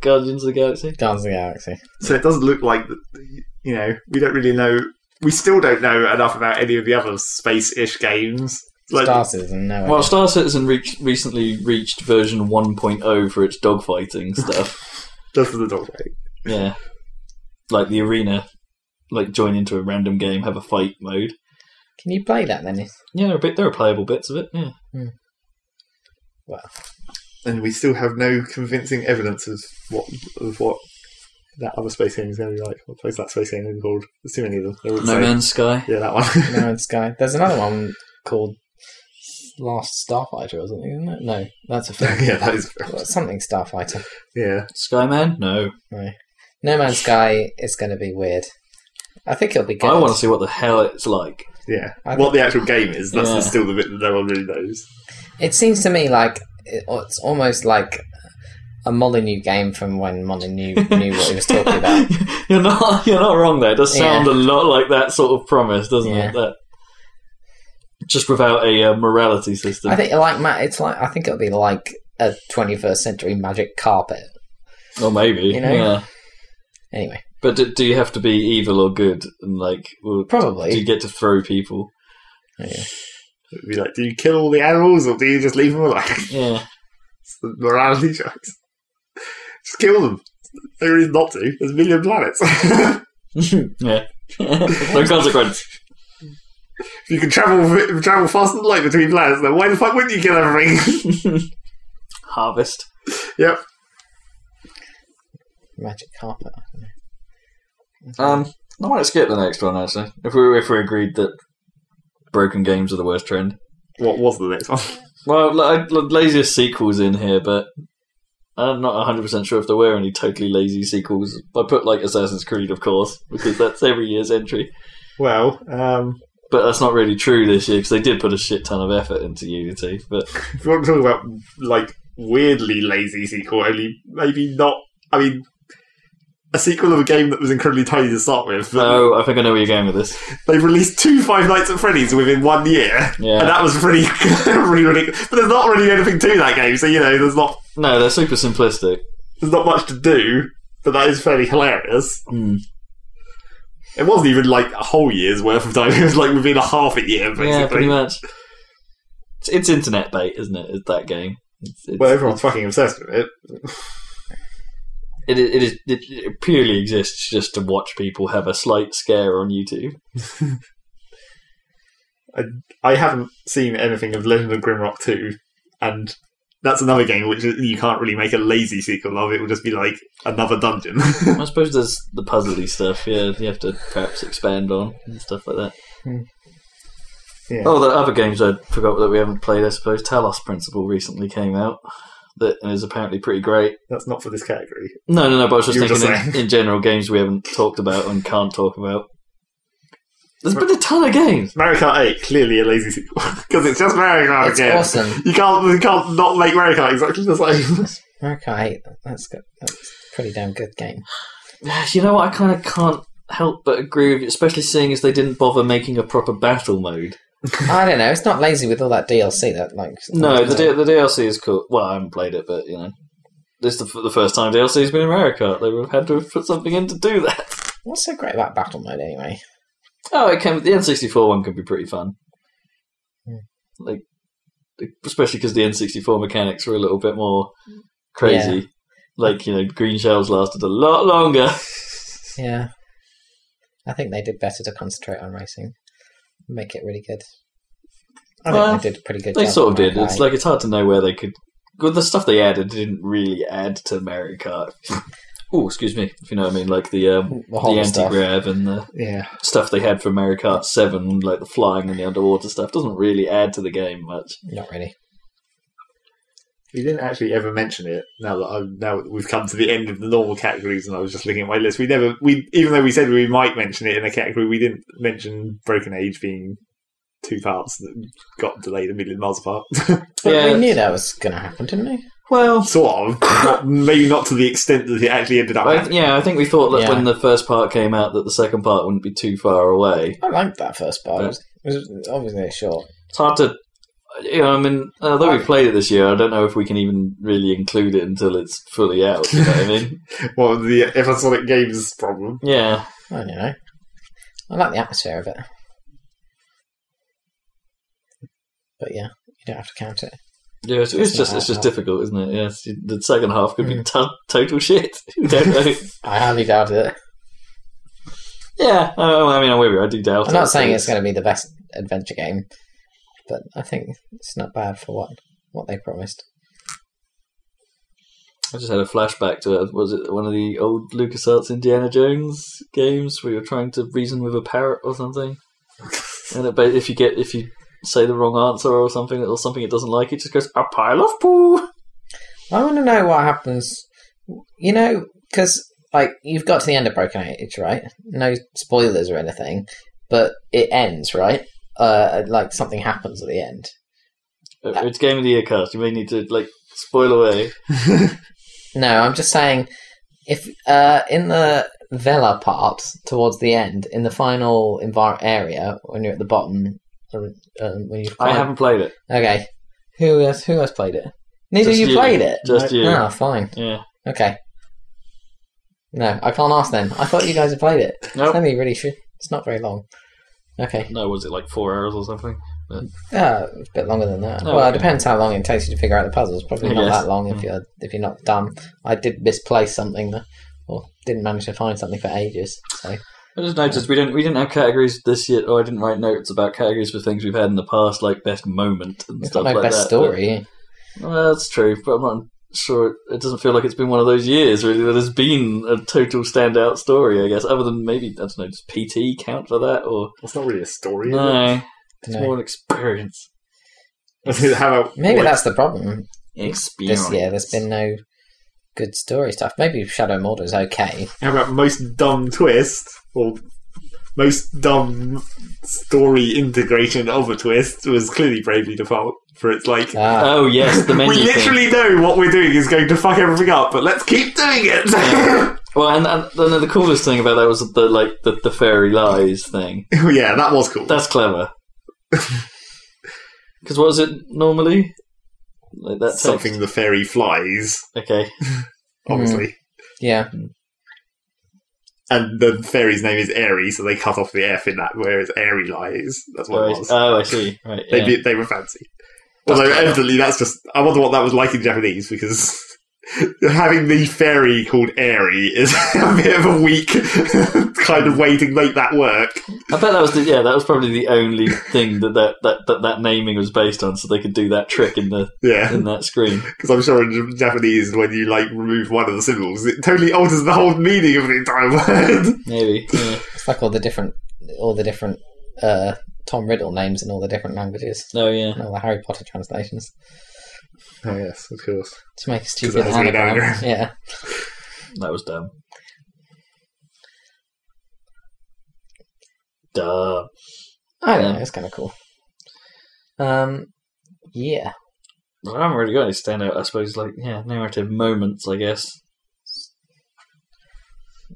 Guardians of the Galaxy.
Guardians of the Galaxy.
So it doesn't look like, the- you know, we don't really know. We still don't know enough about any of the other space ish games. Like,
Star Citizen, no.
Well, Star Citizen reached, recently reached version 1.0 for its dogfighting stuff.
just for the dog fight.
yeah. Like the arena. Like join into a random game, have a fight mode.
Can you play that then?
Yeah, there are, bit, there are playable bits of it, yeah.
Well,
And we still have no convincing evidence of what of what that other space game is going to be like. What place that space game is called? There's too many of them. They're all the
No
same.
Man's Sky.
Yeah, that one.
No Man's Sky. There's another one called Last Starfighter or something, isn't it? No, that's a film.
yeah, that is.
Well, Something Starfighter.
Yeah.
Skyman? No.
No. No Man's Sky is going to be weird. I think it'll be good.
I want to see what the hell it's like.
Yeah.
I
what the actual game is, that's
Yeah.
still the bit that no one really knows.
It seems to me like it- it's almost like a Molyneux game from when Molyneux knew what he was talking about.
you're not you're not wrong there. It does sound
Yeah.
a lot like that sort of promise, doesn't
Yeah.
it? That just without a uh, morality system.
I think like Matt, it's like I think it'll be like a 21st century magic carpet.
or maybe.
you know?
Yeah.
Anyway,
But do, do you have to be evil or good? And like, well, do you
probably.
get to throw people?
Yeah.
It'd be like, do you kill all the animals or do you just leave them alive?
Yeah.
It's the morality choice. Just kill them. No reason not to. There's a million planets. if
Yeah. no consequence.
you can travel travel faster than light between planets, then why the fuck wouldn't you kill everything?
Harvest.
yep.
Magic carpet.
Um, I might skip the next one actually. If we if we agreed that broken games are the worst trend.
What was the next one?
Well, la- la- laziest sequels in here, but I'm not 100% sure if there were any totally lazy sequels. I put like Assassin's Creed, of course, because that's every year's entry.
Well, um,
But that's not really true this year because they did put a shit ton of effort into Unity. But
if you want to talk about like weirdly lazy sequel, only maybe not. I mean, a sequel of a game that was incredibly tiny to start with. but
no, I think I know where you're going with this.
They've released two Five Nights at Freddy's within one year. And
Yeah,
that was pretty, really, ridiculous. But there's not really anything to that game, so you know, there's not
no, they're super simplistic.
there's not much to do. But that is fairly hilarious.
Mm.
It wasn't even like a whole year's worth of time. It was like within a half a year,
Yeah,
basically.
pretty much. It's, it's internet bait, isn't it? It's that game. It's, it's,
well, everyone's fucking obsessed with it.
it, it, is, it, it purely exists just to watch people have a slight scare on YouTube.
I haven't seen anything of Legend of Grimrock 2, and that's another game which you can't really make a lazy sequel of. It will just be like another dungeon.
I suppose there's the puzzly stuff, yeah, you have to perhaps expand on and stuff like that.
Hmm.
Yeah.
Oh, the other games I forgot that we haven't played, I suppose. Talos Principle recently came out that and is apparently pretty great.
that's not for this category.
No, no, no, but I was just
You were
thinking
just
in, in general games we haven't talked about and can't talk about. There's been a ton of games.
Mario Kart 8, clearly a lazy sequel. Because it's just Mario
Oh,
Kart
It's
again.
awesome.
You can't, you can't not make Mario Kart exactly the same.
Okay, that's good. That's a pretty damn good game.
You know what? I kind of can't help but agree with you, especially seeing as they didn't bother making a proper battle mode.
I don't know. It's not lazy with all that DLC. That like
No, the, D- the DLC is cool. Well, I haven't played it, but you know, this is the, f- the first time DLC has been in Mario Kart. They would have had to have put something in to do that.
what's so great about battle mode anyway?
Oh, it came. The N64 one could be pretty fun.
Hmm.
Like, e, especially because the N64 mechanics were a little bit more crazy. Like you know, green shells lasted a lot longer.
Yeah, I think they did better to concentrate on racing, make it really good. I think
Well,
they did a pretty good.
They
job
sort of
on that
did. It's
guy.
like it's hard to know where they could. Well, the stuff they added didn't really add to Mario Kart. oh, excuse me. If you know what I mean, like the um,
the
the
whole
anti
stuff.
grav and the
yeah.
stuff they had for Mario Kart 7, like the flying and the underwater stuff, doesn't really add to the game much.
Not really.
We didn't actually ever mention it. Now that I've, now that we've come to the end of the normal categories, and I was just looking at my list. We never we even though we said we might mention it in a category, we didn't mention Broken Age being two parts that got delayed a million miles apart.
But
Yeah.
we knew that was going to happen, didn't we?
Well,
sort of, not, maybe not to the extent that it actually ended up.
I,
happening.
yeah, I think we thought that
Yeah.
when the first part came out that the second part wouldn't be too far away.
I liked that first part. It was, it was obviously short.
It's hard to. You know, I mean, although we played it this year, I don't know if we can even really include it until it's fully out. You know what I mean?
Well, the episodic games problem.
Yeah.
I don't know. I like the atmosphere of it. But yeah, you don't have to count it.
Yeah, it's, it's just it's just difficult, isn't it? Yes, the second half
Hmm.
could be t- total shit. We don't know.
I hardly doubt it.
yeah, oh, I mean, I'm with you. I do doubt.
I'm
it,
not saying it's
but-
going to be the best adventure game, but I think it's not bad for what, what they promised.
I just had a flashback to uh, was it one of the old LucasArts Indiana Jones games where you're trying to reason with a parrot or something, and it, ba- if you get if you say the wrong answer or something or something it doesn't like, it just goes a pile of poo. Uh,
I want to know what happens. You know, because like you've got to the end of Broken Age, right? No spoilers or anything, but it ends right. Uh, like something happens at the end.
Uh, It's game of the year cast. You may need to like spoil away.
No, I'm just saying, if uh, in the Vela part towards the end, in the final envir- area when you're at the bottom, or, um, when you
I haven't played it.
okay, who has who has played it? Neither
Just
of you,
you.
played it.
Just you.
Ah, fine.
Yeah.
Okay. No, I can't ask them. I thought you guys had played it.
Nope.
It's only really short. It's not very long. Okay.
No, was it like four hours or something? But
Uh, a bit longer than that.
Oh,
well, it
okay.
depends how long it takes you to figure out the puzzles. Probably
I
not
guess. Hmm.
that long if you're if you're not done. I did misplace something though, or didn't manage to find something for ages. So
I just noticed we didn't we didn't have categories this year. Or I didn't write notes about categories for things we've had in the past, like best moment and
it's
stuff
got no
like
best
that.
story.
But- well, that's true, but I'm not sure. It doesn't feel like it's been one of those years really. Where there's been a total standout story, I guess, other than maybe I don't know. Does PT count for that or
That's not really a story. is it?
no? It's
No.
more an experience.
How about
Maybe
like,
that's the problem.
Experience.
This year, there's been no good story stuff. Maybe Shadow Mordor is okay.
How about most dumb twist or most dumb story integration of a twist was clearly Bravely Default for its like.
Ah,
Oh yes, the
we
menu thing.
literally know what we're doing is going to fuck everything up, but let's keep doing it.
Yeah. Well, and, and, and the coolest thing about that was the like the, the fairy lies thing.
yeah, that was cool.
That's clever. Because what is it normally? Like that
something the fairy flies,
Okay. Hmm.
obviously,
yeah.
and the fairy's name is Airy, so they cut off the F in that. Whereas Airy lies, that's what it
Oh, I-
was.
oh, I see. Right.
they
yeah.
be- they were fancy. Although evidently that's just I wonder what that was like in Japanese because having the fairy called Airy is a bit of a weak kind of way to make that work.
I bet that was the yeah. That was probably the only thing that that, that, that that naming was based on, so they could do that trick in the
Yeah,
in that screen.
because I'm sure in J- Japanese when you like remove one of the symbols, it totally alters the whole meaning of the entire word.
Maybe. Yeah.
It's like all the different all the different uh, Tom Riddle names in all the different languages
Oh yeah.
and all the Harry Potter translations
oh yes, of course.
to make a
that
stupid
was really
anagram.
anagram.
Yeah.
That was dumb. Duh.
I don't know.
Yeah.
It's kind of cool. Um, yeah.
Well, I haven't really got any standout. I suppose like yeah, narrative moments. I guess.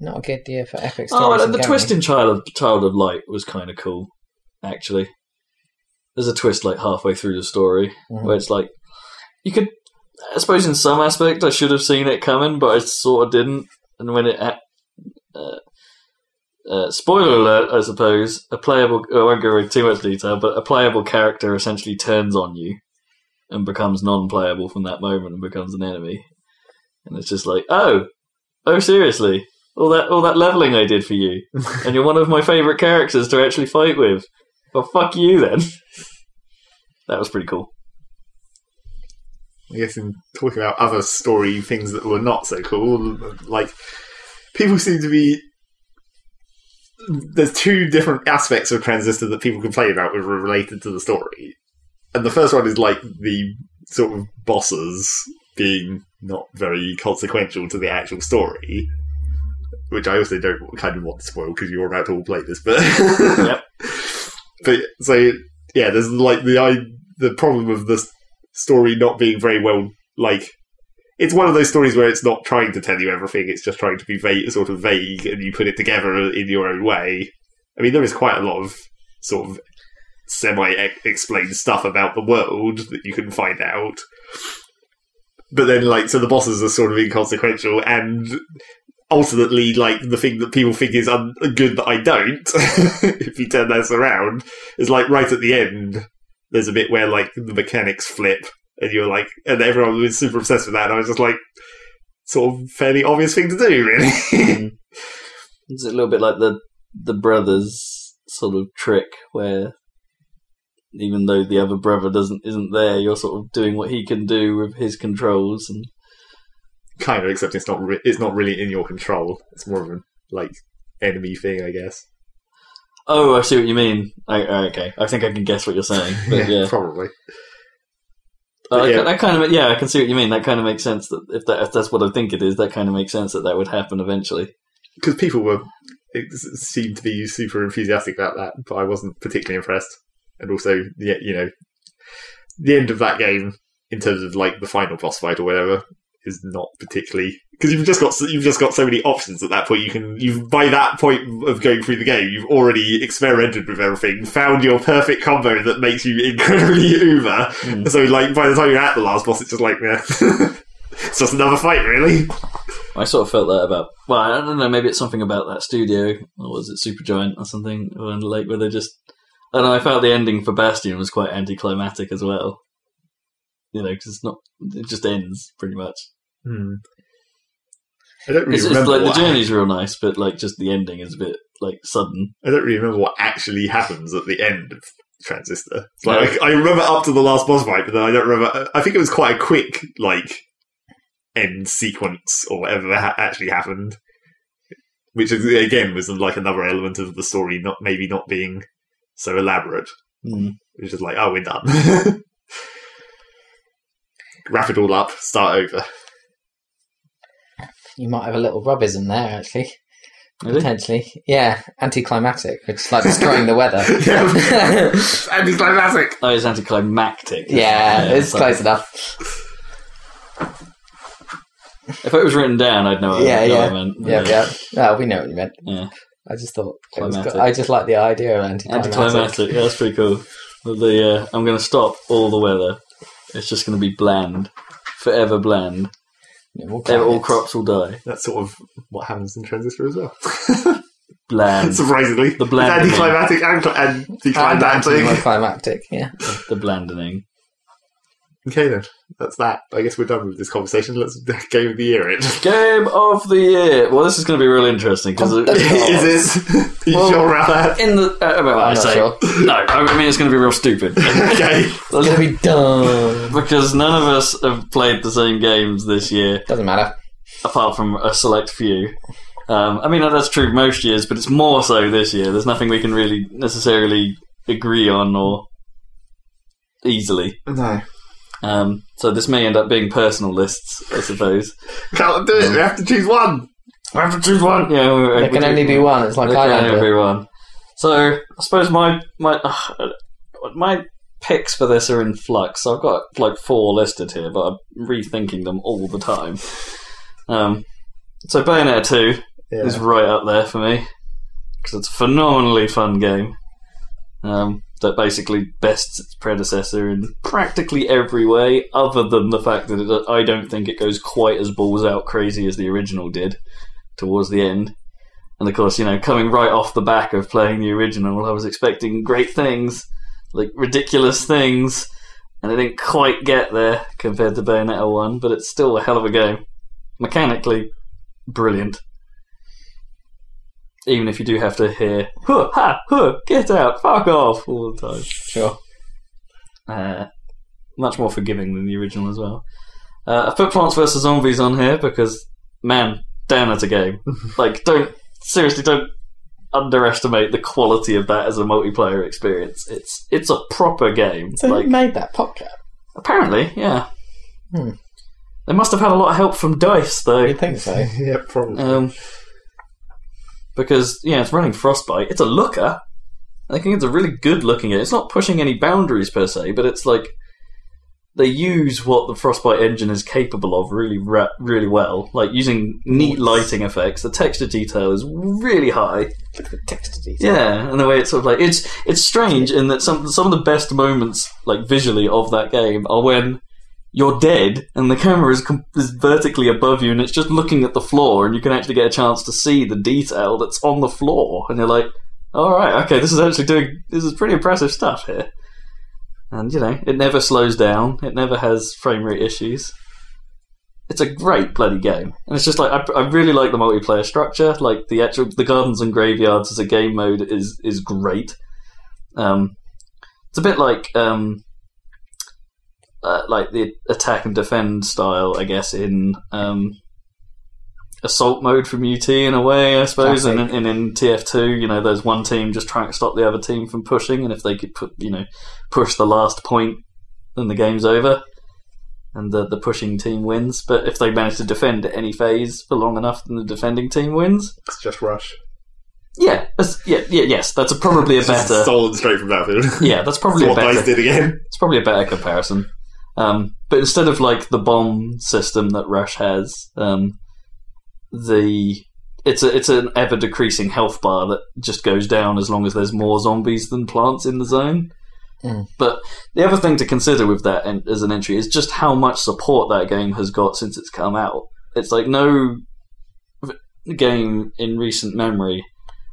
Not a good year for epic
Oh,
stories.
and
and
the
gaming.
twist in Child of Child of Light was kind of cool, actually. There's a twist like halfway through the story
Mhm.
where it's like you could, I suppose, in some aspect, I should have seen it coming, but I sort of didn't. And when it, ha- uh, uh, spoiler alert, I suppose, a playable. I won't go into too much detail, but a playable character essentially turns on you and becomes non-playable from that moment and becomes an enemy. And it's just like, oh, oh, seriously, all that all that leveling I did for you, and you're one of my favourite characters to actually fight with. Well, fuck you then. That was pretty cool.
I guess in talking about other story things that were not so cool, like people seem to be. There's two different aspects of Transistor that people complain about which were related to the story, and the first one is like the sort of bosses being not very consequential to the actual story, which I also don't kind of want to spoil because you're about to all play this, but
Yep.
but so yeah, there's like the I the problem of this story not being very well like it's one of those stories where it's not trying to tell you everything it's just trying to be vague sort of vague and you put it together in your own way i mean there is quite a lot of sort of semi explained stuff about the world that you can find out but then like so the bosses are sort of inconsequential and ultimately like the thing that people think is un- good that i don't if you turn this around is like right at the end there's a bit where like the mechanics flip and you're like and everyone was super obsessed with that and i was just like sort of fairly obvious thing to do really
It's a little bit like the the brothers sort of trick where even though the other brother doesn't isn't there, you're sort of doing what he can do with his controls and
kind of except it's not re- it's not really in your control it's more of a like enemy thing i guess
Oh, I see what you mean. I, I- okay, I think I can guess what you're saying. But yeah,
probably
Uh,
yeah.
that kind of yeah, I can see what you mean. That kind of makes sense. That if that if that's what I think it is, that kind of makes sense that that would happen eventually.
because people were it s- seemed to be super enthusiastic about that, but I wasn't particularly impressed. And also, yeah, you know, the end of that game in terms of like the final boss fight or whatever is not particularly because you've just got so, you've just got so many options at that point. You can you've by that point of going through the game, you've already experimented with everything, found your perfect combo that makes you incredibly uber.
Hmm.
So like by the time you're at the last boss, it's just like yeah. It's just another fight, really.
I sort of felt that about. Well, I don't know. Maybe it's something about that studio, or was it Supergiant or something? Or like where they just And I felt the ending for Bastion was quite anticlimactic as well. You know, because it's not. It just ends pretty much.
Hmm. I don't really
It's, it's
remember.
like the
what
journey's real nice, but like just the ending is a bit like sudden.
I don't really remember what actually happens at the end of Transistor. It's Like I, I remember up to the last boss fight, but then I don't remember. I think it was quite a quick like end sequence or whatever ha- actually happened, which is, again was like another element of the story, not maybe not being so elaborate.
Mm.
Which is like, oh, we're done. Wrap it all up, start over.
You might have a little rubbers in there, actually.
Really?
Potentially. Yeah, anticlimactic, which is like destroying the weather.
Yeah. and it's like
Oh, it's anticlimactic. isn't it?
yeah, it's
so-
close enough.
If it was written down, I'd know. What
Yeah,
what
yeah.
I meant.
Yeah, yeah. No, we know what you meant.
Yeah.
I just thought. It was
Climatic.
good. I just like the idea of anticlimactic.
Anticlimactic. Yeah, that's pretty cool. With The uh, I'm going to stop all the weather. It's just going to be bland, forever bland.
Yeah, all
Ever- All
climates.
crops will die.
That's sort of what happens in Transistor as well.
Bland.
Surprisingly,
The bland
it's anticlimactic and, cl- and
And
declimactic.
anticlimactic, yeah.
the blandening.
Okay then, that's that. I guess we're done with this conversation. Let's game of the year. It is
Game of the year. Well, this is going to be real interesting because
it. You
Well-
sure about that?
in the uh, well, I
I'm not
say
sure.
no. I mean, it's going to be real stupid
Okay,
It's gonna be done.
because none of us have played the same games this year,
Doesn't matter.
apart from a select few. Um, I mean, that's true most years, but it's more so this year. There's nothing we can really necessarily agree on or easily.
no,
Um, so this may end up being personal lists, I suppose.
can't do it. We have to choose one.
I have to choose one. Yeah, we-
There
we
can
do-
only be one. It's like
Look around
Highlander.
everyone. So I suppose my my uh, my picks for this are in flux. I've got like four listed here, but I'm rethinking them all the time. Um, so Bayonetta two
Yeah.
is right up there for me because it's a phenomenally fun game um, that basically bests its predecessor in practically every way, other than the fact that it, I don't think it goes quite as balls out crazy as the original did towards the end. And of course, you know, coming right off the back of playing the original, I was expecting great things, like ridiculous things, and I didn't quite get there compared to Bayonetta 1, but it's still a hell of a game. Mechanically, brilliant. Even if you do have to hear, huh, ha, huh, get out, fuck off, all the time
Sure.
uh, much more forgiving than the original as well. Uh, I put Plants vs Zombies on here because, man, damn, that's a game. like, don't seriously don't underestimate the quality of that as a multiplayer experience. It's it's a proper game.
So
like,
who made that popcat?
apparently, yeah.
Hmm.
They must have had a lot of help from Dice though,
You'd think so.
yeah, probably.
um, because yeah, it's running Frostbite. It's a looker. I think it's a really good looking game. It's not pushing any boundaries per se, but it's like they use what the Frostbite engine is capable of really, ra- really well. Like using neat lighting effects, the texture detail is really high.
The text is easy.
Yeah, and the way it's sort of like it's it's strange in that some some of the best moments like visually of that game are when you're dead and the camera is com- is vertically above you and it's just looking at the floor and you can actually get a chance to see the detail that's on the floor and you're like, all right, okay, this is actually doing this is pretty impressive stuff here. And you know, it never slows down. It never has frame rate issues. It's a great bloody game, and it's just like I, I really like the multiplayer structure. Like the actual the gardens and graveyards as a game mode is is great. Um, it's a bit like um, uh, like the attack and defend style, I guess, in um, assault mode from UT in a way, I suppose, and, in- and in TF2, you know, there's one team just trying to stop the other team from pushing, and if they could put, you know, push the last point, then the game's over, and the the pushing team wins. But if they manage to defend at any phase for long enough, then the defending team wins.
It's just Rush.
Yeah, that's, yeah, yeah, yes, that's a, probably a
It's just
better.
stolen straight from Battlefield.
Yeah, that's
That's
probably a
what
better.
Dice did again.
It's probably a better comparison. Um, but instead of like the bomb system that Rush has, um, the it's a it's an ever decreasing health bar that just goes down as long as there's more zombies than plants in the zone.
Mm.
But the other thing to consider with that en- as an entry is just how much support that game has got since it's come out. It's like no v- game in recent memory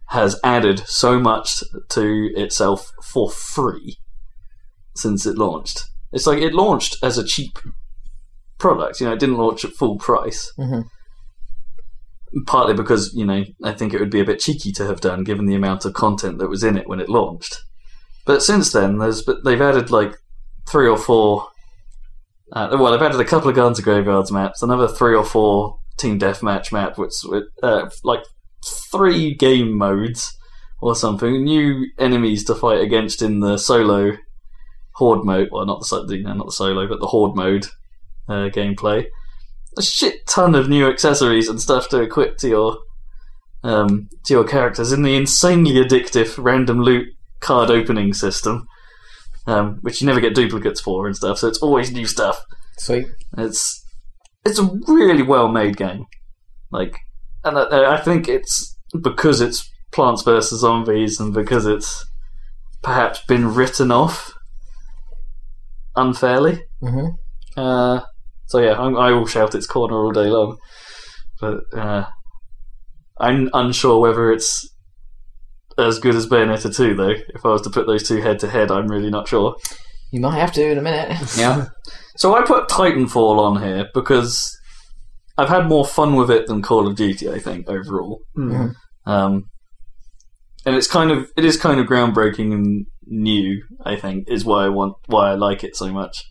has added so much to itself for free since it launched. It's like it launched as a cheap product. You know, it didn't launch at full price.
Mhm.
Partly because you know I think it would be a bit cheeky to have done, given the amount of content that was in it when it launched. But since then, there's but they've added like three or four. Uh, well, they've added a couple of Guns of Graveyards maps, another three or four Team Deathmatch map, which with, uh, like three game modes or something, new enemies to fight against in the solo horde mode. Well, not the so- you know, not the solo, but the horde mode uh, gameplay. A shit ton of new accessories and stuff to equip to your um, to your characters in the insanely addictive random loot card opening system, um, which you never get duplicates for and stuff. So it's always new stuff.
Sweet.
It's it's a really well made game, like, and I, I think it's because it's Plants vs Zombies and because it's perhaps been written off unfairly.
hmm
Uh, so yeah, I'm, I will shout its corner all day long, but uh, I'm unsure whether it's as good as Bayonetta 2, though. If I was to put those two head to head, I'm really not sure.
You might have to in a minute.
Yeah. So I put Titanfall on here because I've had more fun with it than Call of Duty, I think, overall.
Mhm.
Um, and it's kind of it is kind of groundbreaking and new, I think, is why I want why I like it so much.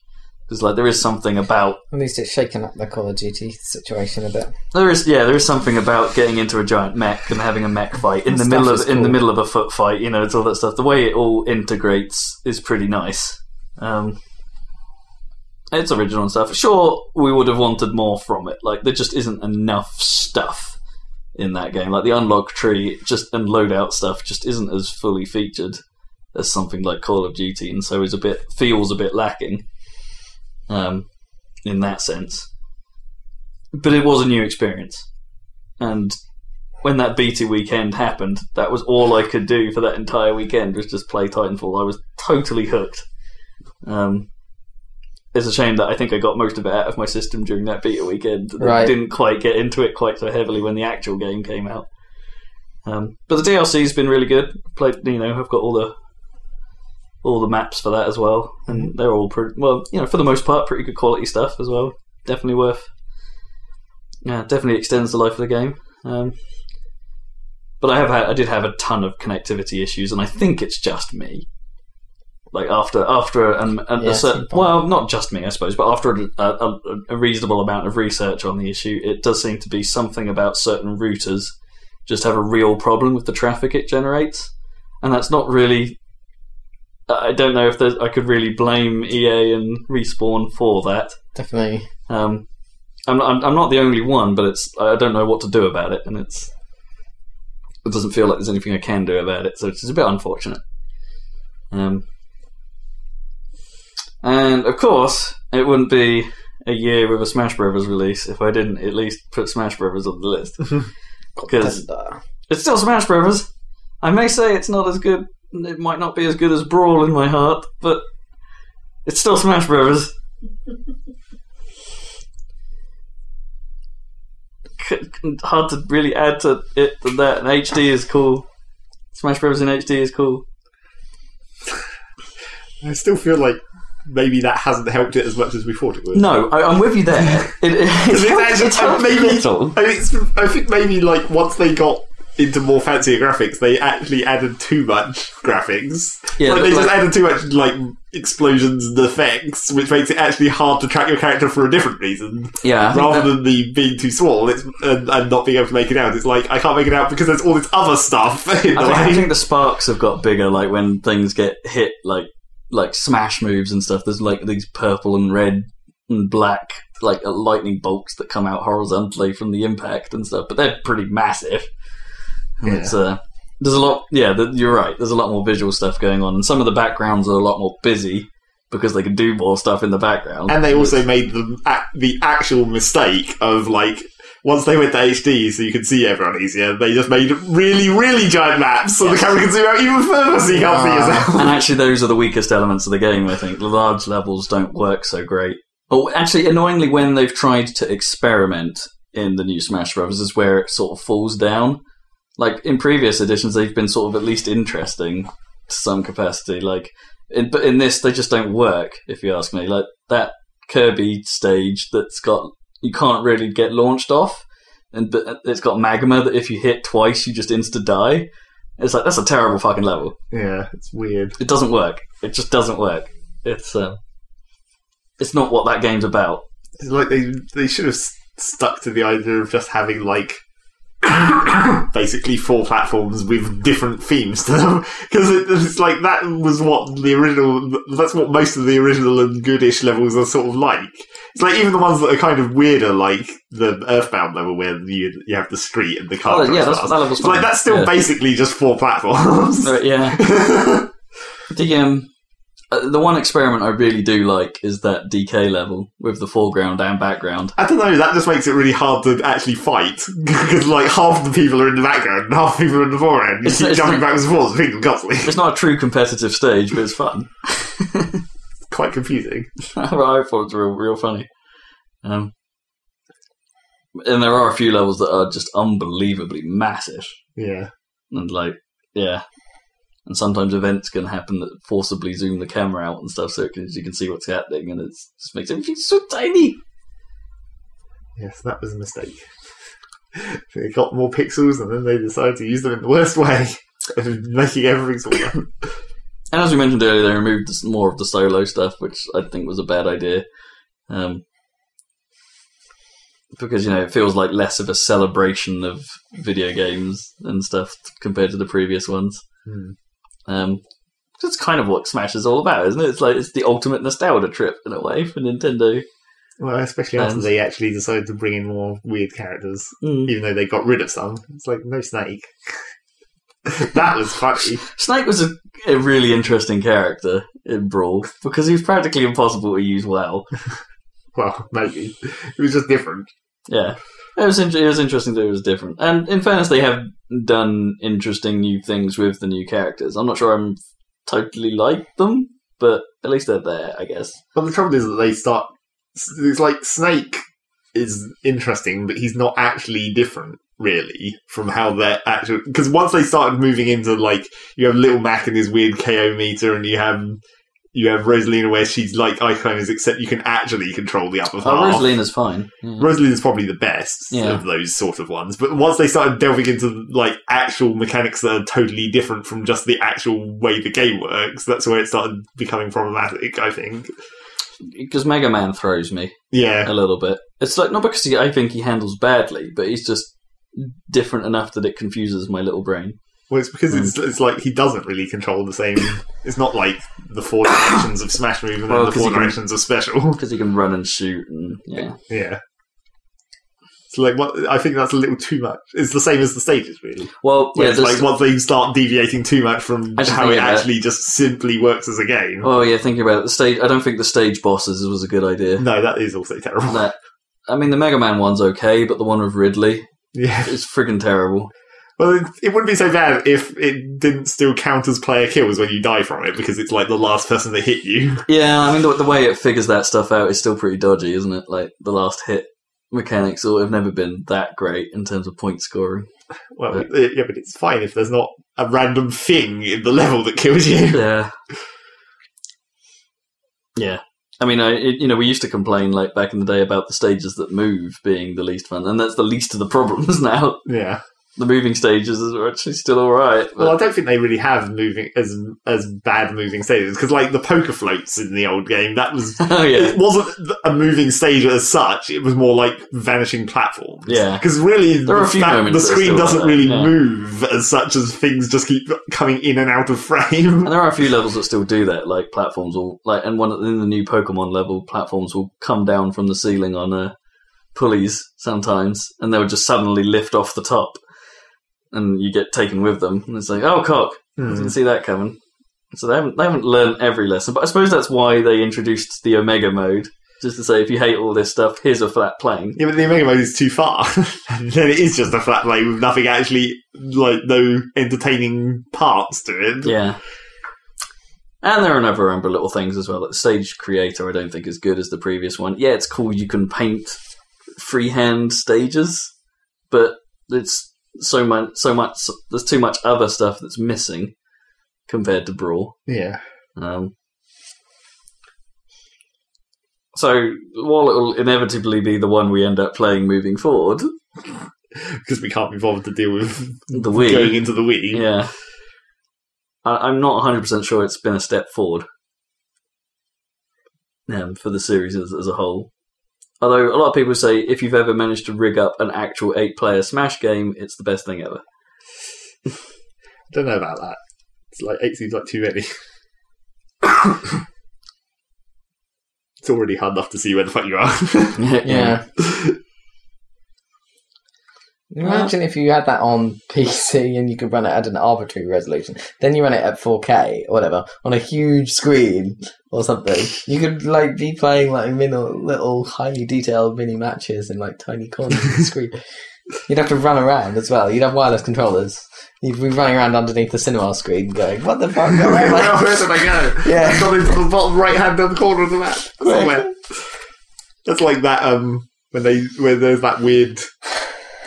Because like there is something about
At least it's shaken up the Call of Duty situation a bit.
there is yeah, there is something about getting into a giant mech and having a mech fight in the
Stuff
middle of
is
in the
cool.
middle of a foot fight. You know, it's all that stuff. The way it all integrates is pretty nice. Um, it's original and stuff. Sure, we would have wanted more from it. Like there just isn't enough stuff in that game. Like the unlock tree, just and loadout stuff, just isn't as fully featured as something like Call of Duty, and so is a bit feels a bit lacking. Um, in that sense but it was a new experience. And when that BT weekend happened, that was all I could do for that entire weekend was just play Titanfall. I was totally hooked. Um, it's a shame that I think I got most of it out of my system during that beta weekend. and I
Right.
didn't quite get into it quite so heavily when the actual game came out. Um, but the DLC's been really good. Played, you know, I've got all the all the maps for that as well, and they're all pretty well, you know, for the most part, pretty good quality stuff as well. Definitely worth yeah, it definitely extends the life of the game. Um, but I have had, I did have a ton of connectivity issues, and I think it's just me. Like after after an, an,
Yeah,
a certain,
same point.
well, not just me, I suppose, but after a, a, a reasonable amount of research on the issue, it does seem to be something about certain routers just have a real problem with the traffic it generates, and that's not really. I don't know if there's, I could really blame EA and Respawn for that.
Definitely.
Um, I'm, I'm I'm not the only one, but it's I don't know what to do about it, and it's it doesn't feel like there's anything I can do about it, so it's a bit unfortunate. Um, and of course, it wouldn't be a year with a Smash Brothers release if I didn't at least put Smash Brothers on the list. Because
Contender.
it's still Smash Brothers. I may say it's not as good. It might not be as good as Brawl in my heart, but it's still Smash Brothers. C- c- Hard to really add to it than that. And HD is cool. Smash Brothers in HD is cool.
I still feel like maybe that hasn't helped it as much as we thought it would.
No, I, I'm with you there. It, it, it's,
It's
helped-
actually-
it's helped
maybe-
little.
I, mean, it's, I think maybe like once they got into more fancier graphics, they actually added too much graphics.
Yeah,
like, they
like-
just added too much like explosions and effects, which makes it actually hard to track your character for a different reason.
Yeah, I think
Rather
that-
than the being too small it's, and, and not being able to make it out, it's like I can't make it out because there's all this other stuff. In the
I think, I
way.
think the sparks have got bigger. Like when things get hit, like like smash moves and stuff. There's like these purple and red and black like uh, lightning bolts that come out horizontally from the impact and stuff. But they're pretty massive. And
Yeah.
It's uh, there's a lot. Yeah, th you're right. There's a lot more visual stuff going on, and some of the backgrounds are a lot more busy because they can do more stuff in the background.
And they also made the ac- the actual mistake of like once they went to HD, so you could see everyone easier. They just made really, really giant maps, so the camera can zoom out even further, so you can't see
Ah.
yourself.
and actually, those are the weakest elements of the game. I think the large levels don't work so great. Oh, actually, annoyingly, when they've tried to experiment in the new Smash Brothers, is where it sort of falls down. like in previous editions, they've been sort of at least interesting to some capacity. Like, in, but in this, they just don't work. If you ask me, like that Kirby stage that's got you can't really get launched off, and but it's got magma that if you hit twice, you just insta die. It's like that's a terrible fucking level.
Yeah, it's weird.
It doesn't work. It just doesn't work. It's um, it's not what that game's about.
It's like they they should have s- stuck to the idea of just having like basically four platforms with different themes to them because it, it's like that was what the original that's what most of the original and goodish levels are sort of like it's like even the ones that are kind of weirder like the earthbound level where you you have the street and the car
Oh, yeah,
drives
that's what
past.
that level's
It's like
fine.
that's still
Yeah.
basically just four platforms
Right, yeah. The um, uh, the one experiment I really do like is that DK level with the foreground and background.
I don't know. That just makes it really hard to actually fight because like half the people are in the background and half the people are in the foreground. You
It's-
keep
it's
jumping
not-
backwards and forwards between them constantly.
It's not a true competitive stage, but it's fun.
It's quite confusing.
I thought it was real, real funny. Um, and there are a few levels that are just unbelievably massive,
Yeah,
and like, yeah. And sometimes events can happen that forcibly zoom the camera out and stuff, so it can, you can see what's happening, and it just makes everything so tiny.
yes, that was a mistake. they got more pixels and then they decided to use them in the worst way, making everything smaller.
And as we mentioned earlier, they removed this- more of the solo stuff, which I think was a bad idea. Um, because, you know, it feels like less of a celebration of video games and stuff compared to the previous ones.
Hmm.
Um, that's kind of what Smash is all about, isn't it? It's like it's the ultimate nostalgia trip in a way for Nintendo.
well, especially after
And-
they actually decided to bring in more weird characters,
Mm.
even though they got rid of some. It's like no snake. that was funny.
Snake was a, a really interesting character in Brawl because he was practically impossible to use well.
Well, maybe it was just different.
Yeah, it was in- it was interesting that it was different. And in fairness, they have done interesting new things with the new characters. I'm not sure I'm totally like them, but at least they're there, I guess.
Well, the trouble is that they start. It's like Snake is interesting, but he's not actually different, really, from how they're actual. Because once they started moving into like, you have Little Mac and his weird KO meter, and you have you have Rosalina where she's like icones, except you can actually control the upper
Oh,
half.
Rosalina's fine. Yeah.
Rosalina's probably the best
Yeah.
of those sort of ones. But once they started delving into like actual mechanics that are totally different from just the actual way the game works, that's where it started becoming problematic. I think.
Because Mega Man throws me
Yeah.
a little bit. It's like not because he, I think he handles badly, but he's just different enough that it confuses my little brain.
Well, it's because it's,
Hmm.
it's like he doesn't really control the same. It's not like the four directions of Smash Move and
Well,
then the
'cause
four
he can-
directions of Special.
Because he can run and shoot, and yeah,
yeah. So, like, what, I think that's a little too much. It's the same as the stages, really.
well,
Yeah,
yeah,
it's
there's-
like once they start deviating too much from
I just
how
think
it
about it.
actually just simply works as a game.
oh yeah, thinking about it, the stage. I don't think the stage bosses was a good idea.
No, that is also terrible.
That, I mean, the Mega Man one's okay, but the one with Ridley
Yeah.
is friggin' terrible.
Well, it, it wouldn't be so bad if it didn't still count as player kills when you die from it because it's like the last person that hit you.
Yeah, I mean, the, the way it figures that stuff out is still pretty dodgy, isn't it? Like the last hit mechanics or have never been that great in terms of point scoring.
Well, it- yeah, but it's fine if there's not a random thing in the level that kills you.
Yeah. Yeah. I mean, I it, you know we used to complain like back in the day about the stages that move being the least fun, and that's the least of the problems now.
Yeah.
The moving stages are actually still all right. But,
Well, I don't think they really have moving as as bad moving stages because, like the poker floats in the old game, that was
oh yeah,
it wasn't a moving stage as such. It was more like vanishing platforms.
Yeah.
because really,
There are
the,
a few
fa- the
moments that are
screen
still
doesn't
like that,
really
yeah.
move as such as things just keep coming in and out of frame.
and there are a few levels that still do that. Like platforms will like, and one in the new Pokemon level, platforms will come down from the ceiling on uh, pulleys sometimes, and they'll just suddenly lift off the top, and you get taken with them. And it's like, oh cock, I
Hmm.
didn't see that coming. So they haven't they haven't learned every lesson, but I suppose that's why they introduced the Omega mode, just to say if you hate all this stuff, here's a flat plane.
Yeah, but the Omega mode is too far. and then it is just a flat play with nothing actually, like, no entertaining parts to it.
Yeah. And there are another number of little things as well. Like the stage creator, I don't think is good as the previous one. Yeah, it's cool. You can paint freehand stages, but it's so much, so much. There's too much other stuff that's missing compared to Brawl.
Yeah.
Um, so while it will inevitably be the one we end up playing moving forward,
Because we can't be bothered to deal with
the Wii,
going into the Wii.
yeah, I, I'm not 100 percent sure it's been a step forward um, for the series as, as a whole. Although a lot of people say if you've ever managed to rig up an actual eight-player Smash game, it's the best thing ever.
I don't know about that. It's like eight seems like too many. it's already hard enough to see where the fuck you are.
Yeah. Imagine if you had that on PC and you could run it at an arbitrary resolution. Then you run it at 4K or whatever on a huge screen or something. You could like be playing like minimal, little highly detailed mini matches in like tiny corners of the screen. You'd have to run around as well. You'd have wireless controllers. You'd be running around underneath the cinema screen, going, "What the fuck?" Where am I?"
Where did I go?
Yeah.
I got into the bottom right hand corner of the map. Somewhere. That's like that um when they where there's that weird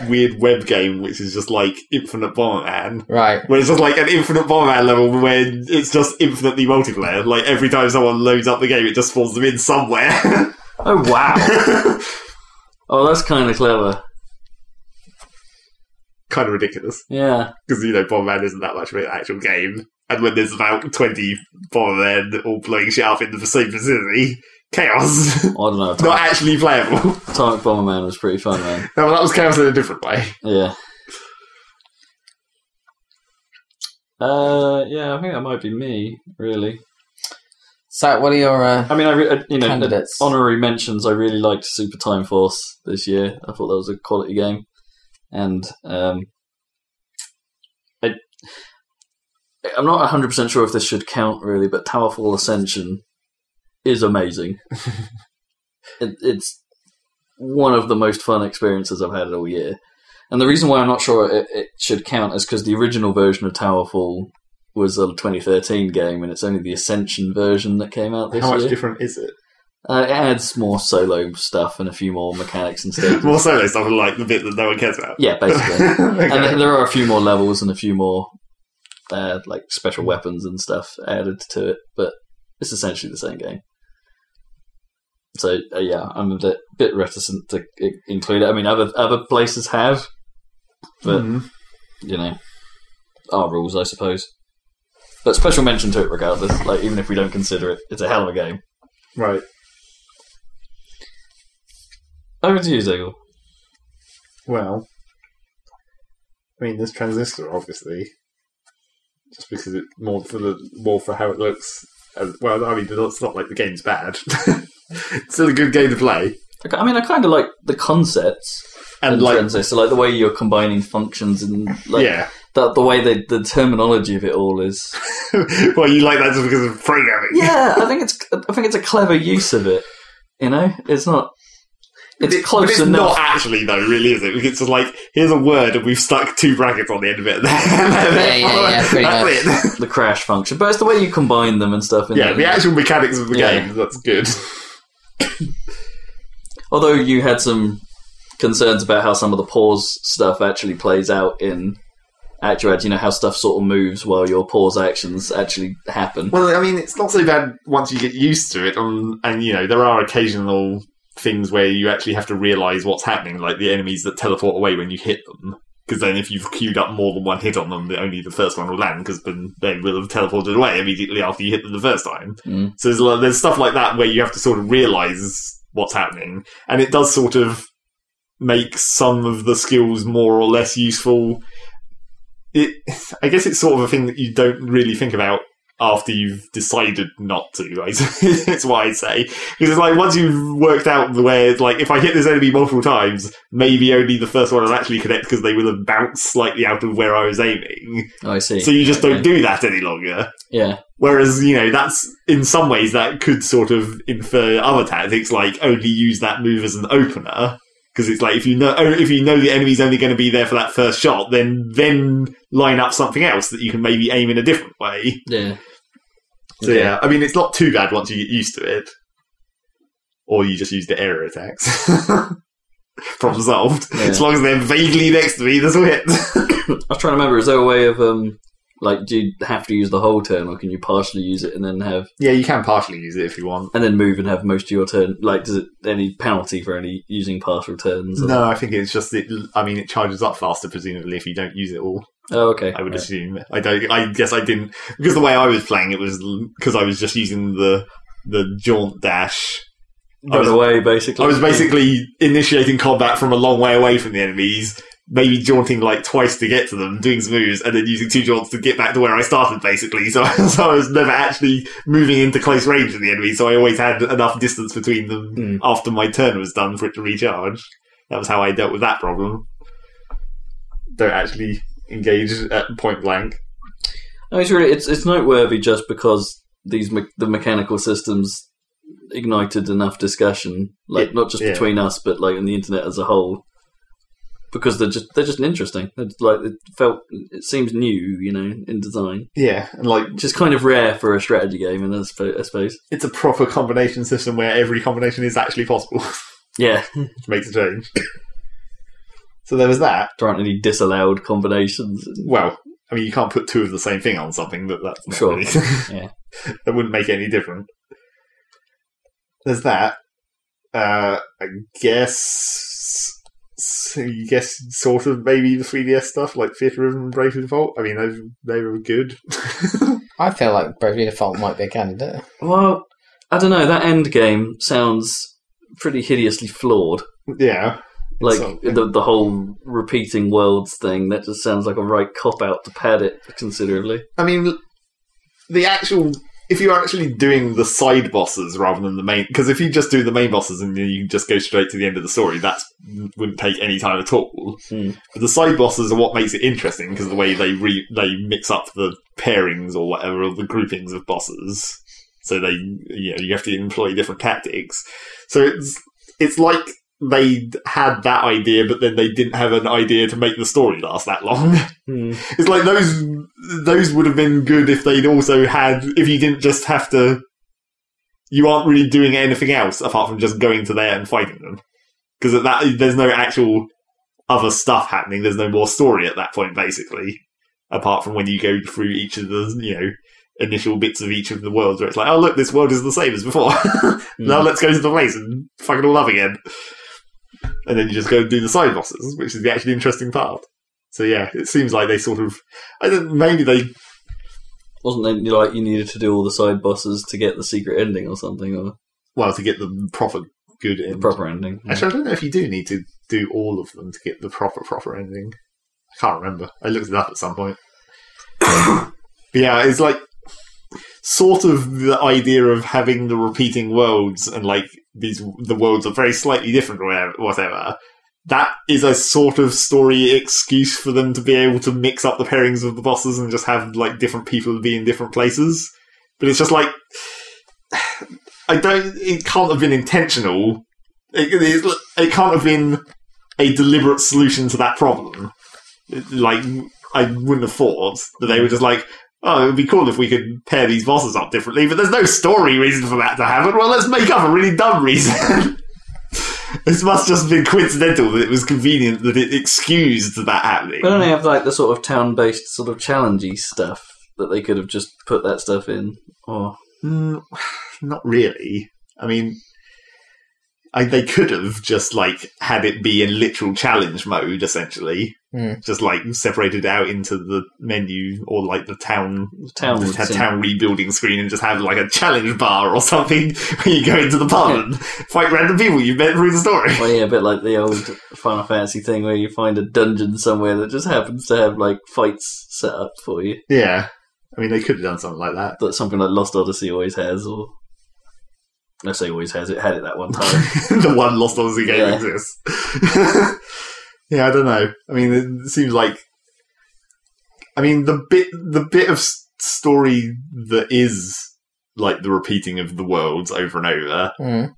weird web game which is just like infinite bomb man.
Right.
Where it's just like an infinite bomb man level where it's just infinitely multiplayer. Like every time someone loads up the game it just spawns them in somewhere.
Oh wow! oh, that's kind of clever.
kind of ridiculous.
Yeah.
because you know Bomberman isn't that much of an actual game, and when there's about twenty Bombermen all blowing shit up in the same vicinity, chaos.
I don't know.
Not actually playable.
Atomic Bomberman was pretty fun, man.
No, that was chaos in a different way.
Yeah. Uh, yeah, I think that might be me, really.
So, what are your uh,
I mean, I re- uh, you know,
Candidates.
honorary mentions. I really liked Super Time Force this year. I thought that was a quality game, and um, I, I'm not 100 percent sure if this should count really, but Towerfall Ascension is amazing. it, it's one of the most fun experiences I've had all year, and the reason why I'm not sure it, it should count is because the original version of Towerfall. Was a 2013 game, and it's only the Ascension version that came out this
How
year.
much different is it?
Uh, it adds more solo stuff and a few more mechanics and stuff.
More solo stuff, like the bit that no one cares about.
yeah, basically.
Okay.
And th- there are a few more levels and a few more uh, like special weapons and stuff added to it, but it's essentially the same game. So uh, yeah, I'm a bit, bit reticent to i- include it. I mean, other other places have, but
Mhm.
you know, our rules, I suppose. But special mention to it, regardless. Like even if we don't consider it, it's a hell of a game.
Right.
Over to you, Ziggle.
Well, I mean, this transistor, obviously, just because it's more for the more for how it looks. And, well, I mean, it's not like the game's bad. it's still a good game to play,
I ki- I mean, I kind of like the concepts
and,
and
like,
transistor, like the way you're combining functions and like
yeah.
the, the way the the terminology of it all is.
well, you like that just because of programming.
yeah, I think it's I think it's a clever use of it. You know, it's not. It's
It-
close
but it's
enough.
not actually though, really, is it? Because It's just like here's a word, and we've stuck two brackets on the end of it. yeah,
yeah, yeah, pretty
That's it.
the crash function, but it's the way you combine them and stuff. In
Yeah,
there.
the actual mechanics of the
Yeah.
game. That's good.
Although you had some concerns about how some of the pause stuff actually plays out in Acturad, you know how stuff sort of moves while your pause actions actually happen.
Well, I mean, it's not so bad once you get used to it, um, and you know there are occasional things where you actually have to realise what's happening, like the enemies that teleport away when you hit them. Because then, if you've queued up more than one hit on them, the- only the first one will land because then they will have teleported away immediately after you hit them the first time.
Mm.
So there's, like, there's stuff like that where you have to sort of realise what's happening, and it does sort of make some of the skills more or less useful. It, I guess, it's sort of a thing that you don't really think about after you've decided not to. I- That's why I say because it's like once you've worked out the way, it's like if I hit this enemy multiple times, maybe only the first one will actually connect because they will have bounced slightly out of where I was aiming.
Oh, I see.
So you just don't
Okay.
do that any longer.
yeah.
Whereas, you know, that's in some ways that could sort of infer other tactics, like only use that move as an opener. Because it's like if you know oh, if you know the enemy's only going to be there for that first shot, then then line up something else that you can maybe aim in a different way.
Yeah.
So
Okay.
yeah, I mean it's not too bad once you get used to it, or you just use the error attacks. Problem solved.
Yeah.
As long as they're vaguely next to me, this will hit.
I was trying to remember. Is there a way of um, like, do you have to use the whole turn, or can you partially use it and then have
yeah, you can partially use it if you want.
and then move and have most of your turn? Like, does it any penalty for any using partial turns? or-
No, I think it's just it. I mean, it charges up faster, presumably, if you don't use it all.
Oh, okay.
I would
Right.
assume. I don't. I guess I didn't because the way I was playing it was because I was just using the the jaunt dash. I
Run
was-
away, basically.
I was basically initiating combat from a long way away from the enemies, maybe jaunting like twice to get to them, doing some moves, and then using two jaunts to get back to where I started, basically. So, so I was never actually moving into close range of the enemy, so I always had enough distance between them
Mm.
after my turn was done for it to recharge. That was how I dealt with that problem. Don't actually engage at point blank.
No, it's really it's it's noteworthy just because these me- the mechanical systems ignited enough discussion, like
Yeah,
not just
yeah.
between us, but like on the internet as a whole, because they're just they're just interesting. They're just, like it felt it seems new, you know, in design,
Yeah, and like
which is kind of rare for a strategy game, and I sp- uh, I suppose,
it's a proper combination system where every combination is actually possible,
yeah,
which makes a change. so there was that.
there aren't any disallowed combinations.
Well, I mean, you can't put two of the same thing on something, but that's not
Sure.
really-
Yeah.
that wouldn't make it any different. There's that. Uh, I guess. So you guess sort of maybe the 3DS stuff like Theatre Rhythm and Brave Default. I mean, they they were good.
I feel like Bravely Default might be a candidate.
Well, I don't know. That end game sounds pretty hideously flawed.
yeah,
like
So-
the the whole repeating worlds thing that just sounds like a right cop out to pad it considerably
I mean, the actual. If you're actually doing the side bosses rather than the main, because if you just do the main bosses and then you just go straight to the end of the story, that wouldn't take any time at all.
Hmm.
But the side bosses are what makes it interesting because the way they re- they mix up the pairings or whatever or the groupings of bosses, so they you know you have to employ different tactics. So it's it's like they had that idea, but then they didn't have an idea to make the story last that long. It's like those those would have been good if they'd also had if you didn't just have to. You aren't really doing anything else apart from just going to there and fighting them, because at that there's no actual other stuff happening. There's no more story at that point, basically, apart from when you go through each of the you know initial bits of each of the worlds where it's like, oh look, this world is the same as before. now let's go to the place and fuck it all up again, and then you just go and do the side bosses, which is the actually interesting part. So yeah, it seems like they sort of. I don't, maybe they.
wasn't it you know, like you needed to do all the side bosses to get the secret ending or something or
Well, to get the proper good
the
end.
proper ending yeah.
Actually, I don't know if you do need to do all of them to get the proper proper ending. I can't remember. I looked it up at some point. but yeah, it's like sort of the idea of having the repeating worlds and like these the worlds are very slightly different or whatever- whatever. That is a sort of story excuse for them to be able to mix up the pairings of the bosses and just have like different people be in different places. But it's just like I don't. It can't have been intentional. It, it, it can't have been a deliberate solution to that problem. It- Like I wouldn't have thought that they were just like, oh, it would be cool if we could pair these bosses up differently. But there's no story reason for that to happen. Well, let's make up a really dumb reason. this must just have been coincidental that it was convenient that it excused that happening.
but then they have like the sort of town based sort of challengey stuff that they could have just put that stuff in or
Mm, not really. I mean, I, they could have just like had it be in literal challenge mode, essentially.
Mm.
Just like separated out into the menu or like the town
town
the
would
ta-
seem-
town rebuilding screen, and just have like a challenge bar or something where you go into the pub and fight random people you've met through the story.
well, yeah, a bit like the old Final Fantasy thing where you find a dungeon somewhere that just happens to have like fights set up for you.
Yeah, I mean, they could have done something like that.
That something like Lost Odyssey always has, or I say always has, it had it that one time.
the one Lost Odyssey game
Yeah.
exists. yeah, I don't know. I mean, it seems like. I mean, the bit the bit of s- story that is like the repeating of the worlds over and over,
Mm.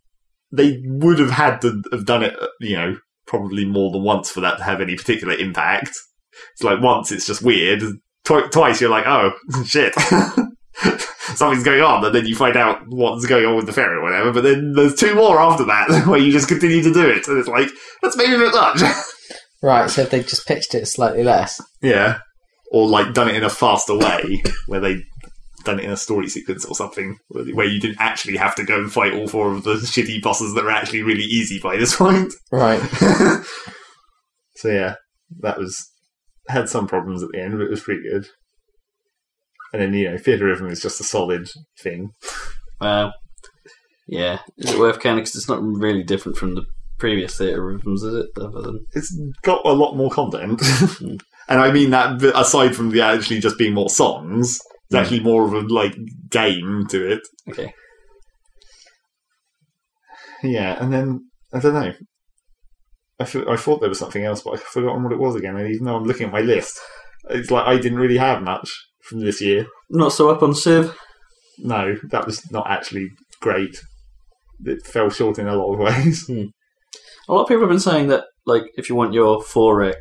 they would have had to have done it, you know, probably more than once for that to have any particular impact. It's like once it's just weird. Twi- twice you're like, oh shit. something's going on, and then you find out what's going on with the ferry or whatever. But then there's two more after that where you just continue to do it, and it's like that's maybe a bit much.
Right, so if they just pitched it slightly less.
yeah, or like done it in a faster way where they done it in a story sequence or something where where you didn't actually have to go and fight all four of the shitty bosses that are actually really easy by this point.
Right.
so yeah, that was had some problems at the end, but it was pretty good. And then you know, theatre rhythm is just a solid thing.
Well, Um, yeah. Is it worth counting? Because it's not really different from the previous theatre rhythms, is it? Other than
It's got a lot more content, and I mean that b- aside from the actually just being more songs, it's
Mm.
actually more of a like game to it.
okay,
Yeah, and then I don't know. I th- I thought there was something else, but I've forgotten what it was again. And even though I'm looking at my list, it's like I didn't really have much from this year.
not so up on Civ.
no, that was not actually great. It fell short in a lot of ways.
A lot of people have been saying that, like, if you want your forex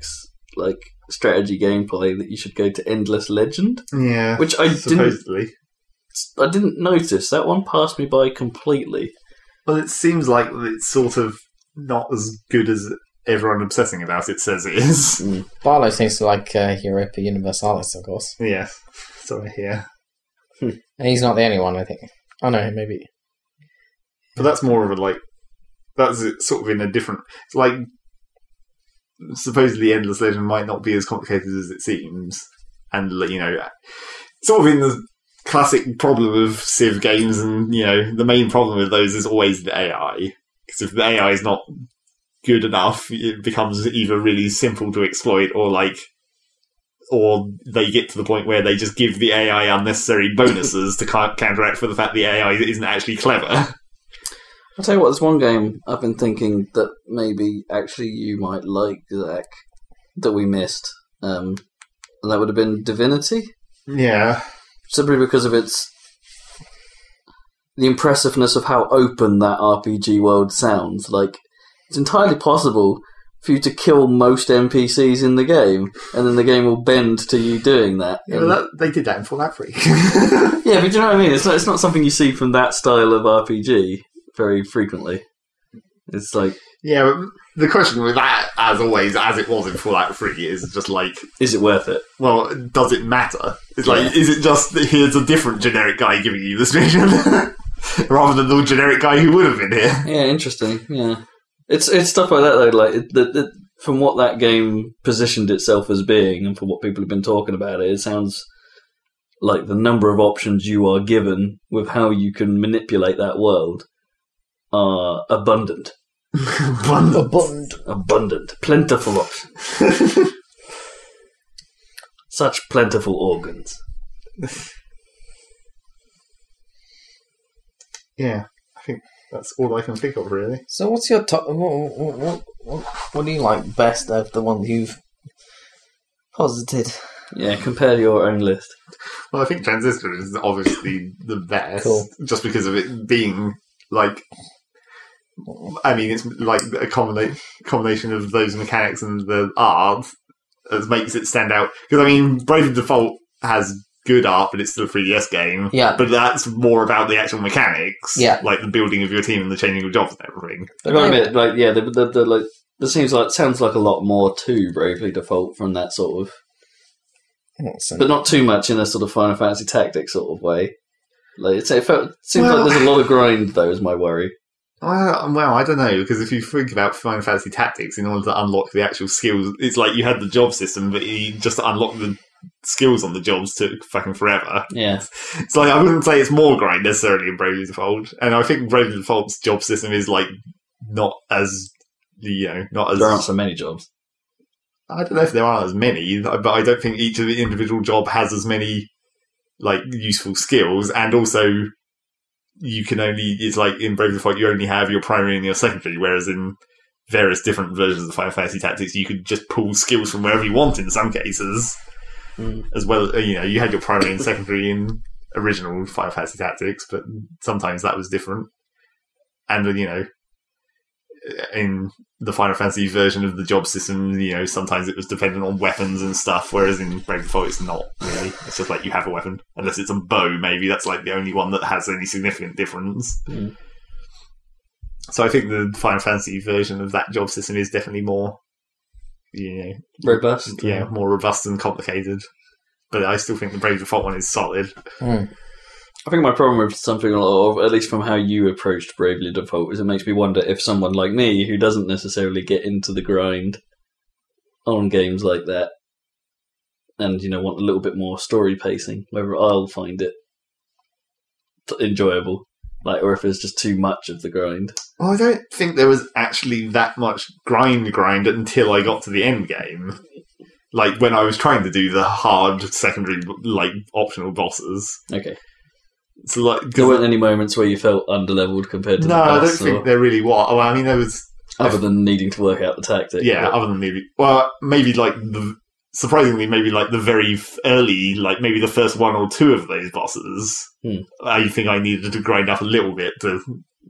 like strategy gameplay, that you should go to Endless Legend,
Yeah,
which I didn't.
supposedly.
I didn't notice that one passed me by completely.
Well, it seems like it's sort of not as good as everyone obsessing about it says it is.
Barlow seems to like uh, Europa Universalis, of course.
yeah, sorry, yeah.
And he's not the only one, I think. Oh no, maybe.
But that's more of a like that's it sort of in a different it's like supposedly endless legend might not be as complicated as it seems, and like, you know, sort of in the classic problem of Civ games, and you know, the main problem with those is always the AI because if the AI is not good enough, it becomes either really simple to exploit or like. Or they get to the point where they just give the AI unnecessary bonuses to ca- counteract for the fact the AI isn't actually clever.
I'll tell you what, there's one game I've been thinking that maybe actually you might like, Zach, that we missed. Um, and that would have been Divinity,
Yeah.
simply because of its. the impressiveness of how open that RPG world sounds. Like, it's entirely possible for you to kill most NPCs in the game, and then the game will bend to you doing that.
yeah
And-
that, they did that in Fallout 3.
yeah, but do you know what I mean? It's not, it's not something you see from that style of RPG very frequently. It's like.
yeah, but the question with that, as always, as it was in Fallout 3, is just like,
Is it worth it?
well, does it matter? It's like, is it just that here's a different generic guy giving you this mission? Rather than the generic guy who would have been here.
Yeah, interesting. Yeah, it's it's stuff like that though. Like it, the, the, from what that game positioned itself as being, and from what people have been talking about it, it sounds like the number of options you are given with how you can manipulate that world are abundant,
Bundle.
Abundant.
abundant, plentiful options. Such plentiful organs.
yeah, I think that's all I can think of, really.
So, what's your top? What, what, what, what, what do you like best of the one you've posited?
Yeah, compare your own list.
Well, I think Transistor is obviously the best,
Cool.
just because of it being like. I mean, it's like a combina- combination of those mechanics and the art that makes it stand out. Because I mean, Brave Default has good art, but it's still a 3DS game.
Yeah.
But that's more about the actual mechanics.
Yeah.
Like the building of your team and the changing of jobs and everything.
I got a bit like yeah, the, the, the like there seems like sounds like a lot more to Bravely Default from that sort of
Awesome.
but not too much in a sort of Final Fantasy Tactics sort of way. Like it's, it felt, seems
Well-
like there's a lot of grind though. Is my worry.
Well, well, I don't know because if you think about Final Fantasy Tactics, in order to unlock the actual skills, it's like you had the job system, but you just unlock the skills on the jobs took fucking forever.
Yeah,
It's like I wouldn't say it's more grind necessarily in Bravely Default, and I think Bravely Default's job system is like not as you know not as
there aren't so many jobs.
I don't know if there are as many, but I don't think each of the individual job has as many like useful skills, and also you can only it's like in Brave the Fight you only have your primary and your secondary, whereas in various different versions of Final Fantasy Tactics you could just pull skills from wherever you want in some cases,
Mm.
as well you know you had your primary and secondary in original Final Fantasy Tactics, but sometimes that was different, and then you know in the Final Fantasy version of the job system, you know, sometimes it was dependent on weapons and stuff, whereas in Ravenfall it's not really. It's just like you have a weapon, unless it's a bow. Maybe that's like the only one that has any significant difference.
Mm.
So I think the Final Fantasy version of that job system is definitely more, you know,
Robust.
yeah, more robust and complicated. But I still think the Brave Default one is solid.
I think my problem with something, or at least from how you approached Bravely Default, is it makes me wonder if someone like me, who doesn't necessarily get into the grind on games like that, and you know want a little bit more story pacing, whether I'll find it t- enjoyable, like, or if it's just too much of the grind.
Well, Oh, I don't think there was actually that much grind grind until I got to the end game. Like when I was trying to do the hard secondary, like optional bosses.
Okay,
It's like 'cause-
there weren't any moments where you felt underleveled compared to
no,
the
I don't
boss,
think
or-
there really was. Well, I mean, there was
other than needing to work out the tactic.
yeah, other than maybe well, maybe like the surprisingly maybe like the very f- early, like maybe the first one or two of those bosses.
Hmm.
I think I needed to grind up a little bit to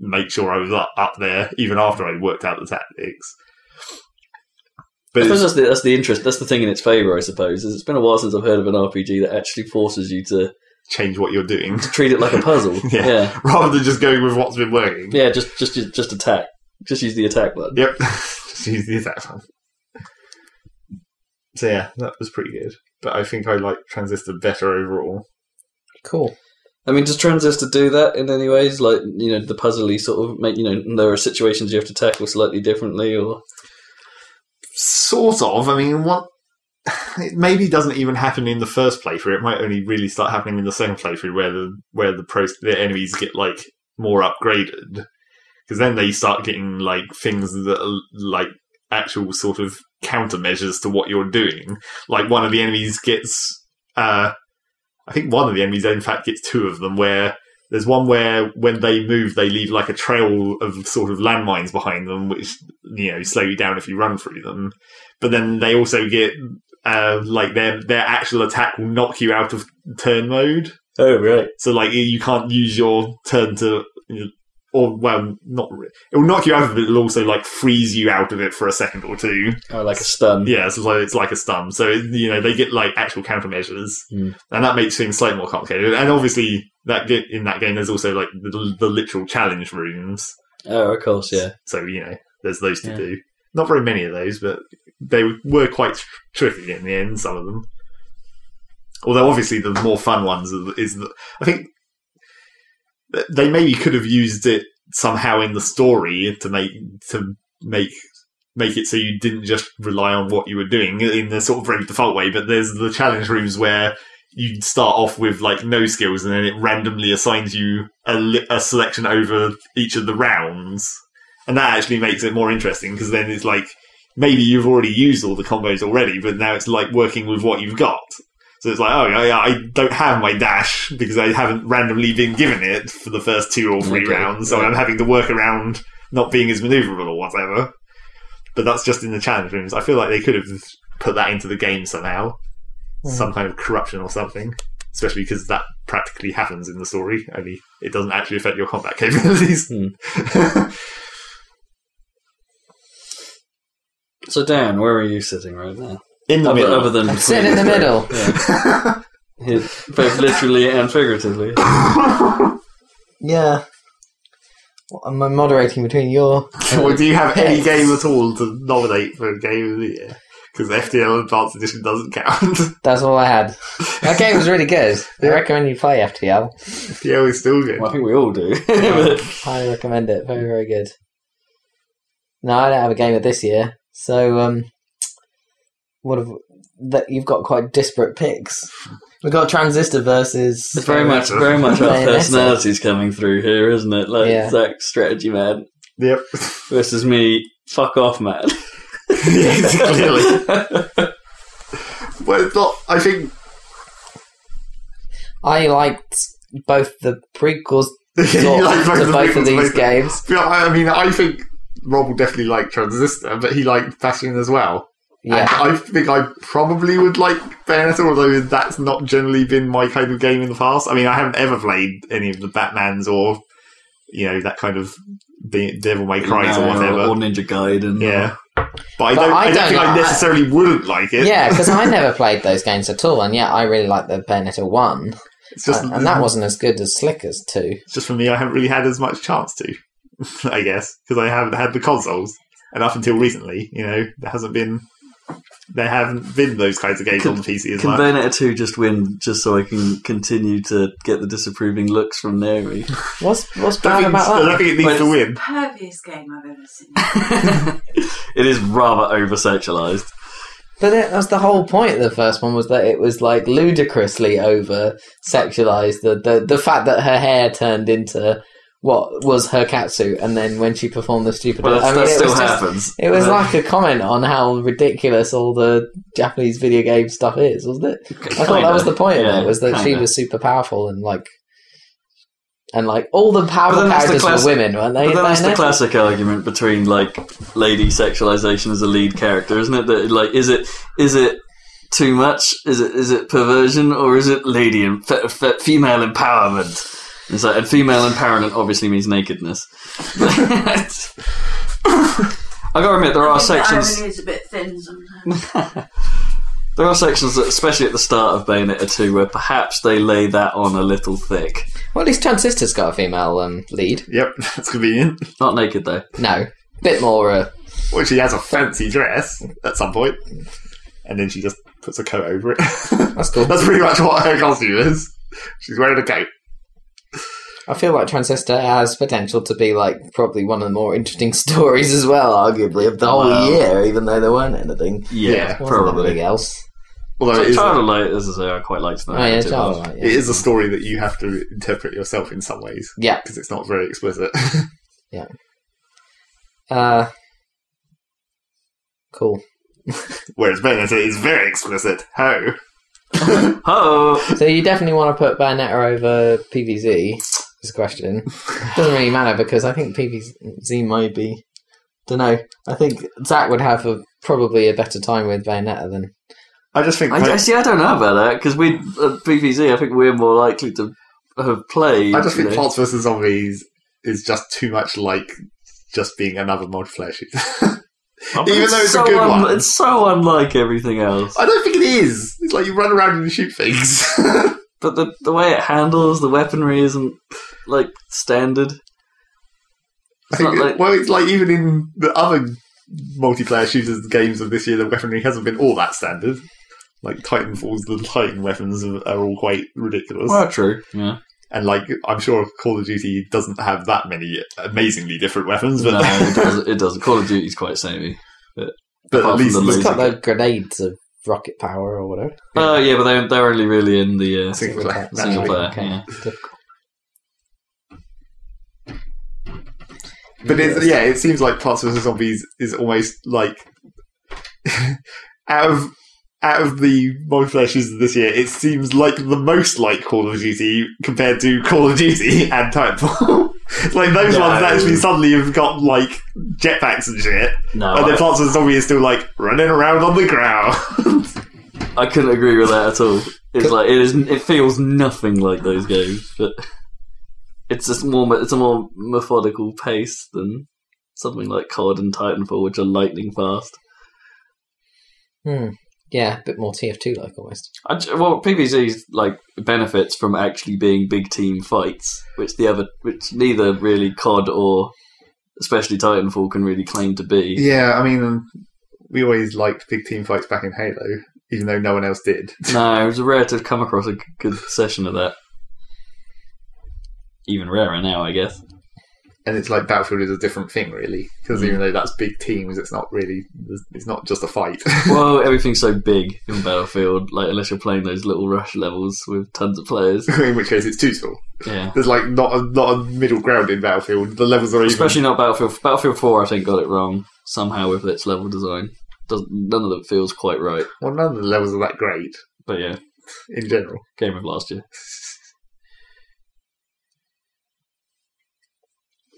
make sure I was up, up there, even after I worked out the tactics. But
I
it's-
suppose that's the, that's the interest. That's the thing in its favour, I suppose. Is it's been a while since I've heard of an RPG that actually forces you to
change what you're doing
treat it like a puzzle.
Yeah.
yeah,
rather than just going with what's been working.
Yeah, Just just just attack. Just use the attack button.
Yep. just use the attack one. So yeah, that was pretty good. But I think I like Transistor better overall.
Cool.
I mean, does Transistor do that in any ways? Like you know, the puzzly sort of make you know there are situations you have to tackle slightly differently, or
Sort of. I mean, what? It maybe doesn't even happen in the first playthrough. It might only really start happening in the second playthrough, where the where the pro- the enemies get like more upgraded, because then they start getting like things that are like actual sort of countermeasures to what you're doing. Like one of the enemies gets, uh, I think one of the enemies in fact gets two of them. Where there's one where when they move, they leave like a trail of sort of landmines behind them, which you know slow you down if you run through them. But then they also get uh, like their their actual attack will knock you out of turn mode.
oh right,
So like you- you can't use your turn to, or well, not re- it will knock you out of it. It'll also like freeze you out of it for a second or two.
oh, like a stun.
Yeah, so like, it's like a stun. So you know they get like actual countermeasures,
Hmm.
and that makes things slightly more complicated. And obviously that ge- in that game there's also like the, the literal challenge rooms.
Oh, of course, yeah.
So you know there's those to
Yeah.
do. Not very many of those, but they were quite tr- tricky in the end. Some of them. Although obviously the more fun ones are- is the, I think th- they maybe could have used it somehow in the story to make to make make it so you didn't just rely on what you were doing in the sort of very default way. But there's the challenge rooms where you start off with like no skills, and then it randomly assigns you a, li- a selection over each of the rounds, and that actually makes it more interesting because then it's like maybe you've already used all the combos already, but now it's like working with what you've got. So it's like, oh, yeah, yeah, I don't have my dash because I haven't randomly been given it for the first two or three
Okay,
rounds, so
yeah.
I'm having to work around not being as maneuverable or whatever. But that's just in the challenge rooms. I feel like they could have put that into the game somehow,
Mhm.
some kind of corruption or something. Especially because that practically happens in the story. Only it doesn't actually affect your combat capabilities.
Mm.
Hmm. So Dan, where are you sitting right now?
in the
Other,
middle.
other than
I'm sitting in the middle.
Yeah. Here, both literally and figuratively.
Yeah. What am I moderating between your?
Well, do you have any
Yes.
game at all to nominate for a game of the year? Because FTL Advanced Edition doesn't count.
That's all I had. That game was really good. I
Yeah.
recommend you play FTL.
FTL is still good.
Well, I think we all do.
Highly recommend it. Very, very good. No, I don't have a game of this year, so um, what have that you've got quite disparate picks. We've got Transistor versus
It's very much, very much our
Bayonetta.
personalities coming through here, isn't it? Like
Yeah.
Zach, strategy man,
Yep.
versus me, fuck off man.
Yes, clearly. Well, it's not. I think.
I liked both the prequels
you
sort of to
like both the
both of
prequels,
these
both-
games.
Yeah, I I mean, I think Rob will definitely like Transistor, but he liked Bastion as well.
Yeah,
And I think I probably would like Bayonetta, although that's not generally been my kind of game in the past. I mean, I haven't ever played any of the Batmans or, you know, that kind of Be- Devil May Cries or whatever.
Or Ninja Gaiden.
yeah. But
But
I don't,
I
I don't,
don't
think I
know.
necessarily wouldn't like it.
Yeah, because I never played those games at all, and yet I really like the Bayonetta one,
It's just,
and, and that wasn't as good as Slickers two.
it's just for me, I haven't really had as much chance to, I guess, because I haven't had the consoles. And up until recently, you know, there hasn't been. There haven't been those kinds of games
Can-
on the PC as
Can
much.
Bayonetta 2 just win just so I can continue to get the disapproving looks from Neri?
What's what's
I
bad
don't think, I
about
don't
that?
think it needs
Wait,
to win.
Perviest game I've ever seen.
it is rather over sexualized.
But it, that's the whole point of the first one was that it was like ludicrously over sexualized. The, the the fact that her hair turned into what was her catsuit, and then when she performed the stupid, I
But that's,
mean,
that
it
still
was just-
happens.
It was
Uh,
like a comment on how ridiculous all the Japanese video game stuff is, wasn't it? I thought
kinda,
that was the point of
yeah,
it, was that she
kinda.
was super powerful and like and like all the
But
power
then that's the
characters
classic-
were women, weren't they?
But then that's the
Bayonetta?
classic argument between like lady sexualization as a lead character, isn't it? That like, is it is it too much? Is it is it perversion or is it lady and fe- fe- female empowerment? And, so, and female empowerment obviously means nakedness. I gotta admit, there are
I think the
sections.
irony is a bit thin sometimes.
There are sections, that, especially at the start of Bayonetta 2, where perhaps they lay that on a little thick.
Well at least Transistor's got a female um, lead.
Yep, that's convenient.
Not naked though.
No. Bit more uh,
Well, she has a fancy dress at some point, and then she just puts a coat over it.
that's cool.
That's pretty much what her costume is. She's wearing a coat.
I feel like Transistor has potential to be like probably one of the more interesting stories as well, arguably, of the whole
Wow.
year, even though there weren't anything.
Yeah,
Yeah.
Wasn't anything
probably.
else.
Although it
So
is,
Child of Light, as I say, I quite liked that.
Oh yeah, Child Light,
it
yeah.
is a story that you have to interpret yourself in some ways
Yeah.
because it's not very explicit.
Uh, cool.
Whereas Bayonetta is very explicit. Ho!
Oh,
So you definitely want to put Bayonetta over PVZ? Is a question. Doesn't really matter because I think PVZ might be. Don't know. I think Zach would have a, probably a better time with Bayonetta than.
I just think.
I, I
Bay-
see. I don't know about that because we uh, at BVZ. I think we're more likely to have played.
I just think
you know.
Plants vs. Zombies is just too much like just being another multiplayer shooter. Even though it's a
so
good
un-
one.
it's so unlike everything else.
I don't think it is. It's like you run around and shoot things.
But the the way it handles the weaponry isn't like standard.
I
It's not
think-
like-
well, it's like even in the other multiplayer shooters games of this year, the weaponry hasn't been all that standard. Like Titanfall's, the Titan weapons are, are all quite ridiculous,
Well, true. Yeah.
and like I'm sure Call of Duty doesn't have that many amazingly different weapons, but
No, it doesn't. It doesn't. Call of Duty's quite samey.
but at
apart from
least
the
it's
It's
got
laser
got the grenades of rocket power or whatever.
Oh yeah, but they they're only really in the uh,
Single player,
single
naturally.
player. Yeah.
Difficult.
But it's, yeah, it seems like Plants vs Zombies is almost like out of out of the multiplayer shooters this year, it seems like the most like Call of Duty compared to Call of Duty and Titanfall. It's like those
No.
ones actually suddenly have got like jetpacks and shit,
No,
and
I-
then Plants vs Zombies is still like running around on the ground.
I couldn't agree with that at all. It's like it is. It feels nothing like those games, but it's just more. It's a more methodical pace than something like COD and Titanfall, which are lightning fast.
Hmm. Yeah, a bit more TF2 like almost.
I, j- well, PvZ's like benefits from actually being big team fights, which the other, which neither really COD or especially Titanfall can really claim to be.
yeah, I mean, we always liked big team fights back in Halo, even though no one else did.
No, it was rare to come across a g- good session of that. Even rarer now, I guess.
and it's like Battlefield is a different thing, really, because
Mm.
even though that's big teams, it's not really, it's not just a fight.
well, everything's so big in Battlefield. Like, unless you're playing those little rush levels with tons of players,
in which case, it's too small.
yeah.
There's like not a not a middle ground in Battlefield. The levels are even.
Especially not Battlefield. Battlefield Four, I think, got it wrong somehow with its level design. Does none of it feels quite right.
well, none of the levels are that great
But yeah,
in general.
game of last year.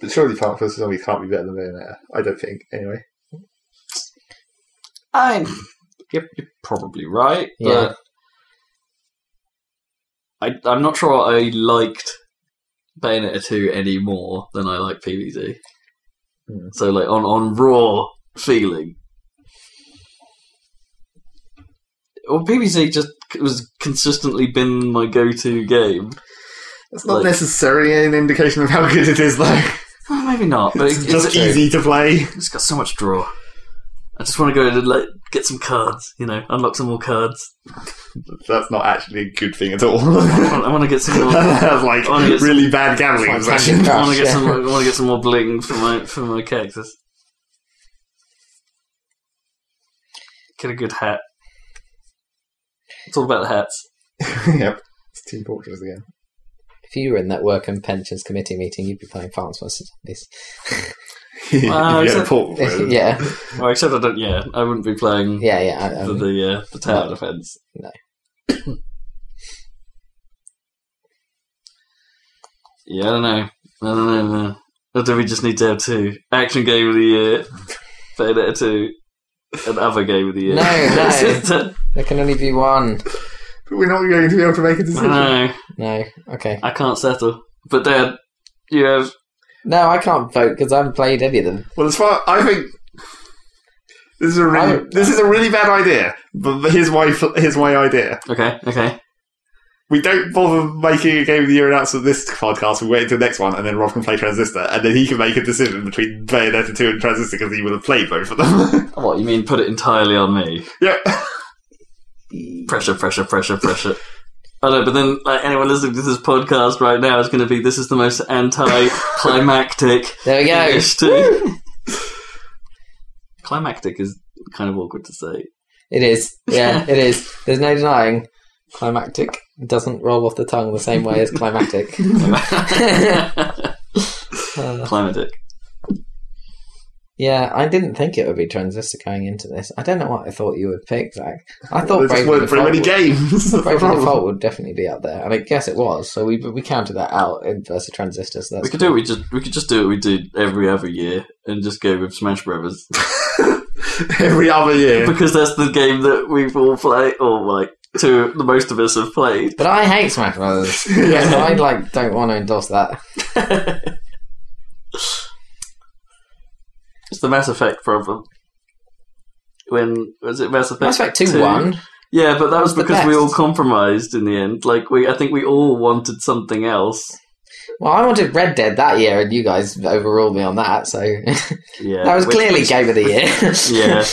But surely Plant vs Zombies can't be better than Bayonetta. I don't think. Anyway,
I'm. Yep, you're probably right.
Yeah.
But I, I'm not sure I liked Bayonetta 2 any more than I like PvZ. So like on on raw feeling. Well, BBC just was consistently been my go-to game.
It's not
Like-
necessarily an indication of how good it is, though.
Well, maybe not, but
It's
it's,
just
it's,
easy to play.
it's got so much draw. I just want to go and like get some cards, you know, unlock some more cards.
That's not actually a good thing at all.
I want, I want to get some more. I
That's like
Oh, yes.
really bad gambling
It's like
obsession.
Candy
want to get
Yeah.
some. I want to get some more bling for my for my characters. Get a good hat. It's all about the hats.
yep. It's Team Fortress again.
If you were in that work and pensions committee meeting, you'd be playing Farms versus Zombies.
Wow,
If you
is
had a
it-
portfolio.
yeah,
Well, except I don't. Yeah, I wouldn't be playing
yeah, yeah. I,
the
um,
the, uh, the tower
no.
defense.
No.
yeah, I don't know. I don't know. Or do we just need to have two action game of the year, Bayonetta two, and other game of the year?
No, no.
It's just a-
there can only be one.
But we're not going to be able to make a
I
decision.
know.
No, okay.
I can't settle. But Dad, you have.
No, I can't vote because I haven't played any of them.
Well, as far I think this is a really
I-
this is a really bad idea. But but here's my here's my idea.
Okay, okay.
We don't bother making a game of the year announcement this podcast. We wait until the next one, and then Rob can play Transistor, and then he can make a decision between Bayonetta two and Transistor because he will have played both of them.
What you mean? Put it entirely on me.
yeah,
pressure, pressure, pressure, pressure. I know, but then like, anyone listening to this podcast right now is going to be this is the most anti-climactic.
There we go.
English to- climactic is kind of awkward to say.
It is. Yeah, it is. There's no denying. Climactic doesn't roll off the tongue the same way as climactic. Uh,
Climatic.
yeah, I didn't think it would be transistor going into this. I don't know what I thought you would pick, Zach. I thought
there just
Brave
weren't
and
very
Default
many
would,
games. That's the
Brave and
problem.
Default would definitely be up there, and I guess it was. So we we counted that out in versus transistor. So that's
We could do what we just we could just do what we do every other year and just go with Smash Brothers
Every other year,
because that's the game that we've all played or like two the most of us have played.
But I hate Smash Brothers. So
yeah.
I like don't want to endorse that.
It's the Mass Effect problem. When was it Mass Effect?
Mass Effect Two one.
Yeah, but that was
the
because we
best.
all compromised in the end. Like we, I think we all wanted something else.
Well, I wanted Red Dead that year, and you guys overruled me on that. So
Yeah,
that was
which-
clearly game of the year.
Yeah,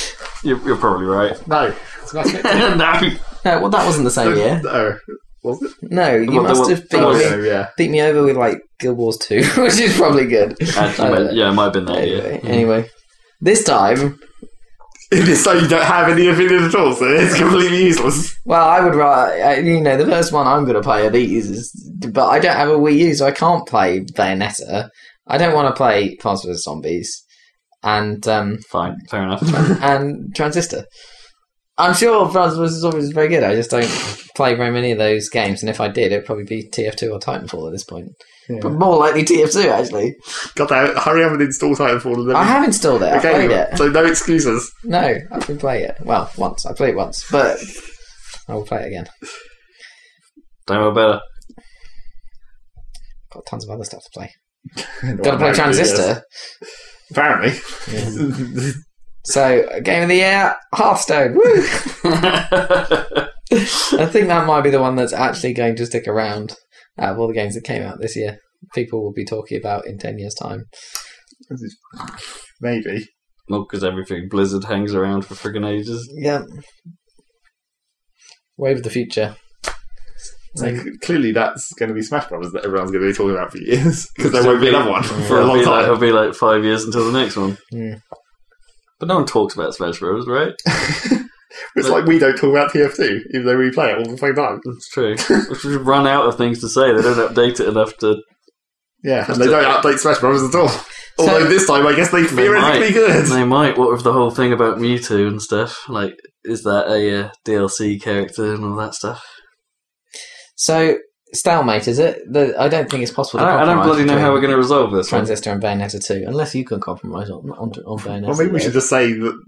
you're, you're probably right.
No,
no.
No, well, that wasn't the same year.
no, was it?
No, you
Well, there
must
was-
have beat
there
Oh,
was-
me,
no, yeah.
beat me over with like Guild Wars 2, which is probably good.
Actually,
I don't
but- yeah, Mm. it might have been that year.
Anyway, anyway, this time,
It is so you don't have any opinion at all, so it's completely useless.
well, I would rather, I- you know, the first one I'm going to play of these is, but I don't have a Wii U, so I can't play Bayonetta. I don't want to play Plants vs. Zombies and um,
Fine, fair enough.
and Transistor. I'm sure Plants vs. Zombies is very good, I just don't play very many of those games, and if I did, it would probably be TF2 or Titanfall at this point. But more likely TF2, actually.
God damn it, hurry up and install Titanfall and then
I have installed it. I've
Um, Okay,
played it.
So no excuses.
No, I can play it. Well, once. I played it once, but I will play it again.
Don't know better.
Got tons of other stuff to play. Gotta play Transistor.
Apparently.
So, game of the year, Hearthstone. Woo! I think that might be the one that's actually going to stick around out of all the games that came out this year. People will be talking about in 10 years' time.
This is- Maybe.
Not because everything Blizzard hangs around for friggin' ages.
Yeah. Wave of the future.
So c- clearly that's going to be Smash Brothers that everyone's going to be talking about for years because there
It'll
won't be
be-
another one for a
it'll
long
be Like,
time.
it'll be like five years until the next one.
Hmm.
But no one talks about Smash Bros, right?
It's like we don't talk about TF2 even though we play it all the fucking time.
That's true. We've run out of things to say. They don't update it enough to.
Yeah, and they don't update Smash Brothers at all. Although this time I guess they
They might.
theoretically could.
They might. What with the whole thing about Mewtwo and stuff? Like, is that a uh, DLC character and all that stuff?
So, Stalemate, is it? The, I don't think it's possible
I
to
don't, I don't
compromise
bloody know
between-
how we're going to resolve this. one.
Transistor and Bayonetta 2, unless you can compromise on, on, on Bayonetta.
Well, maybe we
though.
should just say that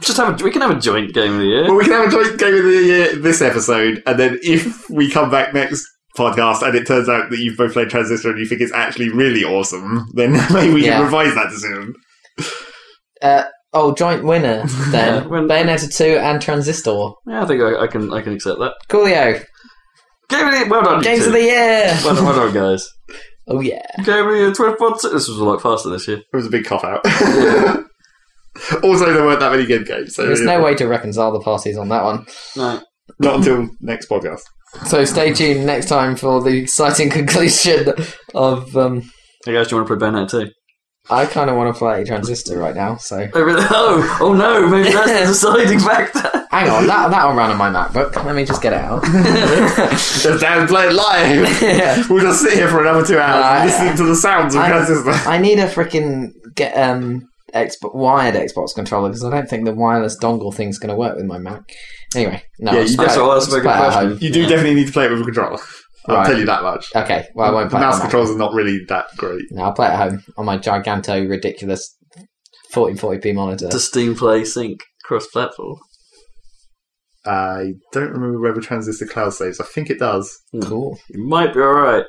Just have a, we can have a joint game of the year.
Well, we can have a joint game of the year this episode, and then if we come back next podcast and it turns out that you've both played Transistor and you think it's actually really awesome, then maybe we
Yeah.
can revise that decision.
Oh, joint winner then.
Yeah, when-
Bayonetta 2 and Transistor.
Yeah, I think I, I can I can accept that.
Coolio.
Game of the well done. you
Games
two.
of the year.
well done, well done, guys.
Oh, yeah.
Game of the year twelve point six. This was a lot faster this year.
It was a big cop out. also, there weren't that many good games, so
There's no way to reconcile the parties on that one.
No.
not until next podcast.
So stay tuned next time for the exciting conclusion of. Um,
Hey guys, do you want to play Bayonetta too?
I kind of want to play Transistor right now, so.
Oh, really? oh, oh no, maybe that's the deciding factor.
Hang on, that, that'll run on my MacBook. Let me just get it out.
Just downplay it live.
Yeah.
We'll just sit here for another two hours
Uh,
listening to the sounds of
I-
Transistor.
I need a freaking get um Xbox, wired Xbox controller because I don't think the wireless dongle thing's going to work with my Mac. Anyway, no.
Yeah,
I'll
you
just
That's
play-
all. That's a very
just
good
play at
question.
home.
You do definitely need to play it with a controller. I'll
Right.
tell you that much.
Okay, well I won't
the
play. it
mouse
on Mac.
controls are not really that great.
No, I'll play it at home on my giganto ridiculous 1440p monitor.
Does Steam Play sync cross-platform?
I don't remember whether Transistor Cloud saves. I think it does.
Cool.
You might be all right.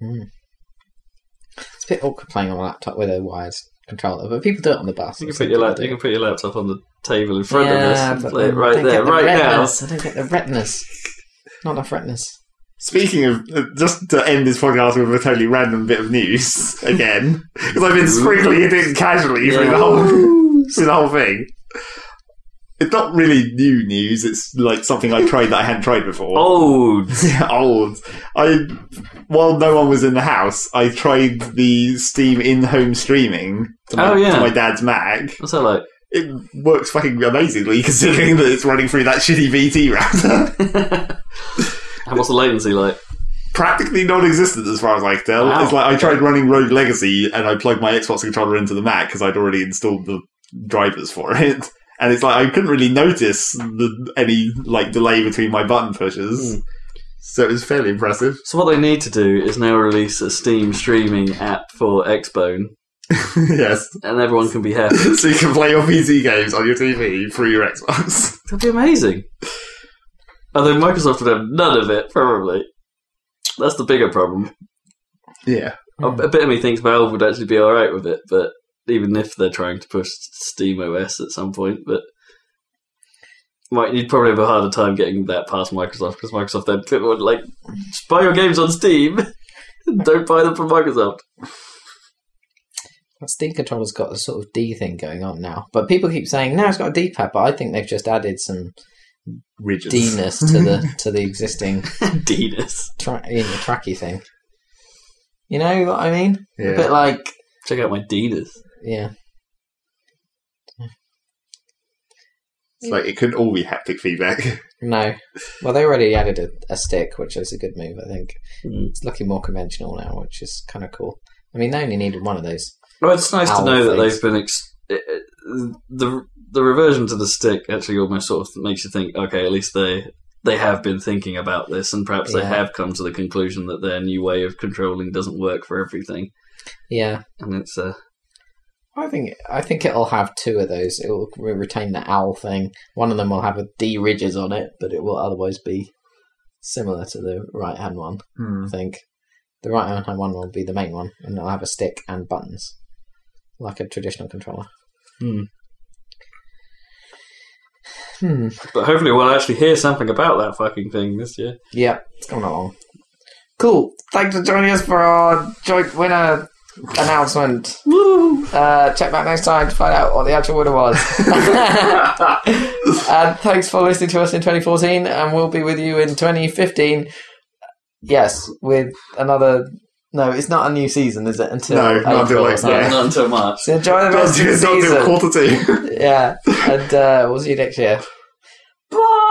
It's a bit awkward playing on a laptop with a wired controller, but people do it on the bus.
You can
It's
put your
like-
lap- you can put your laptop on the table in front
yeah,
of us and
but
play
I
it right
don't
there,
get the
right now.
retinas. I don't get the retinas. Not enough retinas.
Speaking of, uh, just to end this podcast with a totally random bit of news again, because I've been sprinkling it in casually through the
Yeah.
whole through the whole thing. It's not really new news. It's like something I tried that I hadn't tried before.
Old.
old. I while no one was in the house, I tried the Steam in-home streaming to my,
Oh, yeah.
to my dad's Mac.
What's that like?
It works fucking amazingly considering that it's running through that shitty VT router.
And what's the latency like?
Practically non-existent as far as I can tell.
Wow.
It's like I tried running Rogue Legacy and I plugged my Xbox controller into the Mac because I'd already installed the drivers for it. And it's like I couldn't really notice the, any like delay between my button pushes. So it was fairly impressive.
So what they need to do is now release a Steam streaming app for Xbone,
yes.
and everyone can be happy.
so you can play your PC games on your TV through your Xbox.
That'd be amazing. Although Microsoft would have none of it, probably. That's the bigger problem.
Yeah.
A- A bit of me thinks Valve would actually be all right with it, but even if they're trying to push Steam OS at some point, but might you'd probably have a harder time getting that past Microsoft because Microsoft then people would like just buy your games on Steam. Don't buy them from Microsoft.
That Steam controller's got a sort of D thing going on now, but people keep saying no, it's got a D pad. But I think they've just added some
Ridges.
D-ness to the to the existing
Denis.
tra- you know, tracky thing. You know what I mean?
Yeah.
A bit like
Check out my Denis.
yeah,
It's like it couldn't all be haptic feedback.
no. Well, they already added a, a stick, which is a good move, I think.
Mm.
It's looking more conventional now, which is kind of cool. I mean, they only needed one of those.
Well, Oh, it's nice
owl
to know that
things.
they've been ex- it- it- the the reversion to the stick actually almost sort of makes you think. Okay, at least they they have been thinking about this, and perhaps they
Yeah.
have come to the conclusion that their new way of controlling doesn't work for everything.
Yeah,
And it's uh,
I think I think it'll have two of those. It will re- retain the owl thing. One of them will have a D ridges on it, but it will otherwise be similar to the right hand one. I think the right hand one will be the main one, and it'll have a stick and buttons, like a traditional controller.
Hmm.
Hmm.
but hopefully we'll actually hear something about that fucking thing this year.
Yep, it's coming along. Cool. Thanks for joining us for our joint winner announcement.
Woo!
Uh, check back next time to find out what the actual winner was. and thanks for listening to us in 2014, and we'll be with you in 2015. Yes, with another. No, it's not a new season, is it? Until
No, not until
April or
like-
something.
Not-
Yeah.
Not until March.
So enjoy the
Not
rest of
till
the
not till
season.
quarter two.
Yeah, and uh, we'll see you next year. Bye.